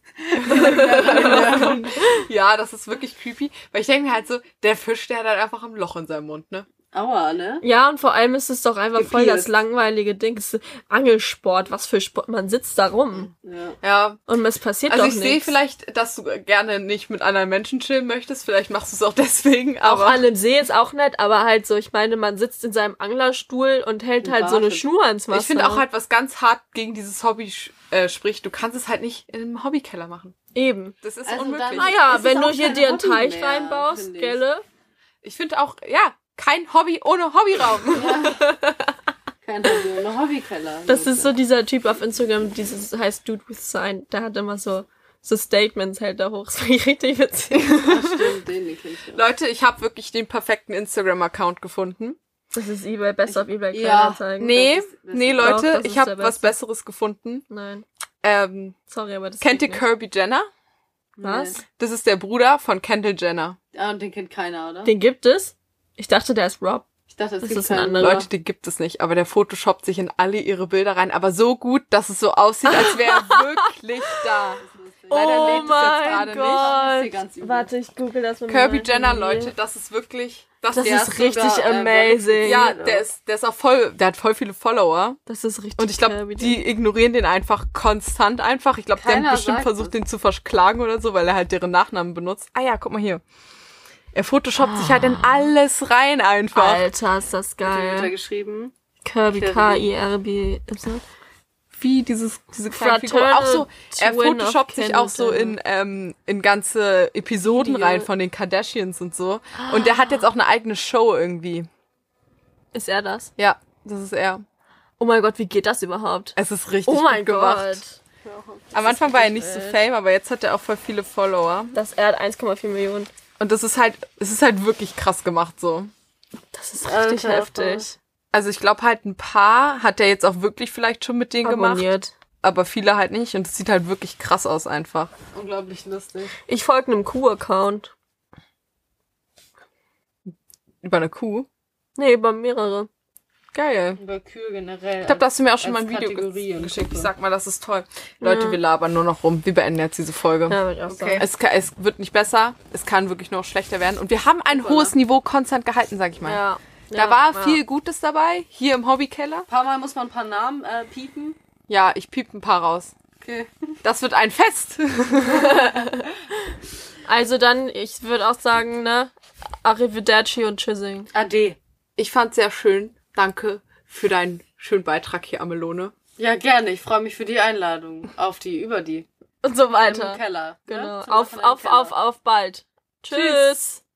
S1: Ja, das ist wirklich creepy, weil ich denke mir halt so, der Fisch, der hat halt einfach ein Loch in seinem Mund, ne?
S3: Aua, ne?
S2: Ja, und vor allem ist es doch einfach voll das
S3: Gepierst.
S2: langweilige Ding. Es ist Angelsport, was für Sport. Man sitzt da rum.
S3: Ja.
S1: Ja.
S2: Und es passiert
S1: Also
S2: doch
S1: ich sehe
S2: nichts.
S1: vielleicht, dass du gerne nicht mit anderen Menschen chillen möchtest. Vielleicht machst du es auch deswegen,
S2: auch
S1: aber
S2: an dem See ist auch nett, aber halt so, ich meine, man sitzt in seinem Anglerstuhl und hält
S3: Und
S2: halt so eine
S3: wartet.
S2: Schnur ans Wasser.
S1: ich finde auch halt, was ganz hart gegen dieses Hobby äh, spricht, du kannst es halt nicht in einem Hobbykeller machen.
S2: Eben.
S1: Das ist
S3: Also dann-
S1: unmöglich.
S2: Ah ja,
S3: Es ist
S2: wenn du
S3: auch
S2: hier
S3: kein
S2: dir einen
S3: Hobby
S2: Teich
S3: mehr,
S2: reinbaust,
S3: finde ich.
S2: gelle?
S1: Ich finde auch, ja, kein Hobby ohne Hobbyraum.
S3: Kein Hobby, ohne Hobbykeller.
S2: Das ist so dieser Typ auf Instagram, dieses heißt Dude with Sign, der hat immer so, so Statements halt da hoch. Das finde ich richtig witzig.
S3: Stimmt, den nicht. kenn ich auch.
S1: Leute, ich habe wirklich den perfekten Instagram-Account gefunden.
S2: Das ist eBay, besser auf eBay
S3: Ja.
S2: Kleinanzeigen.
S1: Nee,
S3: Das ist- das
S1: nee,
S3: ist-
S2: Doch,
S1: Leute,
S2: das
S1: ich
S2: ist der
S1: habe was Besseres gefunden.
S2: Nein.
S1: Ähm,
S2: Sorry, aber das
S1: kennt ihr
S2: geht nicht.
S1: Kirby Jenner?
S2: Was?
S1: Das ist der Bruder von Kendall Jenner.
S3: Nee. Ah, und den kennt keiner, oder?
S2: Den gibt es? Ich dachte, der ist Rob.
S3: ich dachte, halt es
S2: Das
S3: gibt
S2: ist ein
S3: keinen.
S2: anderer.
S1: Leute, die gibt es nicht, aber der Photoshoppt sich in alle ihre Bilder rein, aber so gut, dass es so aussieht, als wäre er wirklich da. Leider
S2: oh
S1: lädt es jetzt gerade nicht.
S3: Das ist hier
S2: mein
S3: ganz übel.
S2: Gott. Warte, ich google das mit
S1: Kirby
S2: meinem
S1: Jenner,
S2: Handy.
S1: Leute, das ist wirklich, das,
S2: Das
S1: der
S2: ist richtig
S3: sogar, äh,
S2: amazing.
S1: ja, der ist, der ist auch voll, der hat voll viele Follower.
S2: Das ist richtig
S1: Und ich glaube,
S2: Kirby
S1: die ignorieren den einfach konstant einfach. Ich glaube, der
S3: Keiner
S1: hat bestimmt
S3: sagt
S1: versucht,
S3: was.
S1: den zu verklagen oder so, weil er halt deren Nachnamen benutzt. Ah ja, guck mal hier. Er photoshoppt sich halt in alles rein einfach.
S2: Ah. Alter, ist das
S3: Hat
S2: geil.
S3: geschrieben.
S2: Kirby,
S3: Kirby.
S2: K-I-R-B, Y.
S1: Wie dieses, diese kleine Figur.
S2: Fraternal
S1: Auch so, er
S2: Twin of
S1: photoshoppt sich auch so in,
S2: Kendall.
S1: ähm, in ganze Episoden
S2: Video. Ah.
S1: rein von den Kardashians und so. Und der hat jetzt auch eine eigene Show irgendwie.
S2: Ist er das?
S1: Ja, das ist er.
S2: Oh mein Gott, wie geht das überhaupt?
S1: Es ist richtig
S2: Oh mein
S1: gut gemacht.
S2: Gott.
S1: Am Anfang war er nicht so fame, aber jetzt hat er auch voll viele Follower.
S2: Das, er hat 1,4 Millionen.
S1: Und das ist halt, es ist halt wirklich krass gemacht so.
S2: Das ist richtig
S3: Alter,
S2: heftig.
S1: Also ich glaube halt ein paar hat er jetzt auch wirklich vielleicht schon mit denen gemacht,
S2: Abonniert.
S1: aber viele halt nicht und es sieht halt wirklich krass aus einfach.
S3: Unglaublich lustig.
S2: Ich folge einem Kuh-Account.
S1: Über eine Kuh.
S2: Nee, über mehrere.
S1: Geil.
S3: Über Kühe generell.
S1: Ich glaube, da hast du mir auch schon mal
S3: Als
S1: ein Video ge
S3: Kategorien.
S1: geschickt. Ich sag mal, das ist toll. Leute, wir labern nur noch rum. Wir beenden jetzt diese Folge.
S2: Ja, würde ich auch
S3: Okay.
S2: sagen.
S1: Es, ka- es wird nicht besser, es kann wirklich nur noch schlechter werden. Und wir haben ein hohes Niveau konstant gehalten, sag ich
S3: Also,
S1: mal.
S2: ne? Ja.
S1: Da
S2: ja,
S1: war
S2: ja.
S1: viel Gutes dabei, hier im Hobbykeller.
S3: Ein paar Mal muss man ein paar Namen äh, piepen.
S1: Ja, ich piep ein paar raus.
S3: Okay.
S1: Das wird ein Fest.
S2: Also dann, ich würde auch sagen, ne? Arrivederci und Tschüssing.
S3: Ade.
S1: Ich fand's sehr schön. Danke für deinen schönen Beitrag hier, Amelone.
S3: Ja, gerne. Ich freue mich für die Einladung. Auf die, über die.
S2: Und so
S3: Im
S2: weiter.
S3: Keller. ne?
S2: Genau.
S3: Zum
S2: Auf,
S3: Wochenende im
S2: auf, auf,
S3: Keller.
S2: auf bald. Tschüss.